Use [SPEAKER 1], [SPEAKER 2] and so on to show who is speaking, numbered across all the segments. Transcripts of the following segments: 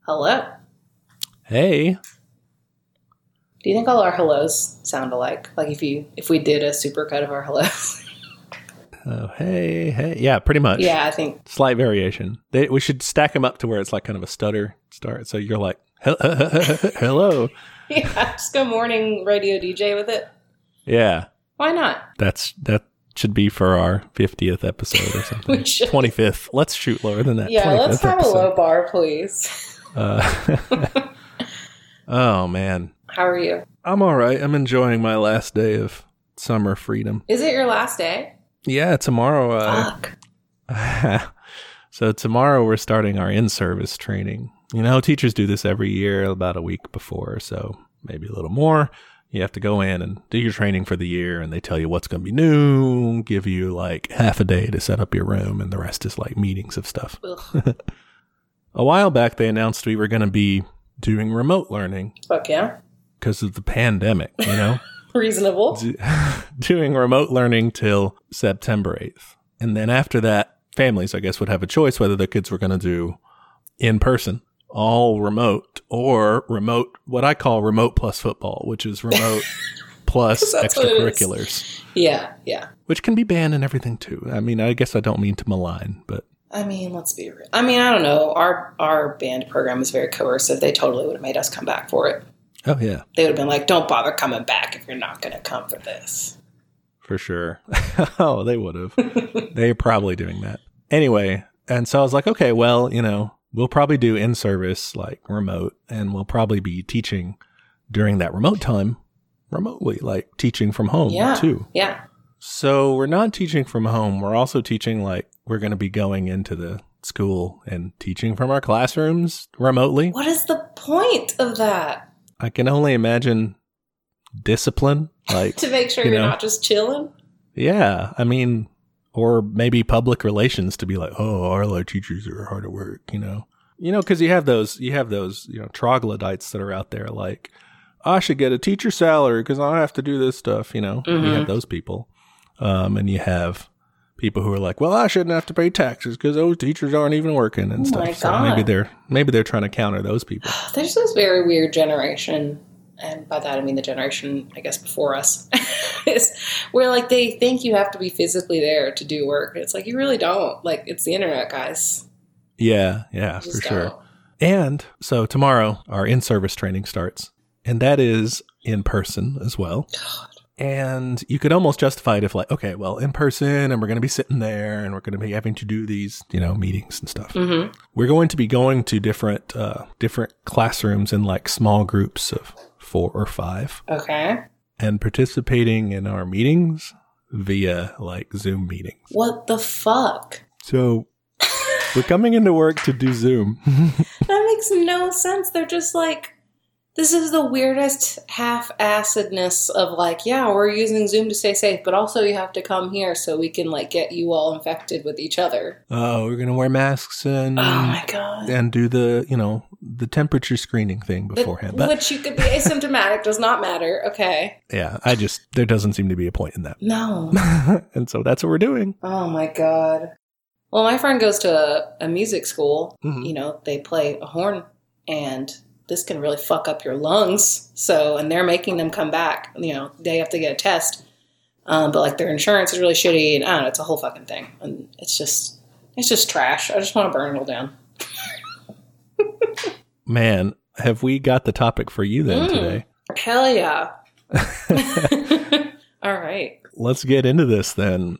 [SPEAKER 1] Hello.
[SPEAKER 2] Hey.
[SPEAKER 1] Do you think all our hellos sound alike? Like if you if we did a supercut of our hellos?
[SPEAKER 2] Oh, hey, hey. Yeah, pretty much.
[SPEAKER 1] yeah, I think
[SPEAKER 2] Slight variation. They, we should stack them up to where it's like kind of a stutter start. So you're like, "Hel- hello.
[SPEAKER 1] yeah, just go morning radio DJ with it.
[SPEAKER 2] Yeah,
[SPEAKER 1] Why not?
[SPEAKER 2] that's that should be for our 50th episode or something.
[SPEAKER 1] We should.
[SPEAKER 2] 25th. Let's shoot lower than that.
[SPEAKER 1] Yeah,
[SPEAKER 2] 25th
[SPEAKER 1] let's have
[SPEAKER 2] episode.
[SPEAKER 1] a low bar, please.
[SPEAKER 2] Uh, oh, man.
[SPEAKER 1] How are you?
[SPEAKER 2] I'm all right. I'm enjoying my last day of summer freedom.
[SPEAKER 1] Is it your last day?
[SPEAKER 2] Yeah, tomorrow. Uh,
[SPEAKER 1] Fuck.
[SPEAKER 2] so tomorrow we're starting our in-service training. You know, teachers do this every year about a week before, so maybe a little more. You have to go in and do your training for the year and they tell you what's going to be new, give you like half a day to set up your room and the rest is like meetings of stuff.
[SPEAKER 1] Ugh.
[SPEAKER 2] A while back they announced we were going to be doing remote learning
[SPEAKER 1] Fuck yeah.
[SPEAKER 2] because of the pandemic, you know?
[SPEAKER 1] Reasonable.
[SPEAKER 2] do- doing remote learning till September 8th. And then after that, families, I guess, would have a choice whether the kids were going to do in person, all remote, or remote, what I call remote plus football, which is remote plus
[SPEAKER 1] That's what it is.
[SPEAKER 2] extracurriculars,
[SPEAKER 1] Yeah, yeah.
[SPEAKER 2] which can be banned and everything too. I mean, I guess I don't mean to malign, but
[SPEAKER 1] I mean, let's be real. I mean, I don't know. Our our band program is very coercive. They totally would have made us come back for it.
[SPEAKER 2] oh, yeah,
[SPEAKER 1] They would have been like, "Don't bother coming back if you're not going to come for this."
[SPEAKER 2] for sure. oh, they would have. They're probably doing that. Anyway, and so I was like, okay, well, you know, we'll probably do in service, like remote, and we'll probably be teaching during that remote time remotely, like teaching from home
[SPEAKER 1] yeah,
[SPEAKER 2] too.
[SPEAKER 1] yeah.
[SPEAKER 2] So we're not teaching from home. We're also teaching like we're going to be going into the school and teaching from our classrooms remotely.
[SPEAKER 1] What is the point of that?
[SPEAKER 2] I can only imagine discipline, like
[SPEAKER 1] To make sure
[SPEAKER 2] You
[SPEAKER 1] you are
[SPEAKER 2] know.
[SPEAKER 1] not just chilling.
[SPEAKER 2] Yeah, I mean, or maybe public relations to be like, oh, our low teachers are hard at work, you know, you know, because you have those, you have those, you know, troglodytes that are out there like, I should get a teacher salary because I don't have to do this stuff, you know. You
[SPEAKER 1] Mhm.
[SPEAKER 2] have those people, um, and you have people who are like, well, I shouldn't have to pay taxes because those teachers aren't even working and
[SPEAKER 1] Oh
[SPEAKER 2] stuff.
[SPEAKER 1] my
[SPEAKER 2] So maybe
[SPEAKER 1] God.
[SPEAKER 2] they're maybe they're trying to counter those people.
[SPEAKER 1] There's this very weird generation, and by that I mean the generation, I guess, before us, is where like they think you have to be physically there to do work. It's like you really don't. Like it's the internet, guys.
[SPEAKER 2] Yeah, yeah,
[SPEAKER 1] You
[SPEAKER 2] for
[SPEAKER 1] just
[SPEAKER 2] sure.
[SPEAKER 1] don't.
[SPEAKER 2] And so tomorrow, our in service training starts, and that is in person as well. And you could almost justify it if, like, okay, well, in person, and we're going to be sitting there and we're going to be having to do these, you know, meetings and stuff.
[SPEAKER 1] Mhm.
[SPEAKER 2] We're going to be going to different, uh, different classrooms in like small groups of four or five
[SPEAKER 1] Okay.
[SPEAKER 2] and participating in our meetings via like Zoom meetings.
[SPEAKER 1] What the fuck?
[SPEAKER 2] So we're coming into work to do Zoom.
[SPEAKER 1] That makes no sense. They're just like, this is the weirdest half assedness of like, yeah, we're using Zoom to stay safe, but also you have to come here so we can like get you all infected with each other.
[SPEAKER 2] Oh, we're going to wear masks and
[SPEAKER 1] Oh my god.
[SPEAKER 2] and do the you know the temperature screening thing
[SPEAKER 1] But-
[SPEAKER 2] beforehand. But
[SPEAKER 1] which you could be asymptomatic does not matter. Okay.
[SPEAKER 2] yeah, I just there doesn't seem to be a point in
[SPEAKER 1] No.
[SPEAKER 2] that, and so that's what we're doing.
[SPEAKER 1] Oh my god. Well, my friend goes to a, a music school.
[SPEAKER 2] Mhm.
[SPEAKER 1] You know, they play a horn, and this can really fuck up your lungs. So, and they're making them come back. You know, they have to get a test. Um, but like their insurance is really shitty, and I don't know. It's a whole fucking thing, and it's just it's just trash. I just want to burn it all down.
[SPEAKER 2] Man, have we got the topic for you then
[SPEAKER 1] Mm.
[SPEAKER 2] today?
[SPEAKER 1] Hell yeah. all right.
[SPEAKER 2] Let's get into this then.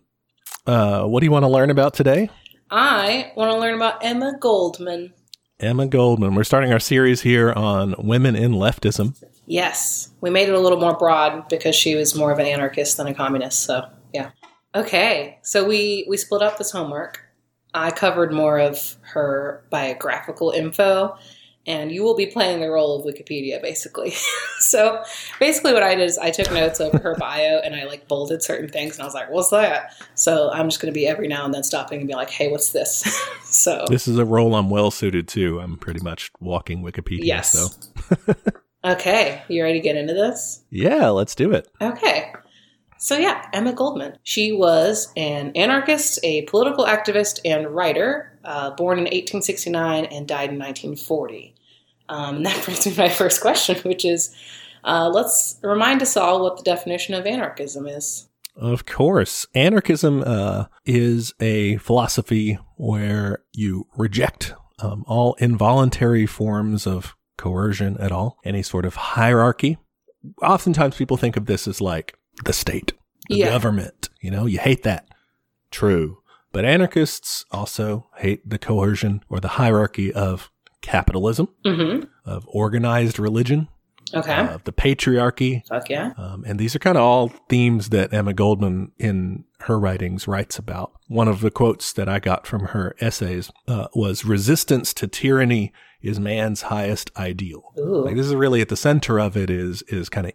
[SPEAKER 2] Uh, what do you want to learn about today?
[SPEAKER 1] I want to learn about Emma Goldman.
[SPEAKER 2] Emma Goldman. We're starting our series here on women in leftism.
[SPEAKER 1] Yes, we made it a little more broad because she was more of an anarchist than a communist. So yeah, okay. So we we split up this homework. I covered more of her biographical info, and you will be playing the role of Wikipedia, basically. so basically, what I did is I took notes over her bio and I like bolded certain things, and I was like, "What's that?" So I'm just going to be every now and then stopping and be like, "Hey, what's this?" so
[SPEAKER 2] This is a role I'm well suited to. I'm pretty much walking Wikipedia.
[SPEAKER 1] yes.
[SPEAKER 2] So
[SPEAKER 1] okay, you ready to get into this?
[SPEAKER 2] yeah, let's do it.
[SPEAKER 1] Okay. So, yeah, Emma Goldman. She was an anarchist, a political activist, and writer, uh, born in 1869 and died in 1940. Um, and that brings me to my first question, which is uh, let's remind us all what the definition of anarchism is.
[SPEAKER 2] Of course. Anarchism uh, is a philosophy where you reject um, all involuntary forms of coercion at all, any sort of hierarchy. Oftentimes people think of this as like the state, the
[SPEAKER 1] Yeah.
[SPEAKER 2] government. You know, you hate that. True. But anarchists also hate the coercion or the hierarchy of capitalism,
[SPEAKER 1] Mm
[SPEAKER 2] of organized religion,
[SPEAKER 1] hmm. Okay.
[SPEAKER 2] of the patriarchy,
[SPEAKER 1] Fuck yeah.
[SPEAKER 2] um, and these are kind of all themes that Emma Goldman in her writings writes about. One of the quotes that I got from her essays uh, was resistance to tyranny is man's highest ideal.
[SPEAKER 1] Ooh.
[SPEAKER 2] Like this is really at the center of it is is kind of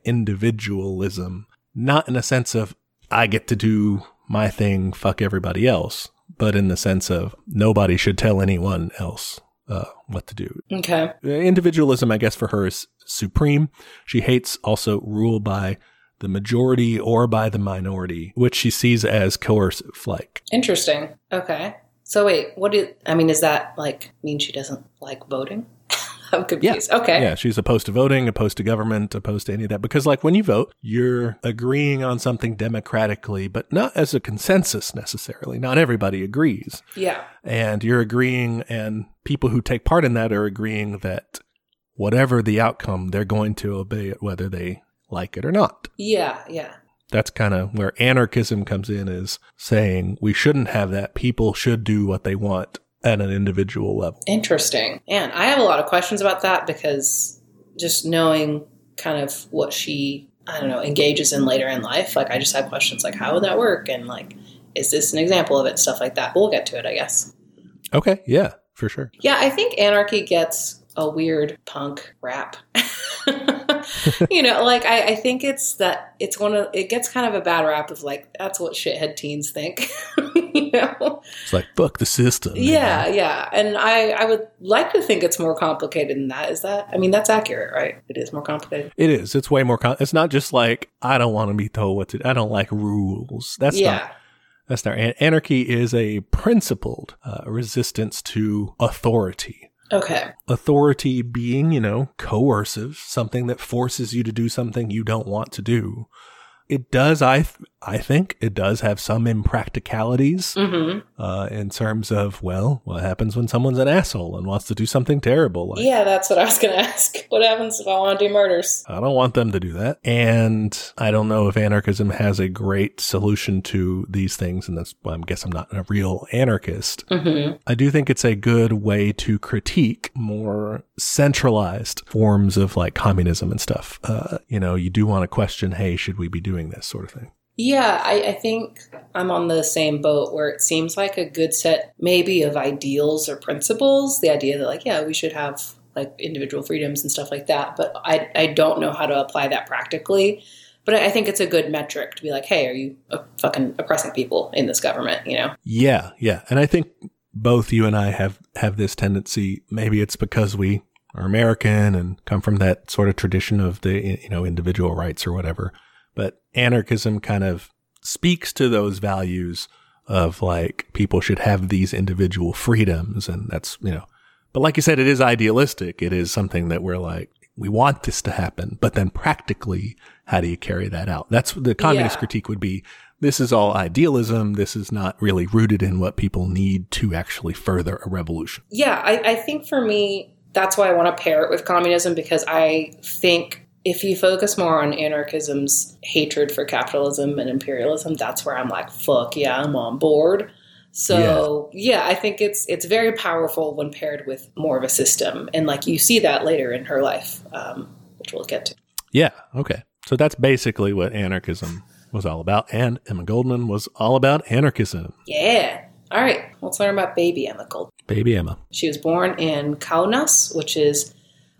[SPEAKER 2] individualism, not in a sense of I get to do my thing, fuck everybody else, but in the sense of nobody should tell anyone else uh, what to do
[SPEAKER 1] Okay.
[SPEAKER 2] individualism, I guess, for her is supreme. She hates also rule by the majority or by the minority, which she sees as coercive. Like,
[SPEAKER 1] Interesting. Okay. So wait, what do I mean? Is that like mean she doesn't like voting? I'm confused. Okay.
[SPEAKER 2] yeah, she's opposed to voting, opposed to government, opposed to any of that. Because, like, when you vote, you're agreeing on something democratically, but not as a consensus necessarily. Not everybody agrees.
[SPEAKER 1] Yeah.
[SPEAKER 2] And you're agreeing, and people who take part in that are agreeing that whatever the outcome, they're going to obey it, whether they like it or not.
[SPEAKER 1] Yeah. Yeah.
[SPEAKER 2] that's kind of where anarchism comes in is saying we shouldn't have that people should do what they want at an individual level
[SPEAKER 1] Interesting. And I have a lot of questions about that because just knowing kind of what she, I don't know, engages in later in life, like I just have questions like, how would that work? And like, is this an example of it? Stuff like that. But we'll get to it, I guess.
[SPEAKER 2] okay yeah for sure
[SPEAKER 1] Yeah, I think anarchy gets a weird punk rap. you know, like I, I think it's that it's one of it gets kind of a bad rap of like that's what shithead teens think. you know?
[SPEAKER 2] it's like fuck the system man.
[SPEAKER 1] Yeah, yeah. And I, I would like to think it's more complicated than that. Is that I mean that's accurate, right? It is more complicated.
[SPEAKER 2] it is it's way more con- it's not just like i don't want to be told what to i don't like rules that's
[SPEAKER 1] yeah.
[SPEAKER 2] not that's not an- anarchy is a principled uh, resistance to authority
[SPEAKER 1] Okay.
[SPEAKER 2] authority being, you know, coercive, something that forces you to do something you don't want to do. It does, I, th- I think, it does have some impracticalities
[SPEAKER 1] hmm
[SPEAKER 2] uh, in terms of, well, what happens when someone's an asshole and wants to do something terrible? Like,
[SPEAKER 1] yeah, that's what I was gonna ask. What happens if I want to do murders?
[SPEAKER 2] I don't want them to do that. And I don't know if anarchism has a great solution to these things. And that's why I guess I'm not a real anarchist.
[SPEAKER 1] hmm
[SPEAKER 2] I do think it's a good way to critique more centralized forms of like communism and stuff. Uh, you know, you do want to question, hey, should we be doing this sort of thing?
[SPEAKER 1] Yeah, I, I think I'm on the same boat where it seems like a good set, maybe, of ideals or principles. The idea that, like, yeah, we should have like individual freedoms and stuff like that. But I, I don't know how to apply that practically. But I I think it's a good metric to be like, hey, are you uh, fucking oppressing people in this government? You know?
[SPEAKER 2] Yeah, yeah. And I think both you and I have have this tendency. Maybe it's because we are American and come from that sort of tradition of the you know individual rights or whatever. But anarchism kind of speaks to those values of like people should have these individual freedoms and that's you know but like you said it is idealistic it is something that we're like we want this to happen but then practically how do you carry that out that's what the communist
[SPEAKER 1] Yeah.
[SPEAKER 2] critique would be this is all idealism this is not really rooted in what people need to actually further a revolution
[SPEAKER 1] yeah, I, I think for me, that's why I want to pair it with communism because I think if you focus more on anarchism's hatred for capitalism and imperialism, that's where I'm like, fuck yeah, I'm on board. So yeah. I think it's it's very powerful when paired with more of a system, and like you see that later in her life, um, which we'll get to.
[SPEAKER 2] yeah okay so that's basically what anarchism was all about and emma goldman was all about anarchism
[SPEAKER 1] Yeah. All right, let's learn about baby Emma Gold.
[SPEAKER 2] baby emma
[SPEAKER 1] She was born in Kaunas, which is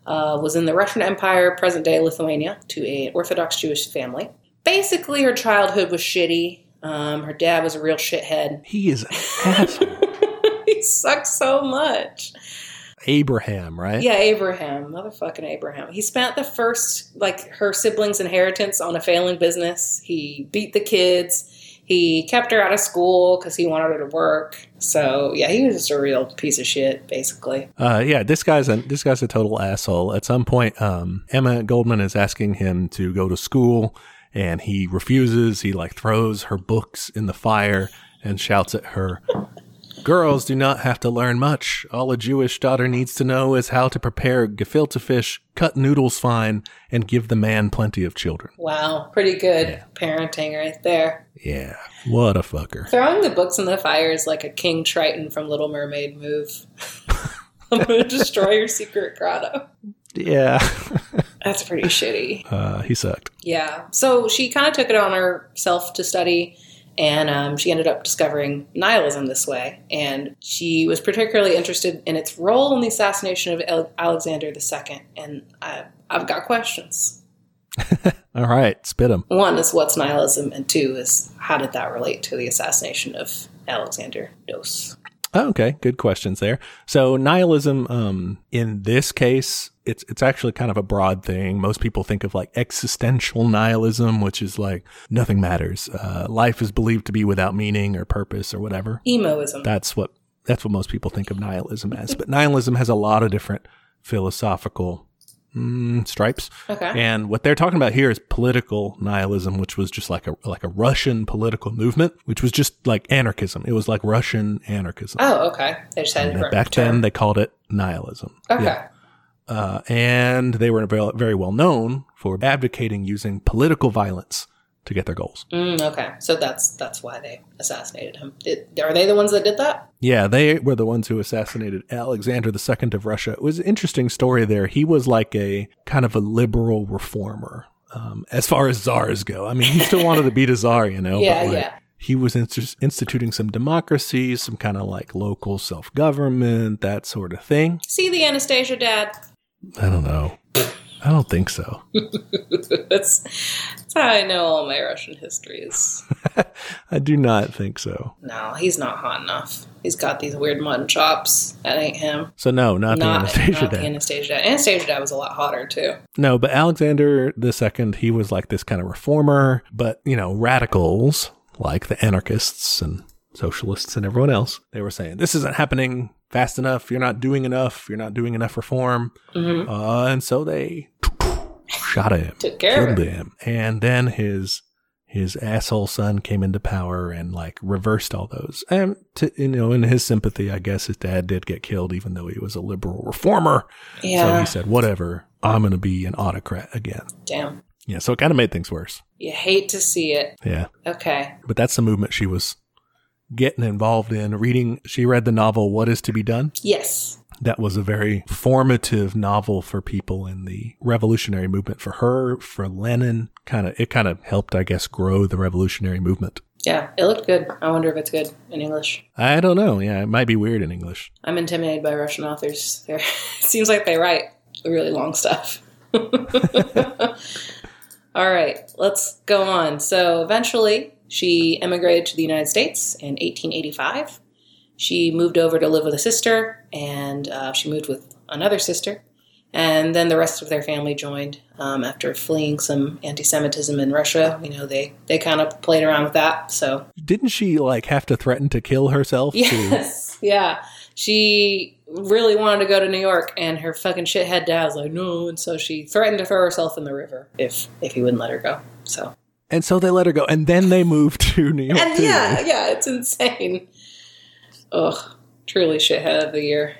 [SPEAKER 1] uh, was in the Russian Empire, present day Lithuania, to an Orthodox Jewish family. Basically, her childhood was shitty. Um, her dad was a real shithead.
[SPEAKER 2] he is an asshole
[SPEAKER 1] he sucked so much.
[SPEAKER 2] abraham right
[SPEAKER 1] Yeah, Abraham, motherfucking Abraham. He spent the first like her siblings' inheritance on a failing business. He beat the kids. He kept her out of school because he wanted her to work. So yeah, he was just a real piece of shit, basically.
[SPEAKER 2] Uh, yeah, this guy's a this guy's a total asshole. At some point, um, Emma Goldman is asking him to go to school, and he refuses. He like throws her books in the fire and shouts at her. Girls do not have to learn much. All a Jewish daughter needs to know is how to prepare gefilte fish, cut noodles fine, and give the man plenty of children.
[SPEAKER 1] Wow, pretty good parenting right there.
[SPEAKER 2] Yeah, what a fucker.
[SPEAKER 1] Throwing the books in the fire is like a King Triton from Little Mermaid move. I'm gonna destroy your secret grotto.
[SPEAKER 2] Yeah,
[SPEAKER 1] That's pretty shitty.
[SPEAKER 2] uh, he sucked.
[SPEAKER 1] Yeah. So she kind of took it on herself to study, and um, she ended up discovering nihilism this way. And she was particularly interested in its role in the assassination of Al- Alexander II. And I, I've got questions.
[SPEAKER 2] All right, spit him.
[SPEAKER 1] One is what's nihilism, and two is how did that relate to the assassination of Alexander Dos?
[SPEAKER 2] Oh, okay, good questions there. So nihilism, um, in this case, it's it's actually kind of a broad thing. Most people think of like existential nihilism, which is like nothing matters. Uh, life is believed to be without meaning or purpose or whatever.
[SPEAKER 1] Emoism.
[SPEAKER 2] That's what that's what most people think of nihilism as. But nihilism has a lot of different philosophical mm, stripes.
[SPEAKER 1] okay.
[SPEAKER 2] And what they're talking about here is political nihilism, which was just like a like a Russian political movement, which was just like anarchism. It was like Russian anarchism.
[SPEAKER 1] Oh, okay. They just had a
[SPEAKER 2] And
[SPEAKER 1] different
[SPEAKER 2] back
[SPEAKER 1] term.
[SPEAKER 2] then they called it nihilism.
[SPEAKER 1] Okay.
[SPEAKER 2] Yeah. Uh, and they were ve- very well known for advocating using political violence to get their goals.
[SPEAKER 1] Mm, okay. So that's that's why they assassinated him. Did, are they the ones that did that?
[SPEAKER 2] Yeah, they were the ones who assassinated Alexander II of Russia. It was an interesting story there. He was like a kind of a liberal reformer um, as far as czars go. I mean, he still wanted to be a czar, you know.
[SPEAKER 1] yeah.
[SPEAKER 2] but like,
[SPEAKER 1] yeah.
[SPEAKER 2] He was inst- instituting some democracy, some kind of like local self government, that sort of thing.
[SPEAKER 1] See the Anastasia dad.
[SPEAKER 2] I don't know. I don't think so.
[SPEAKER 1] that's, that's how I know all my Russian histories.
[SPEAKER 2] I do not think so.
[SPEAKER 1] No, he's not hot enough. He's got these weird mutton chops. That ain't him.
[SPEAKER 2] So no, not, the Anastasia
[SPEAKER 1] not
[SPEAKER 2] Dad.
[SPEAKER 1] the Anastasia dad. Anastasia dad was a lot hotter too.
[SPEAKER 2] no, but Alexander II, he was like this kind of reformer, but you know, radicals like the anarchists and socialists and everyone else, they were saying this isn't happening fast enough. You're not doing enough. You're not doing enough reform.
[SPEAKER 1] Mhm.
[SPEAKER 2] Uh, and so they shot him,
[SPEAKER 1] Took care
[SPEAKER 2] killed
[SPEAKER 1] of him.
[SPEAKER 2] him, and then his his asshole son came into power and like reversed all those. And to, you know, in his sympathy, I guess his dad did get killed, even though he was a liberal reformer. So
[SPEAKER 1] Yeah.
[SPEAKER 2] he said, whatever, I'm going to be an autocrat again.
[SPEAKER 1] Damn.
[SPEAKER 2] Yeah. So it kind of made things worse.
[SPEAKER 1] You hate to see it.
[SPEAKER 2] Yeah.
[SPEAKER 1] Okay.
[SPEAKER 2] But that's the movement she was getting involved in. Reading, she read the novel What Is to Be Done.
[SPEAKER 1] Yes.
[SPEAKER 2] That was a very formative novel for people in the revolutionary movement. For her, for Lenin, kind of, it kind of helped, I guess, grow the revolutionary movement.
[SPEAKER 1] Yeah. It looked good. I wonder if it's good in English.
[SPEAKER 2] I don't know. Yeah. It might be weird in English.
[SPEAKER 1] I'm intimidated by Russian authors. They're, it seems like they write really long stuff. All right, let's go on. So eventually, she emigrated to the United States in 1885. She moved over to live with a sister, and uh, she moved with another sister. And then the rest of their family joined um, after fleeing some anti Semitism in Russia. You know, they, they kind of played around with that. So
[SPEAKER 2] Didn't she like have to threaten to kill herself? to-
[SPEAKER 1] Yes. Yeah. She really wanted to go to New York and her fucking shithead dad was like, no, and so she threatened to throw herself in the river if if he wouldn't let her go. So
[SPEAKER 2] and so they let her go. And then they moved to New York.
[SPEAKER 1] And
[SPEAKER 2] too.
[SPEAKER 1] yeah, yeah, it's insane. Ugh. Truly shithead of the year.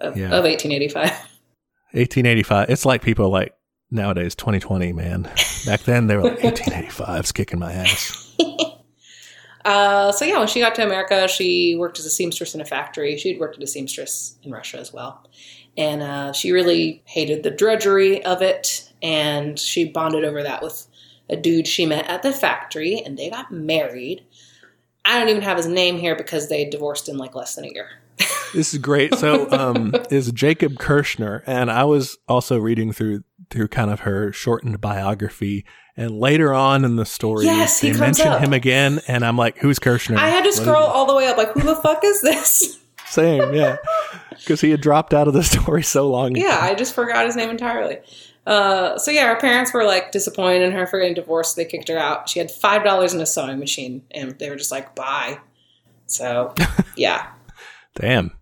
[SPEAKER 1] Of,
[SPEAKER 2] Yeah.
[SPEAKER 1] of eighteen eighty five.
[SPEAKER 2] 1885. It's like people like nowadays 2020, man. Back then they were like 1885's kicking my ass.
[SPEAKER 1] Uh, so yeah, when she got to America, she worked as a seamstress in a factory. She had worked as a seamstress in Russia as well, and uh, she really hated the drudgery of it. And she bonded over that with a dude she met at the factory, and they got married. I don't even have his name here because they divorced in like less than a year.
[SPEAKER 2] This is great. So um is Jacob Kirschner and I was also reading through through kind of her shortened biography and later on in the story
[SPEAKER 1] Yes, he
[SPEAKER 2] they
[SPEAKER 1] comes
[SPEAKER 2] mention
[SPEAKER 1] up.
[SPEAKER 2] him again and I'm like who's Kirschner?
[SPEAKER 1] I had to
[SPEAKER 2] What is
[SPEAKER 1] scroll all the way up, like, who the fuck is this?
[SPEAKER 2] he saying? Yeah. Cuz he had dropped out of the story so long.
[SPEAKER 1] yeah, I just forgot his name entirely. Uh, so yeah, her parents were like disappointed in her for getting divorced. They kicked her out. She had five dollars in a sewing machine, and they were just like, "Bye." So, yeah,
[SPEAKER 2] Damn.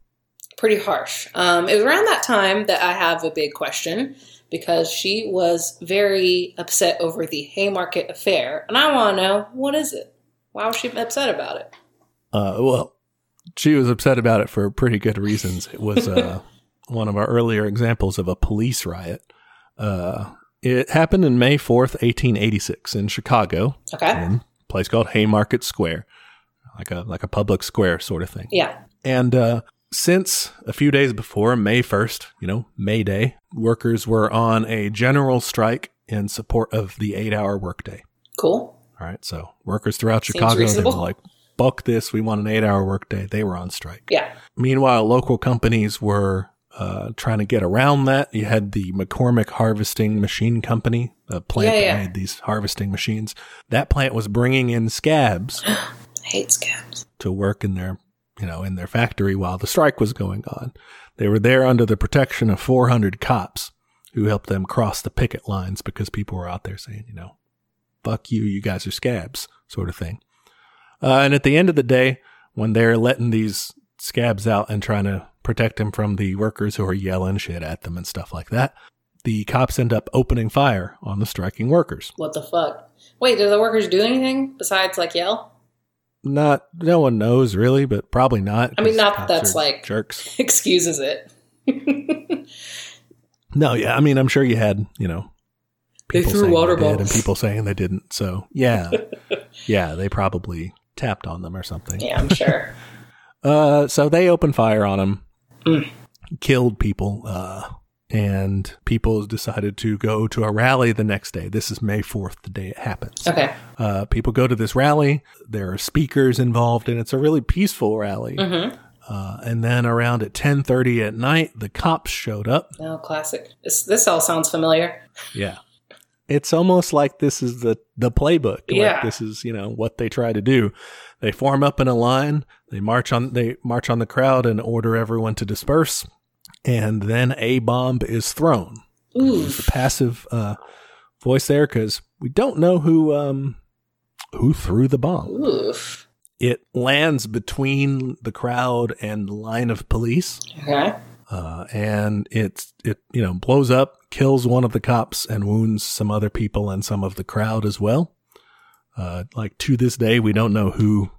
[SPEAKER 1] pretty harsh. Um, it was around that time that I have a big question because she was very upset over the Haymarket affair, and I want to know what is it? Why was she upset about it?
[SPEAKER 2] Uh, well, she was upset about it for pretty good reasons. It was uh, one of our earlier examples of a police riot. Uh, it happened in May 4th, 1886, in Chicago,
[SPEAKER 1] Okay,
[SPEAKER 2] in a place called Haymarket Square, like a, like a public square sort of thing.
[SPEAKER 1] yeah,
[SPEAKER 2] And uh, since a few days before May 1st, you know, May Day, workers were on a general strike in support of the eight hour workday.
[SPEAKER 1] cool.
[SPEAKER 2] All right. So workers throughout
[SPEAKER 1] Seems
[SPEAKER 2] Chicago, they were
[SPEAKER 1] reasonable.
[SPEAKER 2] like, fuck this. We want an eight hour workday. They were on strike.
[SPEAKER 1] Yeah,
[SPEAKER 2] Meanwhile, local companies were uh, trying to get around that. You had the McCormick Harvesting Machine Company, a plant
[SPEAKER 1] Yeah,
[SPEAKER 2] that
[SPEAKER 1] yeah.
[SPEAKER 2] made these harvesting machines. That plant was bringing in scabs
[SPEAKER 1] I hate scabs.
[SPEAKER 2] to work in their you know in their factory while the strike was going on. They were there under the protection of 400 cops who helped them cross the picket lines because people were out there saying, you know, fuck you, you guys are scabs, sort of thing. Uh, and at the end of the day, when they're letting these scabs out and trying to protect them from the workers who are yelling shit at them and stuff like that, the cops end up opening fire on the striking workers.
[SPEAKER 1] What the fuck? Wait, do the workers do anything besides like yell?
[SPEAKER 2] Not, no one knows really, but probably not.
[SPEAKER 1] I mean,
[SPEAKER 2] 'cause
[SPEAKER 1] not that
[SPEAKER 2] cops
[SPEAKER 1] that's
[SPEAKER 2] are
[SPEAKER 1] like-
[SPEAKER 2] jerks.
[SPEAKER 1] Excuses it.
[SPEAKER 2] No, yeah. I mean, I'm sure you had, you know,
[SPEAKER 1] They
[SPEAKER 2] people
[SPEAKER 1] threw
[SPEAKER 2] saying
[SPEAKER 1] water
[SPEAKER 2] they did
[SPEAKER 1] bottles.
[SPEAKER 2] and people saying they didn't. So, yeah. yeah, they probably tapped on them or something.
[SPEAKER 1] Yeah, I'm sure.
[SPEAKER 2] Uh, so they opened fire on them,
[SPEAKER 1] Mm.
[SPEAKER 2] killed people, uh, and people decided to go to a rally the next day. This is May 4th, the day it happens.
[SPEAKER 1] Okay.
[SPEAKER 2] Uh, people go to this rally. There are speakers involved, and it's a really peaceful rally.
[SPEAKER 1] Mm-hmm.
[SPEAKER 2] Uh, and then around at 10.30 at night, the cops showed up.
[SPEAKER 1] No, Oh, classic. This, this all sounds familiar.
[SPEAKER 2] Yeah. It's almost like this is the the playbook. Like
[SPEAKER 1] Yeah.
[SPEAKER 2] this is, you know, what they try to do. They form up in a line, they march on they march on the crowd and order everyone to disperse, and then a bomb is thrown.
[SPEAKER 1] Ooh.
[SPEAKER 2] There's a passive uh voice there cuz we don't know who um who threw the bomb.
[SPEAKER 1] Oof.
[SPEAKER 2] It lands between the crowd and line of police
[SPEAKER 1] Okay.
[SPEAKER 2] uh, and it's it you know blows up, kills one of the cops, and wounds some other people and some of the crowd as well. Uh, like to this day, we don't know who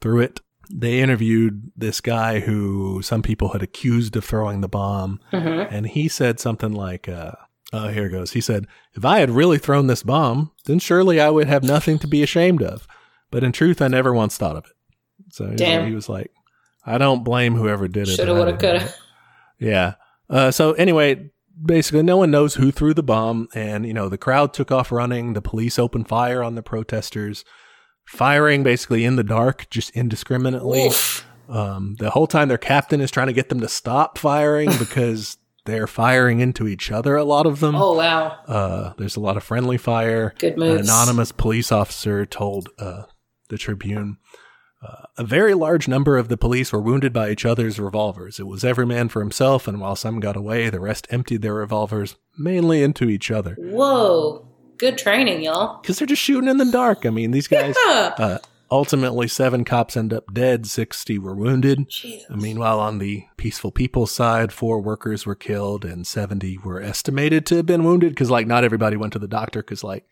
[SPEAKER 2] threw it. They interviewed this guy who some people had accused of throwing the bomb,
[SPEAKER 1] Mm-hmm.
[SPEAKER 2] and he said something like, uh, "Oh, here it goes." He said, "If I had really thrown this bomb, then surely I would have nothing to be ashamed of. But in truth, I never once thought of it." So he was-
[SPEAKER 1] Damn.
[SPEAKER 2] he was like, "I don't blame whoever did it."
[SPEAKER 1] Shoulda,
[SPEAKER 2] but I
[SPEAKER 1] woulda,
[SPEAKER 2] didn't do
[SPEAKER 1] coulda.
[SPEAKER 2] it." Yeah. Uh, so anyway, basically, no one knows who threw the bomb, and you know the crowd took off running. The police opened fire on the protesters, firing basically in the dark, just indiscriminately.
[SPEAKER 1] Oof.
[SPEAKER 2] Um, the whole time, their captain is trying to get them to stop firing because they're firing into each other. A lot of them.
[SPEAKER 1] Oh wow.
[SPEAKER 2] Uh, there's a lot of friendly fire.
[SPEAKER 1] Good
[SPEAKER 2] An
[SPEAKER 1] moves.
[SPEAKER 2] anonymous police officer told uh, the Tribune uh, a very large number of the police were wounded by each other's revolvers. It was every man for himself, and while some got away, the rest emptied their revolvers mainly into each other
[SPEAKER 1] Whoa. Good training, y'all.
[SPEAKER 2] because they're just shooting in the dark. I mean, these guys.
[SPEAKER 1] Huh.
[SPEAKER 2] Uh, ultimately, seven cops end up dead, 60 were wounded.
[SPEAKER 1] Jesus.
[SPEAKER 2] Meanwhile, on the peaceful people side, four workers were killed and 70 were estimated to have been wounded because, like, not everybody went to the doctor because, like,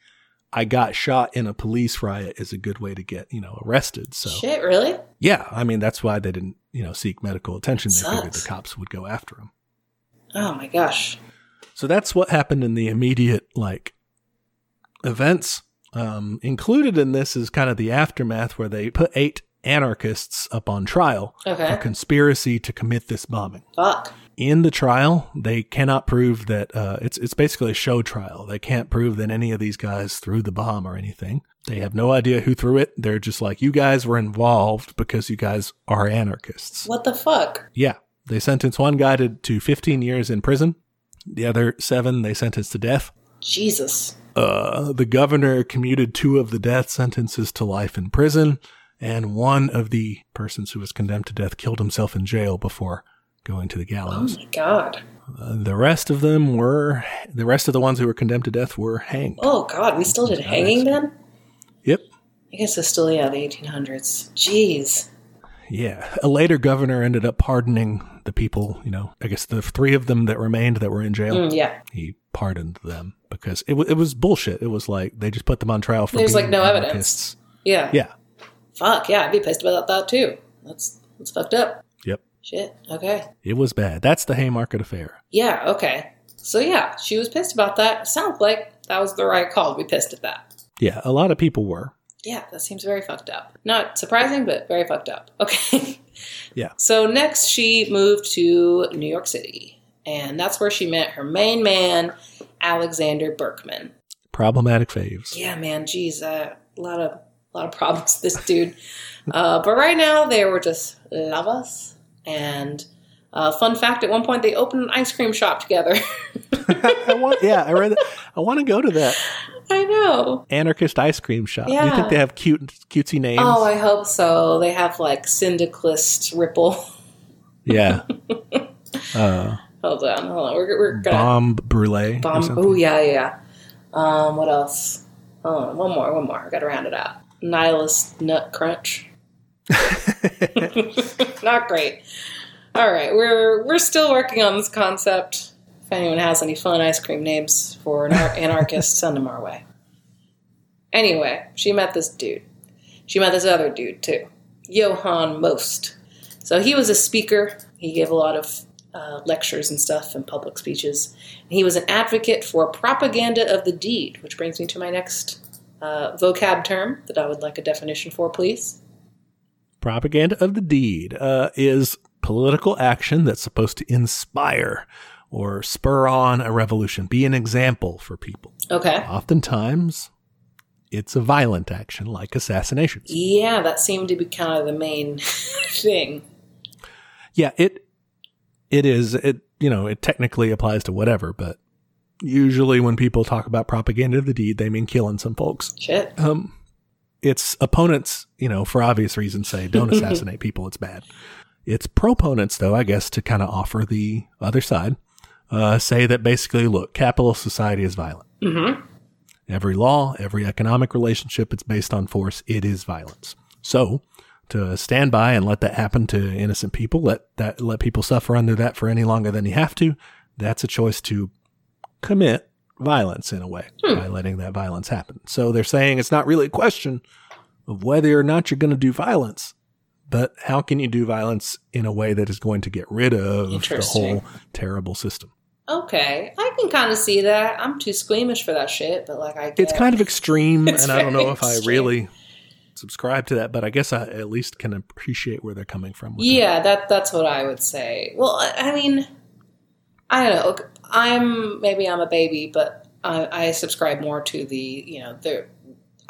[SPEAKER 2] I got shot in a police riot is a good way to get, you know, arrested. So,
[SPEAKER 1] Shit, really?
[SPEAKER 2] yeah, I mean, that's why they didn't, you know, seek medical attention. They figured
[SPEAKER 1] Sucks.
[SPEAKER 2] the cops would go after him.
[SPEAKER 1] Oh my gosh.
[SPEAKER 2] So that's what happened in the immediate like events. Um, included in this is kind of the aftermath where they put eight anarchists up on trial for
[SPEAKER 1] Okay.
[SPEAKER 2] conspiracy to commit this bombing.
[SPEAKER 1] Fuck.
[SPEAKER 2] In the trial, they cannot prove that uh, it's it's basically a show trial. They can't prove that any of these guys threw the bomb or anything. They have no idea who threw it. They're just like, you guys were involved because you guys are anarchists.
[SPEAKER 1] What the fuck?
[SPEAKER 2] Yeah. They sentenced one guy to, to 15 years in prison. The other seven they sentenced to death.
[SPEAKER 1] Jesus.
[SPEAKER 2] Uh, the governor commuted two of the death sentences to life in prison, and one of the persons who was condemned to death killed himself in jail before going to the
[SPEAKER 1] Oh
[SPEAKER 2] gallows.
[SPEAKER 1] my god.
[SPEAKER 2] Uh, the rest of them were, the rest of the ones who were condemned to death were hanged.
[SPEAKER 1] Oh god, we still did hanging then?
[SPEAKER 2] Yep.
[SPEAKER 1] I guess it's still yeah, the eighteen hundreds. Jeez.
[SPEAKER 2] Yeah. A later governor ended up pardoning the people, you know, I guess the three of them that remained that were in jail.
[SPEAKER 1] Mm, yeah.
[SPEAKER 2] He pardoned them because it, w- it was bullshit. It was like they just put them on trial for
[SPEAKER 1] There's,
[SPEAKER 2] being
[SPEAKER 1] like, no evidence.
[SPEAKER 2] anarchists.
[SPEAKER 1] Yeah.
[SPEAKER 2] Yeah.
[SPEAKER 1] Fuck yeah, I'd be pissed about that too. That's that's fucked up.
[SPEAKER 2] Yep.
[SPEAKER 1] Shit. Okay.
[SPEAKER 2] It was bad. That's the Haymarket affair.
[SPEAKER 1] Yeah. Okay. So yeah, she was pissed about that. Sounds like that was the right call to be pissed at that.
[SPEAKER 2] Yeah. A lot of people were.
[SPEAKER 1] Yeah, that seems very fucked up. Not surprising, but very fucked up. Okay.
[SPEAKER 2] Yeah.
[SPEAKER 1] So next, she moved to New York City, and that's where she met her main man, Alexander Berkman.
[SPEAKER 2] Problematic faves.
[SPEAKER 1] Yeah, man, geez, uh, a lot of lot of problems with this dude. uh, but right now, they were just lovers. And uh, fun fact: at one point, they opened an ice cream shop together.
[SPEAKER 2] I want, yeah. I read that. I want to go to that
[SPEAKER 1] I know.
[SPEAKER 2] anarchist ice cream shop. You
[SPEAKER 1] Yeah.
[SPEAKER 2] think they have cute, cutesy names?
[SPEAKER 1] Oh, I hope so. They have like syndicalist ripple.
[SPEAKER 2] yeah. Uh,
[SPEAKER 1] Hold on, hold on. We're, we're gonna
[SPEAKER 2] bomb brulee. or
[SPEAKER 1] Bomb.
[SPEAKER 2] something.
[SPEAKER 1] Oh yeah, yeah. Um, what else? Oh, one more, one more. Got to round it out. Nihilist nut crunch. Not great. All right, we're we're still working on this concept. If anyone has any fun ice cream names for an ar- anarchist, send them our way. Anyway, she met this dude. She met this other dude too, Johann Most. So he was a speaker. He gave a lot of uh, lectures and stuff and public speeches. And he was an advocate for propaganda of the deed, which brings me to my next uh, vocab term that I would like a definition for, please.
[SPEAKER 2] Propaganda of the deed uh, is political action that's supposed to inspire or spur on a revolution, be an example for people.
[SPEAKER 1] Okay.
[SPEAKER 2] Oftentimes, it's a violent action like assassinations.
[SPEAKER 1] Yeah, that seemed to be kind of the main thing.
[SPEAKER 2] Yeah, it it is it you know it technically applies to whatever, but usually when people talk about propaganda of the deed, they mean killing some folks.
[SPEAKER 1] Shit.
[SPEAKER 2] Um, its opponents, you know, for obvious reasons, say don't assassinate people; it's bad. Its proponents, though, I guess, to kind of offer the other side, uh, say that basically, look, capitalist society is violent.
[SPEAKER 1] Mm-hmm.
[SPEAKER 2] Every law, every economic relationship, it's based on force. It is violence. So, to stand by and let that happen to innocent people, let that let people suffer under that for any longer than you have to, that's a choice to commit violence in a way
[SPEAKER 1] Hmm.
[SPEAKER 2] by letting that violence happen. So they're saying it's not really a question of whether or not you're going to do violence, but how can you do violence in a way that is going to get rid of the
[SPEAKER 1] Interesting.
[SPEAKER 2] whole terrible system?
[SPEAKER 1] Okay, I can kind of see that. I'm too squeamish for that shit, but like I. Get,
[SPEAKER 2] it's kind of extreme
[SPEAKER 1] It's
[SPEAKER 2] and i don't
[SPEAKER 1] very
[SPEAKER 2] know if i
[SPEAKER 1] extreme.
[SPEAKER 2] really subscribe to that but i guess i at least can appreciate where they're coming from with it.
[SPEAKER 1] Yeah, that that's what I would say. Well, I- I mean, I don't know. Look, I'm maybe I'm a baby, but I, I subscribe more to the you know the.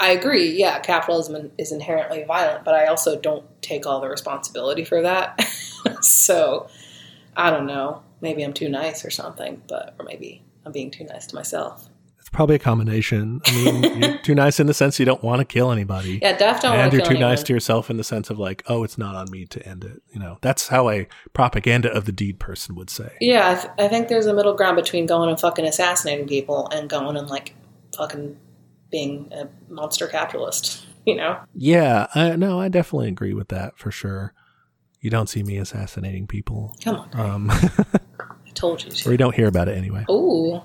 [SPEAKER 1] I agree. Yeah, capitalism in- is inherently violent, but I also don't take all the responsibility for that. so I don't know. Maybe I'm too nice or something, but or maybe I'm being too nice to myself.
[SPEAKER 2] it's probably a combination i mean you're too nice in the sense you don't want to kill anybody
[SPEAKER 1] Yeah, Def don't want
[SPEAKER 2] and
[SPEAKER 1] to
[SPEAKER 2] you're
[SPEAKER 1] kill
[SPEAKER 2] too
[SPEAKER 1] anyone.
[SPEAKER 2] nice to yourself in the sense of like oh it's not on me to end it you know that's how a propaganda of the deed person would say
[SPEAKER 1] Yeah, I, th- I think there's a middle ground between going and fucking assassinating people and going and like fucking being a monster capitalist. You know?
[SPEAKER 2] yeah I, no i definitely agree with that for sure you don't see me assassinating people
[SPEAKER 1] Come on,
[SPEAKER 2] um
[SPEAKER 1] I told you
[SPEAKER 2] or
[SPEAKER 1] to.
[SPEAKER 2] you don't hear about it anyway
[SPEAKER 1] Ooh,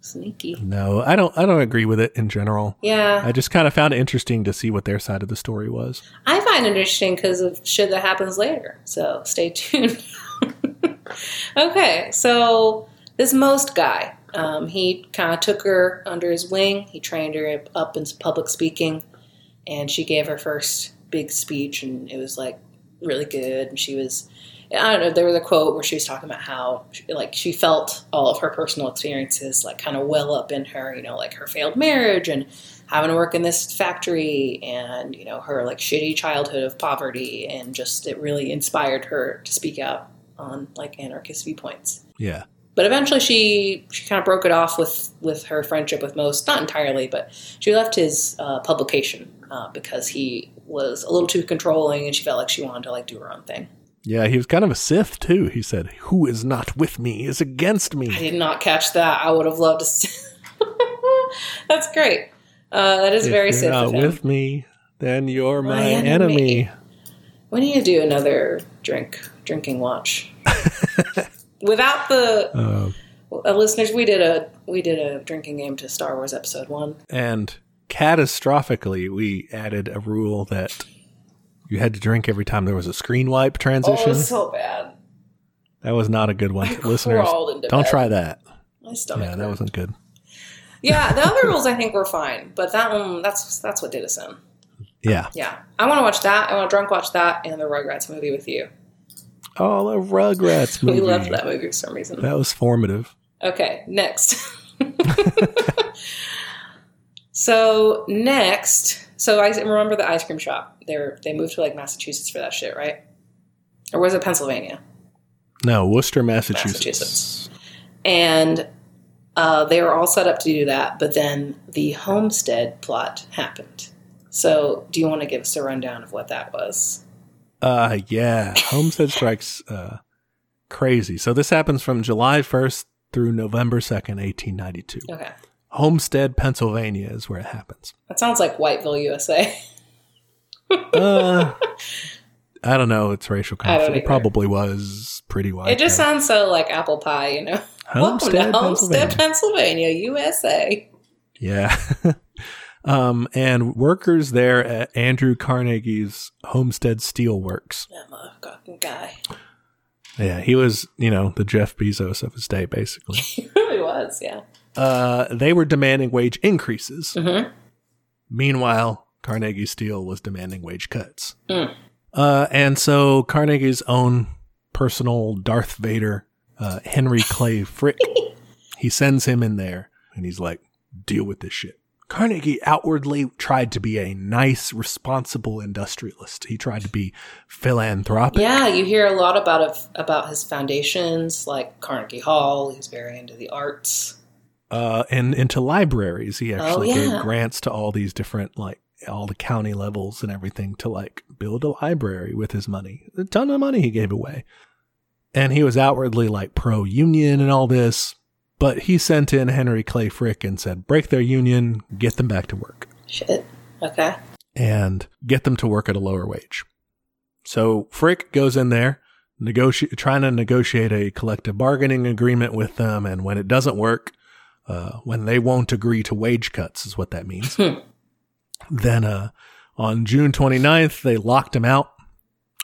[SPEAKER 1] sneaky.
[SPEAKER 2] no i don't i don't agree with it in general
[SPEAKER 1] Yeah,
[SPEAKER 2] I just kind of found it interesting to see what their side of the story was.
[SPEAKER 1] I find it interesting because of shit that happens later. So stay tuned. okay, so this most guy, um, he kind of took her under his wing. He trained her up in public speaking. and she gave her first big speech and it was like really good and she was i don't know there was a quote where she was talking about how like she felt all of her personal experiences like kind of well up in her you know like her failed marriage and having to work in this factory and you know her like shitty childhood of poverty and just it really inspired her to speak out on like anarchist viewpoints
[SPEAKER 2] Yeah.
[SPEAKER 1] but eventually she she kind of broke it off with with her friendship with most not entirely but she left his uh, publication uh, because he was a little too controlling and she felt like she wanted to like do her own thing
[SPEAKER 2] Yeah, he was kind of a Sith too. He said, Who is not with me is against
[SPEAKER 1] i
[SPEAKER 2] me.
[SPEAKER 1] did not catch that i would have loved to s that's great uh, that is very
[SPEAKER 2] if
[SPEAKER 1] Sith
[SPEAKER 2] you're not
[SPEAKER 1] of him.
[SPEAKER 2] with me, then you're
[SPEAKER 1] My
[SPEAKER 2] my enemy.
[SPEAKER 1] enemy. We need to do another drink drinking watch. Without the
[SPEAKER 2] Uh,
[SPEAKER 1] uh, listeners, we did a we did a drinking game to Star Wars Episode One.
[SPEAKER 2] and catastrophically, we added a rule that you had to drink every time there was a screen wipe
[SPEAKER 1] Oh, it
[SPEAKER 2] transition.
[SPEAKER 1] was so bad.
[SPEAKER 2] that was not a good one, listeners.
[SPEAKER 1] crawled into
[SPEAKER 2] Don't
[SPEAKER 1] bed.
[SPEAKER 2] try that.
[SPEAKER 1] My stomach.
[SPEAKER 2] Yeah, that wasn't good.
[SPEAKER 1] yeah, the other rules I think were fine, but that one that's that's what did us in.
[SPEAKER 2] Yeah.
[SPEAKER 1] Yeah, I want to watch that. I want to drunk watch that and the Rugrats movie with you.
[SPEAKER 2] Oh, the Rugrats movie.
[SPEAKER 1] We loved that movie for some reason.
[SPEAKER 2] That was formative.
[SPEAKER 1] Okay, next. so next, so I remember the ice cream shop. They were, they moved to like Massachusetts for that shit, right? Or was it Pennsylvania?
[SPEAKER 2] No, Worcester, Massachusetts.
[SPEAKER 1] Massachusetts. And uh, they were all set up to do that, but then the homestead plot happened. So, do you want to give us a rundown of what that was?
[SPEAKER 2] Uh, yeah. Homestead strikes uh, crazy. So this happens from July 1st through November 2nd, 1892.
[SPEAKER 1] Okay,
[SPEAKER 2] Homestead, Pennsylvania is where it happens.
[SPEAKER 1] that sounds like Whiteville, USA.
[SPEAKER 2] Uh, I don't know. It's racial
[SPEAKER 1] I don't
[SPEAKER 2] conflict. It
[SPEAKER 1] either.
[SPEAKER 2] probably was pretty wide.
[SPEAKER 1] it just
[SPEAKER 2] though.
[SPEAKER 1] sounds so like apple pie, you know. Welcome to Homestead, Pennsylvania, USA.
[SPEAKER 2] Yeah. um, and workers there at Andrew Carnegie's Homestead Steel Works.
[SPEAKER 1] That motherfucking guy.
[SPEAKER 2] Yeah, he was, you know, the Jeff Bezos of his day, basically.
[SPEAKER 1] He really was, yeah.
[SPEAKER 2] uh, they were demanding wage increases.
[SPEAKER 1] Mhm.
[SPEAKER 2] Meanwhile, Carnegie Steel was demanding wage cuts.
[SPEAKER 1] Mm.
[SPEAKER 2] Uh, and so Carnegie's own personal Darth Vader, uh, Henry Clay Frick, he sends him in there and he's like, deal with this shit. Carnegie outwardly tried to be a nice, responsible industrialist. He tried to be philanthropic.
[SPEAKER 1] Yeah, you hear a lot about of, about his foundations, like Carnegie Hall. He's very into the arts.
[SPEAKER 2] uh, and into libraries. He actually
[SPEAKER 1] yeah.
[SPEAKER 2] gave grants to all these different, like all the county levels and everything, to like build a library with his money. A ton of money he gave away, and he was outwardly like pro union and all this, but he sent in Henry Clay Frick and said, "Break their union, get them back to work."
[SPEAKER 1] Shit. Okay.
[SPEAKER 2] and get them to work at a lower wage. So Frick goes in there, negoti- trying to negotiate a collective bargaining agreement with them. And when it doesn't work, uh, when they won't agree to wage cuts, is what that means.
[SPEAKER 1] Hmm.
[SPEAKER 2] then uh, on June 29th, they locked him out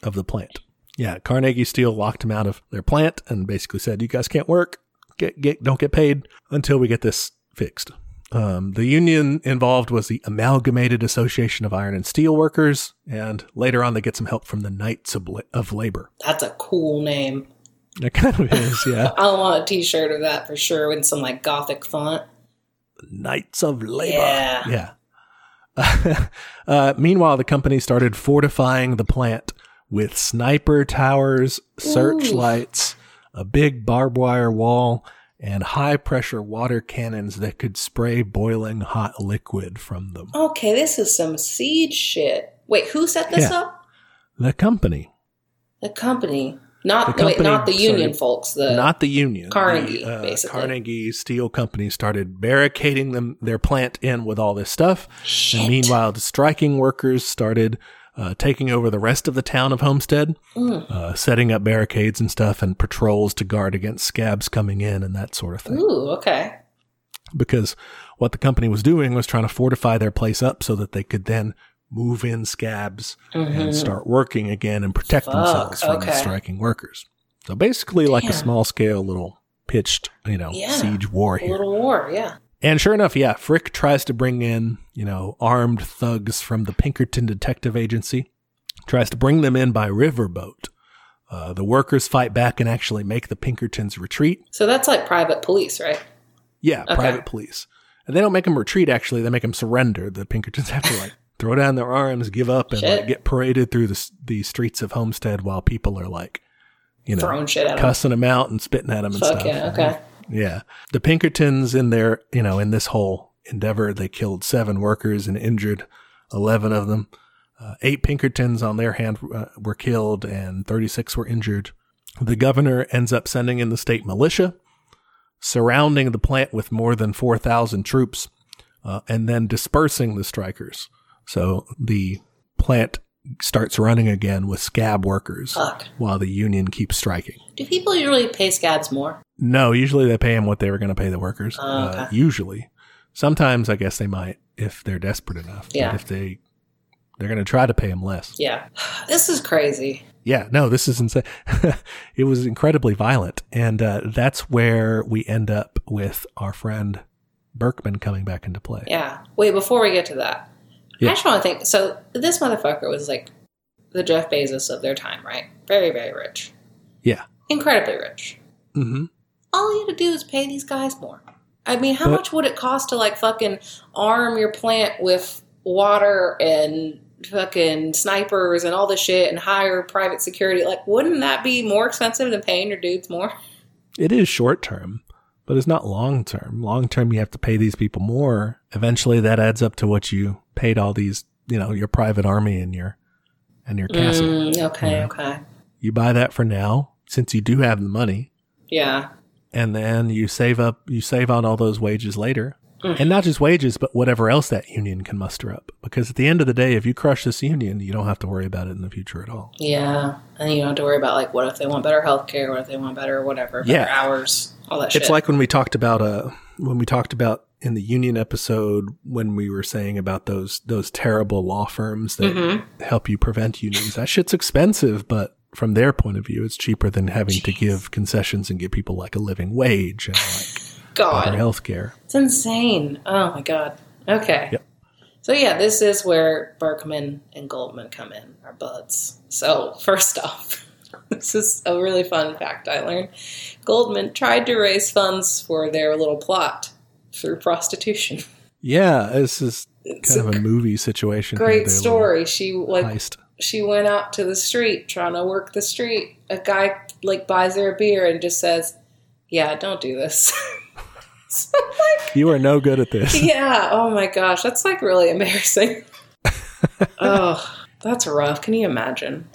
[SPEAKER 2] of the plant. Yeah, Carnegie Steel locked him out of their plant and basically said, "You guys can't work. Get get don't get paid until we get this fixed." Um, the union involved was the Amalgamated Association of Iron and Steel Workers, and later on they get some help from the Knights of, La- of Labor.
[SPEAKER 1] That's a cool name.
[SPEAKER 2] It kind of is, yeah.
[SPEAKER 1] I want a t shirt of that for sure in some like gothic font.
[SPEAKER 2] Knights of Labor.
[SPEAKER 1] Yeah.
[SPEAKER 2] Yeah. uh, meanwhile, the company started fortifying the plant with sniper towers, searchlights, a big barbed wire wall, and high pressure water cannons that could spray boiling hot liquid from them.
[SPEAKER 1] Okay, this is some seed shit. Wait, who set this
[SPEAKER 2] Yeah.
[SPEAKER 1] up?
[SPEAKER 2] The company,
[SPEAKER 1] The company. Not
[SPEAKER 2] The
[SPEAKER 1] wait, not the
[SPEAKER 2] company
[SPEAKER 1] union
[SPEAKER 2] started-
[SPEAKER 1] folks. The
[SPEAKER 2] not the union,
[SPEAKER 1] Carnegie,
[SPEAKER 2] the,
[SPEAKER 1] basically.
[SPEAKER 2] Carnegie Steel Company started barricading them their plant in with all this stuff.
[SPEAKER 1] shit.
[SPEAKER 2] And meanwhile, the striking workers started uh, taking over the rest of the town of Homestead,
[SPEAKER 1] Mm.
[SPEAKER 2] uh, setting up barricades and stuff and patrols to guard against scabs coming in and that sort of thing.
[SPEAKER 1] Ooh, okay. Mm.
[SPEAKER 2] Because what the company was doing was trying to fortify their place up so that they could then move in scabs and start working again and protect
[SPEAKER 1] Mm-hmm. Fuck,
[SPEAKER 2] themselves from the
[SPEAKER 1] okay.
[SPEAKER 2] striking workers. So basically, like a
[SPEAKER 1] Damn.
[SPEAKER 2] small scale little pitched, you know,
[SPEAKER 1] Yeah.
[SPEAKER 2] siege war
[SPEAKER 1] A
[SPEAKER 2] here.
[SPEAKER 1] little war, yeah.
[SPEAKER 2] And sure enough, yeah, Frick tries to bring in, you know, armed thugs from the Pinkerton Detective Agency, tries to bring them in by riverboat. Uh, the workers fight back and actually make the Pinkertons retreat.
[SPEAKER 1] So that's like private police, right?
[SPEAKER 2] Yeah,
[SPEAKER 1] Okay.
[SPEAKER 2] private police. And they don't make them retreat, actually. They make them surrender. The Pinkertons have to, like, throw down their arms, give up, and
[SPEAKER 1] Shit.
[SPEAKER 2] like, get paraded through the, s- the streets of Homestead while people are, like, you know,
[SPEAKER 1] Throwing shit at them.
[SPEAKER 2] cussing them out and spitting at them and
[SPEAKER 1] Fuck
[SPEAKER 2] stuff.
[SPEAKER 1] yeah, okay.
[SPEAKER 2] Yeah. The Pinkertons in their, you know, in this whole endeavor, they killed seven workers and injured 11 of them. Uh, eight Pinkertons on their hand uh, were killed and 36 were injured. The governor ends up sending in the state militia, surrounding the plant with more than 4,000 troops, uh, and then dispersing the strikers. So the plant starts running again with scab workers
[SPEAKER 1] Fuck.
[SPEAKER 2] while the union keeps striking.
[SPEAKER 1] Do people usually pay scabs more?
[SPEAKER 2] No, usually they pay them what they were going to pay the workers.
[SPEAKER 1] Oh, okay.
[SPEAKER 2] Uh, usually, sometimes I guess they might if they're desperate enough. But
[SPEAKER 1] Yeah.
[SPEAKER 2] if they they're going to try to pay them less.
[SPEAKER 1] Yeah. This is crazy.
[SPEAKER 2] Yeah. No, this is insane. it was incredibly violent, and uh, that's where we end up with our friend Berkman coming back into play.
[SPEAKER 1] Yeah. Wait, before we get to that,
[SPEAKER 2] Yeah.
[SPEAKER 1] I just want to think. So this motherfucker was like the Jeff Bezos of their time, right? Very, very rich.
[SPEAKER 2] Yeah.
[SPEAKER 1] Incredibly rich.
[SPEAKER 2] hmm
[SPEAKER 1] All he had to do is pay these guys more. I mean, how
[SPEAKER 2] But-
[SPEAKER 1] much would it cost to like fucking arm your plant with water and fucking snipers and all this shit and hire private security? Like, wouldn't that be more expensive than paying your dudes more?
[SPEAKER 2] It is short term, but it's not long term. Long term, you have to pay these people more. Eventually, that adds up to what you paid all these, you know, your private army and your and your castle.
[SPEAKER 1] Mm, okay,
[SPEAKER 2] Yeah.
[SPEAKER 1] okay.
[SPEAKER 2] You buy that for now, since you do have the money,
[SPEAKER 1] Yeah.
[SPEAKER 2] and then you save up, you save on all those wages later.
[SPEAKER 1] Mm.
[SPEAKER 2] And not just wages, but whatever else that union can muster up. Because at the end of the day, if you crush this union, you don't have to worry about it in the future at all.
[SPEAKER 1] Yeah, and you don't have to worry about like what if they want better health care, what if they want better whatever, better
[SPEAKER 2] Yeah.
[SPEAKER 1] hours, all that shit.
[SPEAKER 2] It's like when we talked about uh when we talked about in the union episode when we were saying about those those terrible law firms that
[SPEAKER 1] Mhm.
[SPEAKER 2] help you prevent unions. That shit's expensive, but from their point of view, it's cheaper than having to give concessions and give people like a living wage and like better
[SPEAKER 1] God,
[SPEAKER 2] health care.
[SPEAKER 1] it's insane. Oh my God. Okay.
[SPEAKER 2] Yep.
[SPEAKER 1] So yeah, this is where Berkman and Goldman come in, our buds. So first off, this is a really fun fact I learned. Goldman tried to raise funds for their little plot through prostitution.
[SPEAKER 2] Yeah, this is
[SPEAKER 1] It's
[SPEAKER 2] kind of
[SPEAKER 1] a
[SPEAKER 2] a movie situation. here,
[SPEAKER 1] great
[SPEAKER 2] their
[SPEAKER 1] story. She
[SPEAKER 2] little
[SPEAKER 1] like
[SPEAKER 2] Heist.
[SPEAKER 1] she went out to the street trying to work the street. A guy like buys her a beer and just says, "Yeah, don't do this." so like,
[SPEAKER 2] You are no good at this.
[SPEAKER 1] yeah. Oh my gosh, that's like really embarrassing. oh, that's rough. Can you imagine?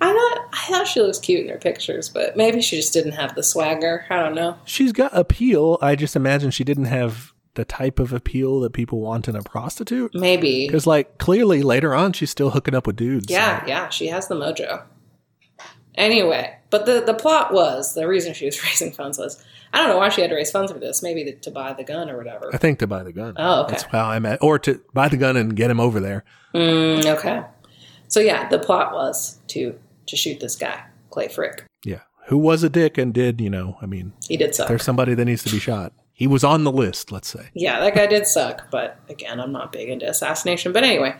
[SPEAKER 1] I thought I thought she looks cute in her pictures, but maybe she just didn't have the swagger. I don't know.
[SPEAKER 2] She's got appeal. I just imagine she didn't have the type of appeal that people want in a prostitute.
[SPEAKER 1] Maybe.
[SPEAKER 2] Because, like, clearly later on, she's still hooking up with dudes.
[SPEAKER 1] Yeah, yeah, she has the mojo. Anyway, but the, the plot was the reason she was raising funds was I don't know why she had to raise funds for this. Maybe to, to buy the gun or whatever.
[SPEAKER 2] I think to buy the gun.
[SPEAKER 1] Oh, okay.
[SPEAKER 2] That's how I'm at. Or to buy the gun and get him over there.
[SPEAKER 1] Mm, okay. So yeah, the plot was to to shoot this guy, Clay Frick.
[SPEAKER 2] Yeah. Who was a dick and did, you know, I mean,
[SPEAKER 1] He did suck.
[SPEAKER 2] there's somebody that needs to be shot. He was on the list, let's say.
[SPEAKER 1] yeah, that guy did suck, but again, I'm not big into assassination. But anyway.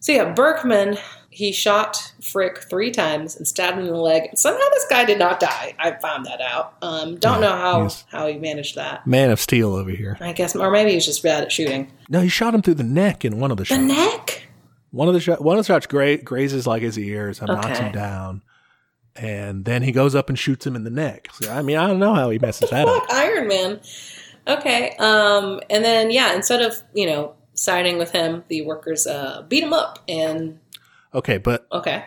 [SPEAKER 1] So yeah, Berkman, he shot Frick three times and stabbed him in the leg. Somehow this guy did not die. I found that out. Um, don't
[SPEAKER 2] Yeah,
[SPEAKER 1] know how
[SPEAKER 2] yes.
[SPEAKER 1] how he managed that.
[SPEAKER 2] Man of Steel over here.
[SPEAKER 1] I guess, or maybe he was just bad at shooting.
[SPEAKER 2] No, he shot him through the neck in one of the
[SPEAKER 1] The
[SPEAKER 2] shots.
[SPEAKER 1] neck?
[SPEAKER 2] One of the shot, one of the shots gra- grazes like his ears and knocks
[SPEAKER 1] Okay.
[SPEAKER 2] him down, and then he goes up and shoots him in the neck. So, I mean, I don't know how he messes that up.
[SPEAKER 1] Fuck Iron Man. Okay. Um, and then, yeah, instead of, you know, siding with him, the workers uh, beat him up. And,
[SPEAKER 2] Okay, but
[SPEAKER 1] okay.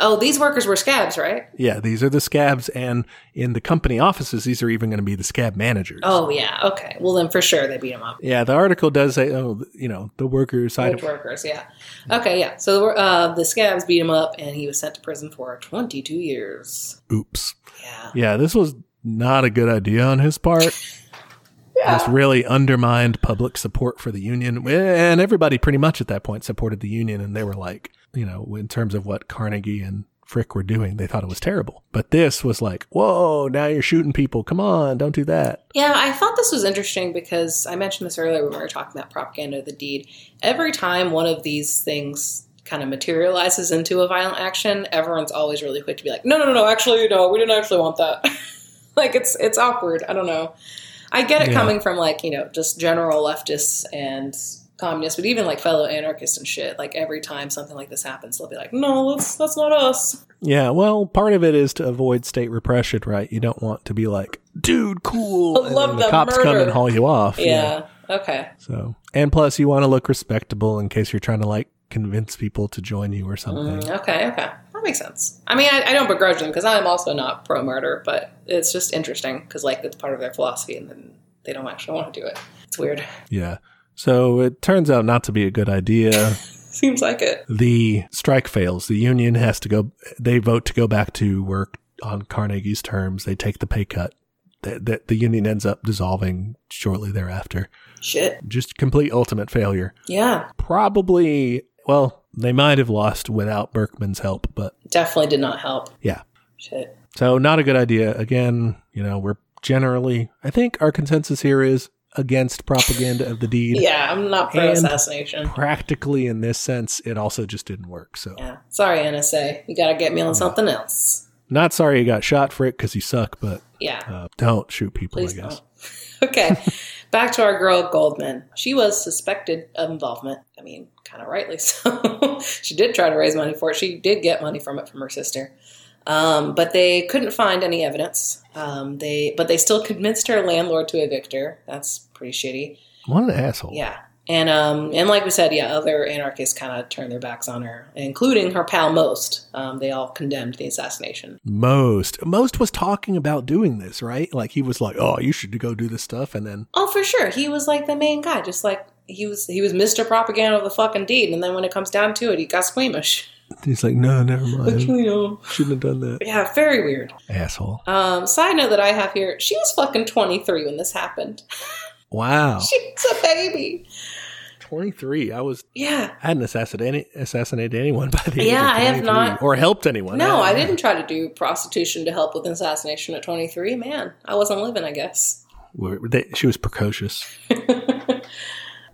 [SPEAKER 1] Oh, these workers were scabs, right?
[SPEAKER 2] Yeah, these are the scabs, and in the company offices, these are even going to be the scab managers.
[SPEAKER 1] Oh, yeah. Okay. Well, then for sure they beat him up.
[SPEAKER 2] Yeah, the article does say, oh, you know, the worker side
[SPEAKER 1] Which
[SPEAKER 2] of
[SPEAKER 1] workers, yeah. Okay, yeah. So the wor- uh, the scabs beat him up and he was sent to prison for 22 years.
[SPEAKER 2] oops.
[SPEAKER 1] Yeah.
[SPEAKER 2] Yeah, this was not a good idea on his part. This really undermined public support for the union, and everybody pretty much at that point supported the union, and they were like, you know, in terms of what Carnegie and Frick were doing, they thought it was terrible. But this was like, whoa, now you're shooting people. Come on, don't do that.
[SPEAKER 1] Yeah, I thought this was interesting because I mentioned this earlier when we were talking about propaganda of the deed. Every time one of these things kind of materializes into a violent action, everyone's always really quick to be like, "No, no, no, no, actually, no, we didn't actually want that." like it's it's awkward. I don't know. I get it
[SPEAKER 2] Yeah.
[SPEAKER 1] coming from like you know just general leftists and communists, but even like fellow anarchists and shit. Like every time something like this happens, they'll be like, "No, that's that's not us."
[SPEAKER 2] Yeah, well, part of it is to avoid state repression, right? You don't want to be like, dude, cool.
[SPEAKER 1] I
[SPEAKER 2] and
[SPEAKER 1] love
[SPEAKER 2] then
[SPEAKER 1] that
[SPEAKER 2] the cops come
[SPEAKER 1] murder.
[SPEAKER 2] and haul you off.
[SPEAKER 1] yeah. Okay.
[SPEAKER 2] So, and plus, you want to look respectable in case you're trying to like convince people to join you or something.
[SPEAKER 1] Mm, okay, okay. That makes sense. I mean, I, I don't begrudge them because I'm also not pro murder, but it's just interesting because, like, that's part of their philosophy and then they don't actually want to do it. It's weird.
[SPEAKER 2] Yeah. So it turns out not to be a good idea.
[SPEAKER 1] Seems like it.
[SPEAKER 2] The strike fails. The union has to go, they vote to go back to work on Carnegie's terms. They take the pay cut. The, the, the union ends up dissolving shortly thereafter.
[SPEAKER 1] Shit.
[SPEAKER 2] Just complete ultimate failure.
[SPEAKER 1] Yeah.
[SPEAKER 2] Probably, well, they might have lost without Berkman's help, but
[SPEAKER 1] Definitely did not help.
[SPEAKER 2] Yeah.
[SPEAKER 1] Shit.
[SPEAKER 2] So not a good idea. Again, you know, we're generally I think our consensus here is against propaganda of the deed.
[SPEAKER 1] Yeah, I'm not pro
[SPEAKER 2] And-
[SPEAKER 1] assassination.
[SPEAKER 2] Practically in this sense, it also just didn't work. So
[SPEAKER 1] Yeah. Sorry, NSA. You gotta get me on something else.
[SPEAKER 2] not sorry you got shot for it because you suck, but
[SPEAKER 1] Yeah.
[SPEAKER 2] uh, don't shoot people.
[SPEAKER 1] Please
[SPEAKER 2] I guess.
[SPEAKER 1] don't. okay. Back to our girl Goldman. She was suspected of involvement. I mean, kind of rightly so. she did try to raise money for it. She did get money from it from her sister. Um, but they couldn't find any evidence. Um, they, but they still convinced her landlord to evict her. That's pretty shitty.
[SPEAKER 2] What an asshole.
[SPEAKER 1] Yeah. And um and like we said, yeah, other anarchists kind of turned their backs on her, including her pal Most. Um, they all condemned the assassination.
[SPEAKER 2] Most most was talking about doing this, right? Like he was like, "Oh, you should go do this stuff," and then
[SPEAKER 1] Oh, for sure, he was like the main guy, just like he was he was Mister Propaganda of the fucking deed. And then when it comes down to it, he got squeamish.
[SPEAKER 2] he's like, "No, never
[SPEAKER 1] Like,
[SPEAKER 2] mind.
[SPEAKER 1] you know.
[SPEAKER 2] Shouldn't have done that."
[SPEAKER 1] Yeah, very weird.
[SPEAKER 2] Asshole.
[SPEAKER 1] Um, side note that I have here: she was fucking twenty three when this happened.
[SPEAKER 2] Wow.
[SPEAKER 1] She was a baby.
[SPEAKER 2] Twenty three. I was
[SPEAKER 1] Yeah.
[SPEAKER 2] I hadn't assassinated, assassinated anyone by the age
[SPEAKER 1] Yeah,
[SPEAKER 2] of
[SPEAKER 1] I have
[SPEAKER 2] 23,
[SPEAKER 1] not-
[SPEAKER 2] or helped anyone. Uh,
[SPEAKER 1] No, I
[SPEAKER 2] don't know.
[SPEAKER 1] didn't try to do prostitution to help with an assassination at twenty three. Man, I wasn't living. I guess.
[SPEAKER 2] Were- they- she was precocious.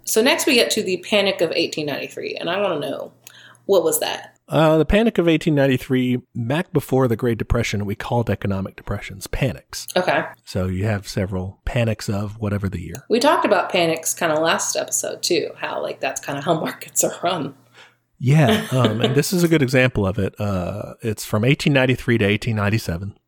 [SPEAKER 1] So next we get to the Panic of 1893, and I want to know what was that?
[SPEAKER 2] Uh, the Panic of 1893, back before the Great Depression, we called economic depressions panics.
[SPEAKER 1] Okay,
[SPEAKER 2] So you have several panics of whatever the year.
[SPEAKER 1] we talked about panics kind of last episode too, how like that's kind of how markets are run.
[SPEAKER 2] Yeah, um, and this is a good example of it. Uh, it's from 1893 to 1897,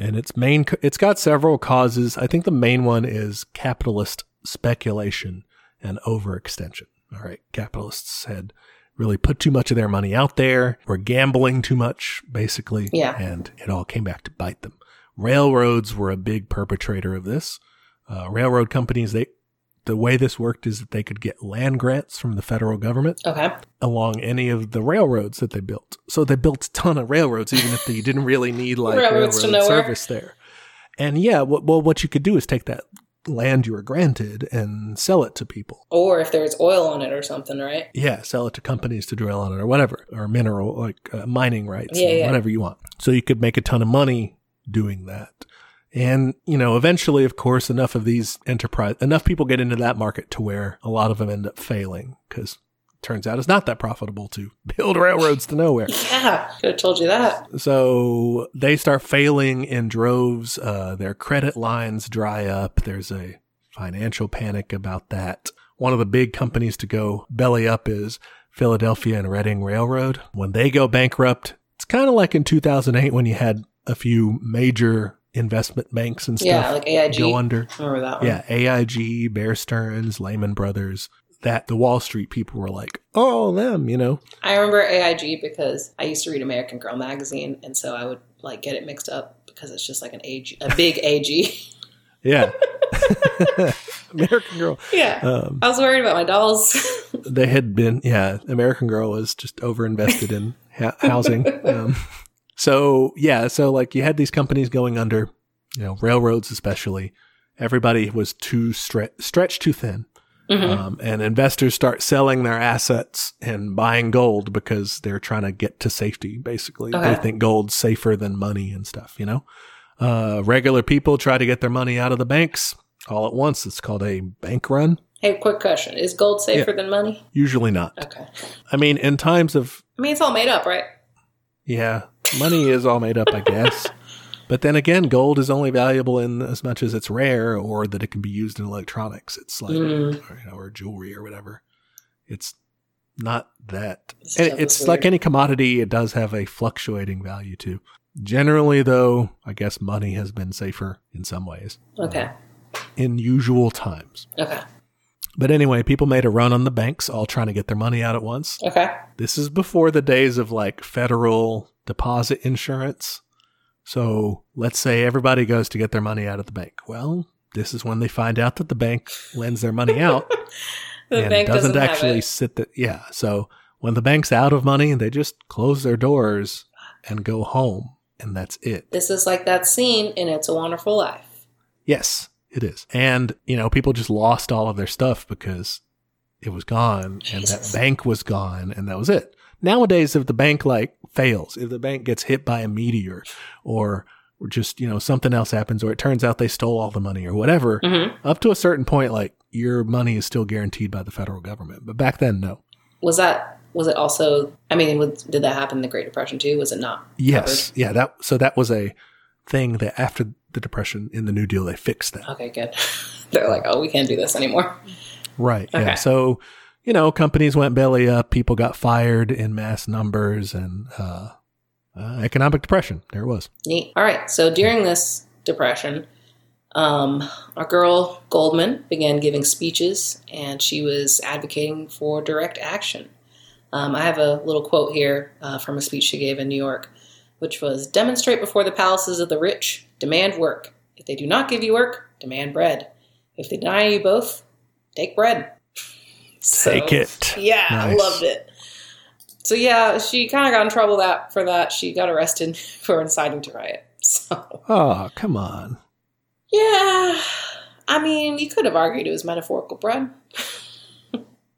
[SPEAKER 2] and its main it's got several causes. I think the main one is capitalist speculation and overextension. All right, capitalists had really put too much of their money out there, were gambling too much, basically.
[SPEAKER 1] Yeah.
[SPEAKER 2] and it all came back to bite them. Railroads were a big perpetrator of this. Uh, railroad companies they the way this worked is that they could get land grants from the federal government
[SPEAKER 1] Okay,
[SPEAKER 2] along any of the railroads that they built. So they built a ton of railroads, even if they didn't really need like
[SPEAKER 1] Railroads to
[SPEAKER 2] railroad
[SPEAKER 1] nowhere.
[SPEAKER 2] service there. And yeah, what, well, what you could do is take that land you were granted and sell it to people.
[SPEAKER 1] or if there was oil on it or something, right?
[SPEAKER 2] Yeah, sell it to companies to drill on it or whatever, or mineral like uh, mining rights,
[SPEAKER 1] Yeah,
[SPEAKER 2] or
[SPEAKER 1] yeah.
[SPEAKER 2] whatever you want. So you could make a ton of money doing that. And you know, eventually, of course, enough of these enterprise, enough people get into that market to where a lot of them end up failing because turns out it's not that profitable to build railroads to nowhere.
[SPEAKER 1] Yeah, could have told you that.
[SPEAKER 2] So they start failing in droves. Uh, their credit lines dry up. There's a financial panic about that. One of the big companies to go belly up is Philadelphia and Reading Railroad. When they go bankrupt, it's kind of like in 2008 when you had a few major investment banks and stuff
[SPEAKER 1] Yeah, like AIG.
[SPEAKER 2] go under.
[SPEAKER 1] Remember that one?
[SPEAKER 2] Yeah, AIG, Bear Stearns, Lehman Brothers. That the Wall Street people were like, oh, them, you know.
[SPEAKER 1] I remember AIG because I used to read American Girl magazine, and so I would like get it mixed up because it's just like an AG, a big AG.
[SPEAKER 2] Yeah. American Girl.
[SPEAKER 1] yeah,
[SPEAKER 2] Um,
[SPEAKER 1] I was worried about my dolls.
[SPEAKER 2] they had been yeah american girl was just over invested in ha- housing um, so yeah so like you had these companies going under you know railroads especially everybody was too stre- stretched too thin
[SPEAKER 1] Mhm.
[SPEAKER 2] um, and investors start selling their assets and buying gold because they're trying to get to safety basically
[SPEAKER 1] Okay.
[SPEAKER 2] they think gold's safer than money and stuff you know uh, regular people try to get their money out of the banks all at once it's called a bank run
[SPEAKER 1] hey, quick question: Is gold safer than money?
[SPEAKER 2] usually not
[SPEAKER 1] Okay.
[SPEAKER 2] i mean in times of
[SPEAKER 1] I mean, it's all made up, right?
[SPEAKER 2] Yeah, money is all made up, I guess. But then again, gold is only valuable in as much as it's rare or that it can be used in electronics. It's like,
[SPEAKER 1] Mm.
[SPEAKER 2] or, you know, or jewelry or whatever. It's not that.
[SPEAKER 1] This
[SPEAKER 2] And
[SPEAKER 1] stuff
[SPEAKER 2] it's
[SPEAKER 1] is
[SPEAKER 2] like
[SPEAKER 1] weird.
[SPEAKER 2] any commodity, it does have a fluctuating value too. Generally, though, I guess money has been safer in some ways
[SPEAKER 1] Okay.
[SPEAKER 2] in usual times.
[SPEAKER 1] Okay.
[SPEAKER 2] But anyway, people made a run on the banks, all trying to get their money out at once.
[SPEAKER 1] Okay.
[SPEAKER 2] This is before the days of like federal deposit insurance. So let's say everybody goes to get their money out of the bank. Well, this is when they find out that the bank lends their money out
[SPEAKER 1] The
[SPEAKER 2] and
[SPEAKER 1] bank
[SPEAKER 2] doesn't,
[SPEAKER 1] doesn't, have
[SPEAKER 2] actually
[SPEAKER 1] it.
[SPEAKER 2] sit the yeah. So When the bank's out of money, they just close their doors and go home, and that's it.
[SPEAKER 1] This is like that scene in It's a Wonderful Life.
[SPEAKER 2] Yes, it is. And, you know, people just lost all of their stuff because it was gone and that
[SPEAKER 1] Jesus.
[SPEAKER 2] bank was gone and that was it. Nowadays, if the bank like fails, if the bank gets hit by a meteor or or just, you know, something else happens or it turns out they stole all the money or whatever,
[SPEAKER 1] Mhm.
[SPEAKER 2] up to a certain point, like your money is still guaranteed by the federal government. But back then, no.
[SPEAKER 1] Was that? Was it also? I mean, was, did that happen in the Great Depression too? Was it not?
[SPEAKER 2] Yes. Yeah. That, so that was a thing that after the depression in the New Deal, they fixed that.
[SPEAKER 1] Okay, good. They're like, oh, we can't do this anymore.
[SPEAKER 2] Right. Yeah.
[SPEAKER 1] Okay.
[SPEAKER 2] So, you know, companies went belly up, people got fired in mass numbers, and uh, uh, economic depression. There it was.
[SPEAKER 1] Neat. All right. So during this depression, um, our girl Goldman began giving speeches, and she was advocating for direct action. Um, I have a little quote here uh, from a speech she gave in New York, which was Demonstrate before the palaces of the rich, demand work. If they do not give you work, demand bread. If they deny you both, take bread. So-
[SPEAKER 2] Take it.
[SPEAKER 1] yeah, I
[SPEAKER 2] Nice.
[SPEAKER 1] loved it. So yeah, she kind of got in trouble that for that. She got arrested for inciting to riot. So
[SPEAKER 2] Oh, come on.
[SPEAKER 1] yeah, I mean, you could have argued it was metaphorical bread.